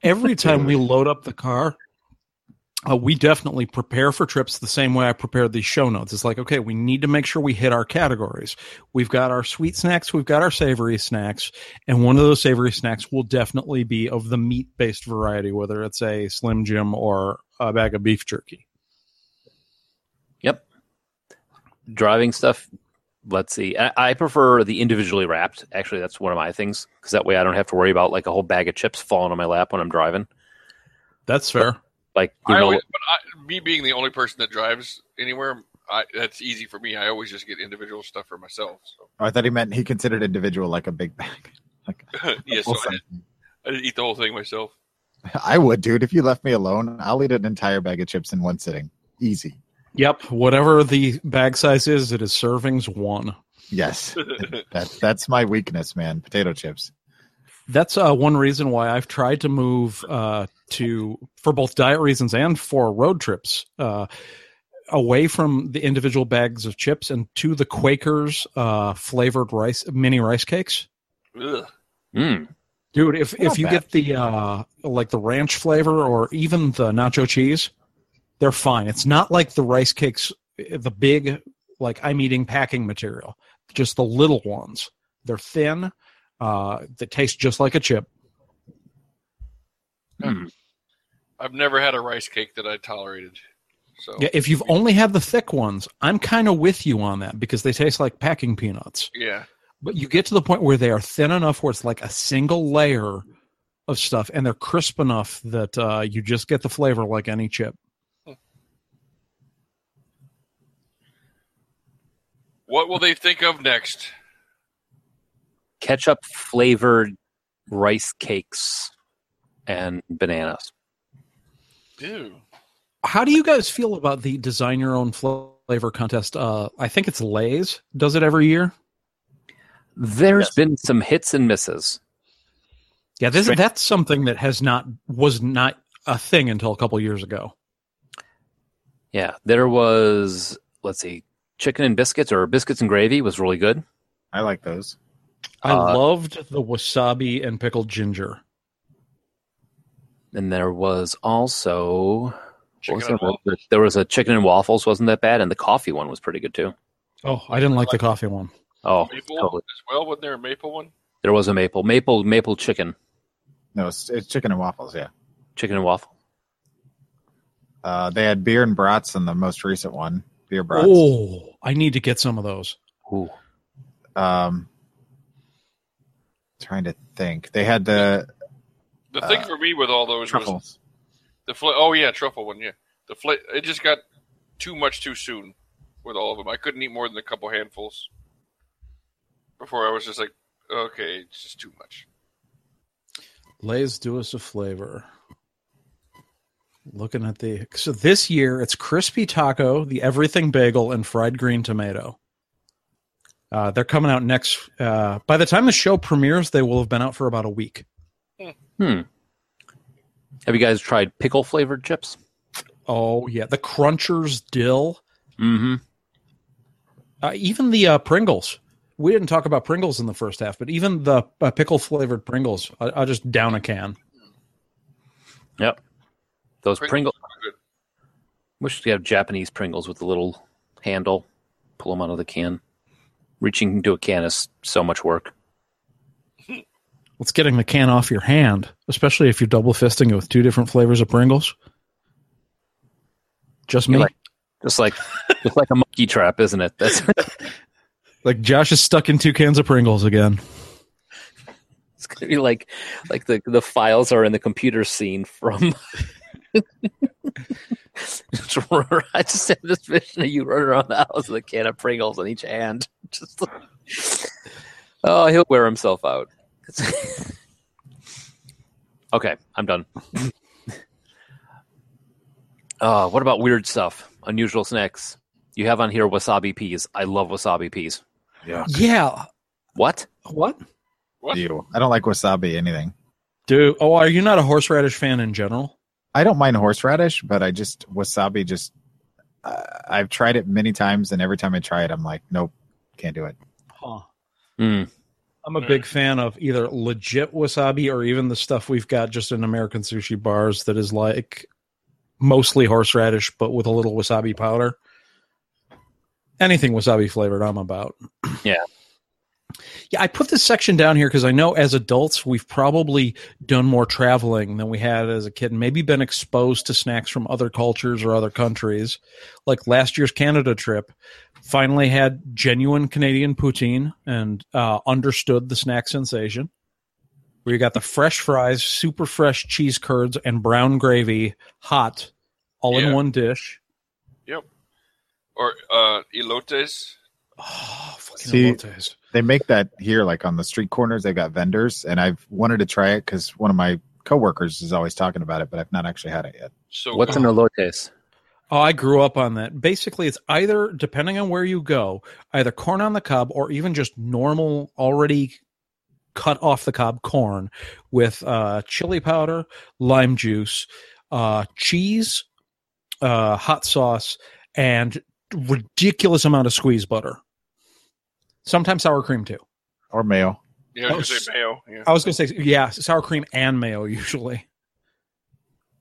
Speaker 7: Every time we load up the car, uh, we definitely prepare for trips the same way I prepared these show notes. It's like, okay, we need to make sure we hit our categories. We've got our sweet snacks, we've got our savory snacks, and one of those savory snacks will definitely be of the meat based variety, whether it's a Slim Jim or a bag of beef jerky.
Speaker 4: driving stuff. Let's see. I, I prefer the individually wrapped. Actually, that's one of my things because that way I don't have to worry about like a whole bag of chips falling on my lap when I'm driving.
Speaker 7: That's fair.
Speaker 4: Like you
Speaker 5: I
Speaker 4: know,
Speaker 5: always, but I, me being the only person that drives anywhere, I, that's easy for me. I always just get individual stuff for myself. So.
Speaker 6: Oh, I thought he meant he considered individual like a big bag. Like,
Speaker 5: yeah, so
Speaker 6: well,
Speaker 5: I,
Speaker 6: some-
Speaker 5: didn't, I didn't eat the whole thing myself.
Speaker 6: I would, dude. If you left me alone, I'll eat an entire bag of chips in one sitting. Easy.
Speaker 7: Yep. Whatever the bag size is, it is servings one.
Speaker 6: Yes. that, that's my weakness, man. Potato chips.
Speaker 7: That's uh, one reason why I've tried to move uh, to for both diet reasons and for road trips uh, away from the individual bags of chips and to the Quakers uh, flavored rice mini rice cakes.
Speaker 5: Ugh.
Speaker 4: mm,
Speaker 7: Dude, if
Speaker 6: Not
Speaker 7: if you
Speaker 6: bad.
Speaker 7: get the uh, like the ranch flavor or even the nacho cheese, they're fine. It's not like the rice cakes, the big like I'm eating packing material. Just the little ones. They're thin. Uh, that taste just like a chip.
Speaker 4: mm.
Speaker 5: I've never had a rice cake that I tolerated. So
Speaker 7: Yeah, if you've only had the thick ones, I'm kind of with you on that because they taste like packing peanuts.
Speaker 5: yeah.
Speaker 7: But you get to the point where they are thin enough where it's like a single layer of stuff and they're crisp enough that uh, you just get the flavor like any chip.
Speaker 5: What will they think of next?
Speaker 4: ketchup flavored rice cakes and bananas.
Speaker 5: Ew.
Speaker 7: How do you guys feel about the design your own fla- flavor contest? Uh, I think it's Lay's does it every year.
Speaker 4: There's
Speaker 6: Yes.
Speaker 4: been some hits and misses.
Speaker 7: Yeah, this,
Speaker 4: Strange.
Speaker 7: that's something that has not was not a thing until a couple years ago.
Speaker 4: Yeah, there was let's see, chicken and biscuits or biscuits and gravy was really good.
Speaker 6: I like those.
Speaker 7: I
Speaker 4: Uh,
Speaker 7: loved the wasabi and pickled ginger.
Speaker 4: And there was also what
Speaker 5: Chicken
Speaker 4: was
Speaker 5: and
Speaker 4: there?
Speaker 5: waffles.
Speaker 4: there was a chicken and waffles, wasn't that bad? And the coffee one was pretty good too.
Speaker 7: Oh, I didn't like the coffee one.
Speaker 4: Oh,
Speaker 5: maple
Speaker 4: totally.
Speaker 5: as well. Wasn't there a maple one?
Speaker 4: There was a maple, maple, maple chicken,
Speaker 6: No, it's, it's chicken and waffles. Yeah.
Speaker 4: chicken and waffle.
Speaker 6: Uh, they had beer and brats in the most recent one. Beer brats.
Speaker 7: Oh, I need to get some of those.
Speaker 4: Ooh,
Speaker 6: Um, trying to think. They had the
Speaker 5: The thing
Speaker 6: Uh,
Speaker 5: for me with all those was
Speaker 6: truffles.
Speaker 5: the fla- oh yeah truffle one yeah the fla- it just got too much too soon with all of them. I couldn't eat more than a couple handfuls before I was just like okay it's just too much.
Speaker 7: Lay's do us a flavor. Looking at the so this year it's crispy taco, the everything bagel, and fried green tomato. Uh, they're coming out next. Uh, by the time the show premieres, they will have been out for about a week.
Speaker 4: have you guys tried pickle flavored chips?
Speaker 7: Oh yeah, the Crunchers dill,
Speaker 4: Mm-hmm.
Speaker 7: uh, even the uh, Pringles. We didn't talk about Pringles in the first half, but even the uh, pickle flavored Pringles, I, I just down a can.
Speaker 4: Those
Speaker 5: Pringles
Speaker 4: Pringle.
Speaker 5: are good.
Speaker 4: Wish we have Japanese Pringles with the little handle. Pull them out of the can. Reaching into a can is so much work.
Speaker 7: It's getting the can off your hand, especially if you're double fisting it with two different flavors of Pringles. Just me.
Speaker 4: You're
Speaker 7: Like,
Speaker 4: Just like, just like a monkey trap, isn't it? That's
Speaker 7: Josh is stuck in two cans of Pringles again.
Speaker 4: it's gonna be like, like the the files are in the computer scene from. Just run- I just have this vision of you running around the house with a can of Pringles in each hand. Just like- oh, he'll wear himself out. okay, I'm done. uh, what about weird stuff? Unusual snacks. You have on here wasabi peas. I love wasabi peas.
Speaker 7: Yeah.
Speaker 4: What?
Speaker 7: What?
Speaker 5: What?
Speaker 6: Ew. I don't like wasabi anything.
Speaker 7: Do oh, are you not a horseradish fan in general?
Speaker 6: I don't mind horseradish, but I just wasabi just uh, I've tried it many times, and every time I try it, I'm like, nope, can't do it.
Speaker 7: Huh. Hmm.
Speaker 4: Mm.
Speaker 7: I'm a big fan of either legit wasabi or even the stuff we've got just in American sushi bars that is like mostly horseradish but with a little wasabi powder. Anything wasabi flavored, I'm about.
Speaker 4: Yeah.
Speaker 7: Yeah, I put this section down here because I know as adults we've probably done more traveling than we had as a kid and maybe been exposed to snacks from other cultures or other countries. Like last year's Canada trip, finally had genuine Canadian poutine and uh, understood the snack sensation. Where you got the fresh fries, super fresh cheese curds, and brown gravy, hot, all
Speaker 5: Yeah.
Speaker 7: in one dish.
Speaker 5: Or uh, elotes.
Speaker 7: Oh, fucking
Speaker 6: See-
Speaker 7: elotes.
Speaker 6: They make that here, like on the street corners. They've got vendors, and I've wanted to try it because one of my coworkers is always talking about it, but I've not actually had it yet.
Speaker 5: So
Speaker 4: What's an elotes?
Speaker 7: Oh, I grew up on that. Basically, it's either, depending on where you go, either corn on the cob or even just normal, already cut off the cob corn with uh, chili powder, lime juice, uh, cheese, uh, hot sauce, and ridiculous amount of squeeze butter. Sometimes sour cream too.
Speaker 6: Or mayo.
Speaker 5: Yeah, I was gonna
Speaker 7: Oh,
Speaker 5: say mayo. Yeah.
Speaker 7: I was going to say, yeah, sour cream and mayo usually.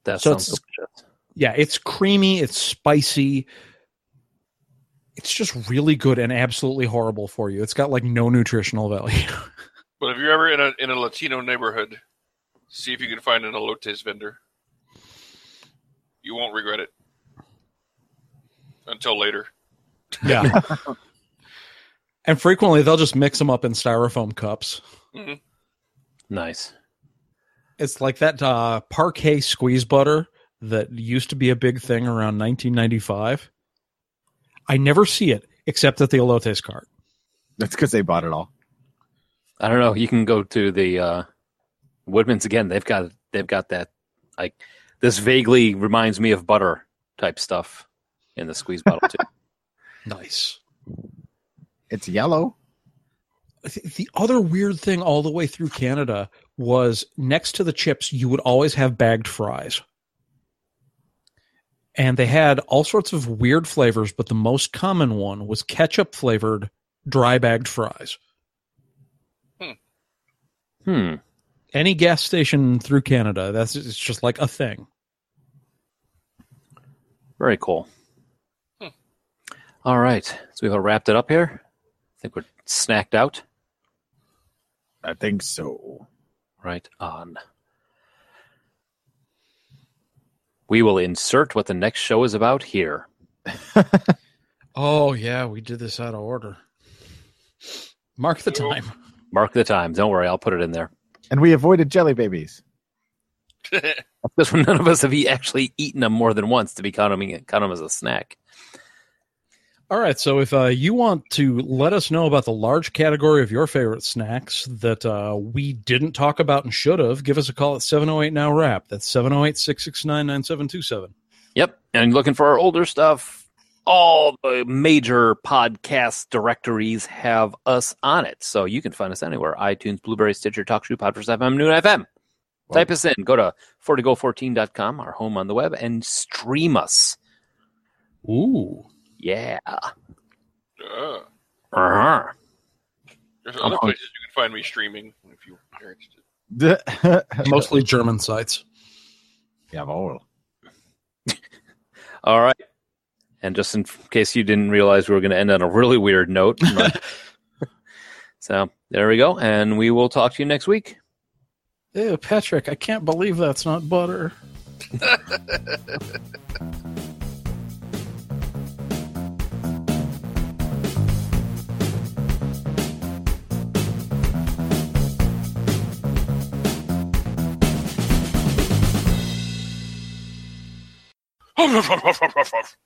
Speaker 4: That
Speaker 7: So
Speaker 4: sounds
Speaker 7: it's-
Speaker 4: delicious.
Speaker 7: yeah, it's creamy, it's spicy. It's just really good and absolutely horrible for you. It's got like no nutritional value.
Speaker 5: But if you're ever in a in a Latino neighborhood, see if you can find an elotes vendor. You won't regret it. Until later.
Speaker 7: Yeah. and frequently they'll just mix them up in styrofoam cups.
Speaker 4: Nice.
Speaker 7: It's like that uh, parquet squeeze butter that used to be a big thing around 1995. I never see it except at the elotes cart.
Speaker 6: That's because they bought it all.
Speaker 4: I don't know. You can go to the uh, Woodman's again. They've got they've got that like this vaguely reminds me of butter type stuff in the squeeze bottle too.
Speaker 7: Nice.
Speaker 6: It's yellow.
Speaker 7: th- the other weird thing all the way through Canada was next to the chips, you would always have bagged fries. And they had all sorts of weird flavors, but the most common one was ketchup flavored dry bagged fries.
Speaker 4: Hmm.
Speaker 7: Any gas station through Canada, that's it's just like a thing.
Speaker 4: Very cool.
Speaker 5: Hmm.
Speaker 4: All right. So we've all wrapped it up here. I think we're snacked out.
Speaker 6: I think so.
Speaker 4: Right on. We will insert what the next show is about here.
Speaker 7: Oh yeah, we did this out of order. Mark the time.
Speaker 4: Mark the time. Don't worry, I'll put it in there.
Speaker 6: And we avoided jelly babies.
Speaker 5: Uh,
Speaker 4: This one, none of us have e- actually eaten them more than once to be counting count them as a snack.
Speaker 7: All right. So if uh, you want to let us know about the large category of your favorite snacks that uh, we didn't talk about and should have, give us a call at 708 Now Wrap. That's 708 669 9727.
Speaker 4: Yep. And looking for our older stuff, all the major podcast directories have us on it. So you can find us anywhere iTunes, Blueberry, Stitcher, TalkShoe, Podverse FM, Noon FM.
Speaker 6: Wow.
Speaker 4: Type us in. Go to 40go14.com, our home on the web, and stream us.
Speaker 7: Ooh.
Speaker 4: Yeah.
Speaker 5: uh,
Speaker 4: Uh-huh.
Speaker 5: there's
Speaker 4: I'm
Speaker 5: other
Speaker 4: on-
Speaker 5: places you can find me streaming if you are interested.
Speaker 7: Mostly German sites.
Speaker 6: Jawohl.
Speaker 4: All right. And just in f- case you didn't realize we were going to end on a really weird note. so there we go. And we will talk to you next week.
Speaker 7: Ew, Patrick, I can't believe that's not butter.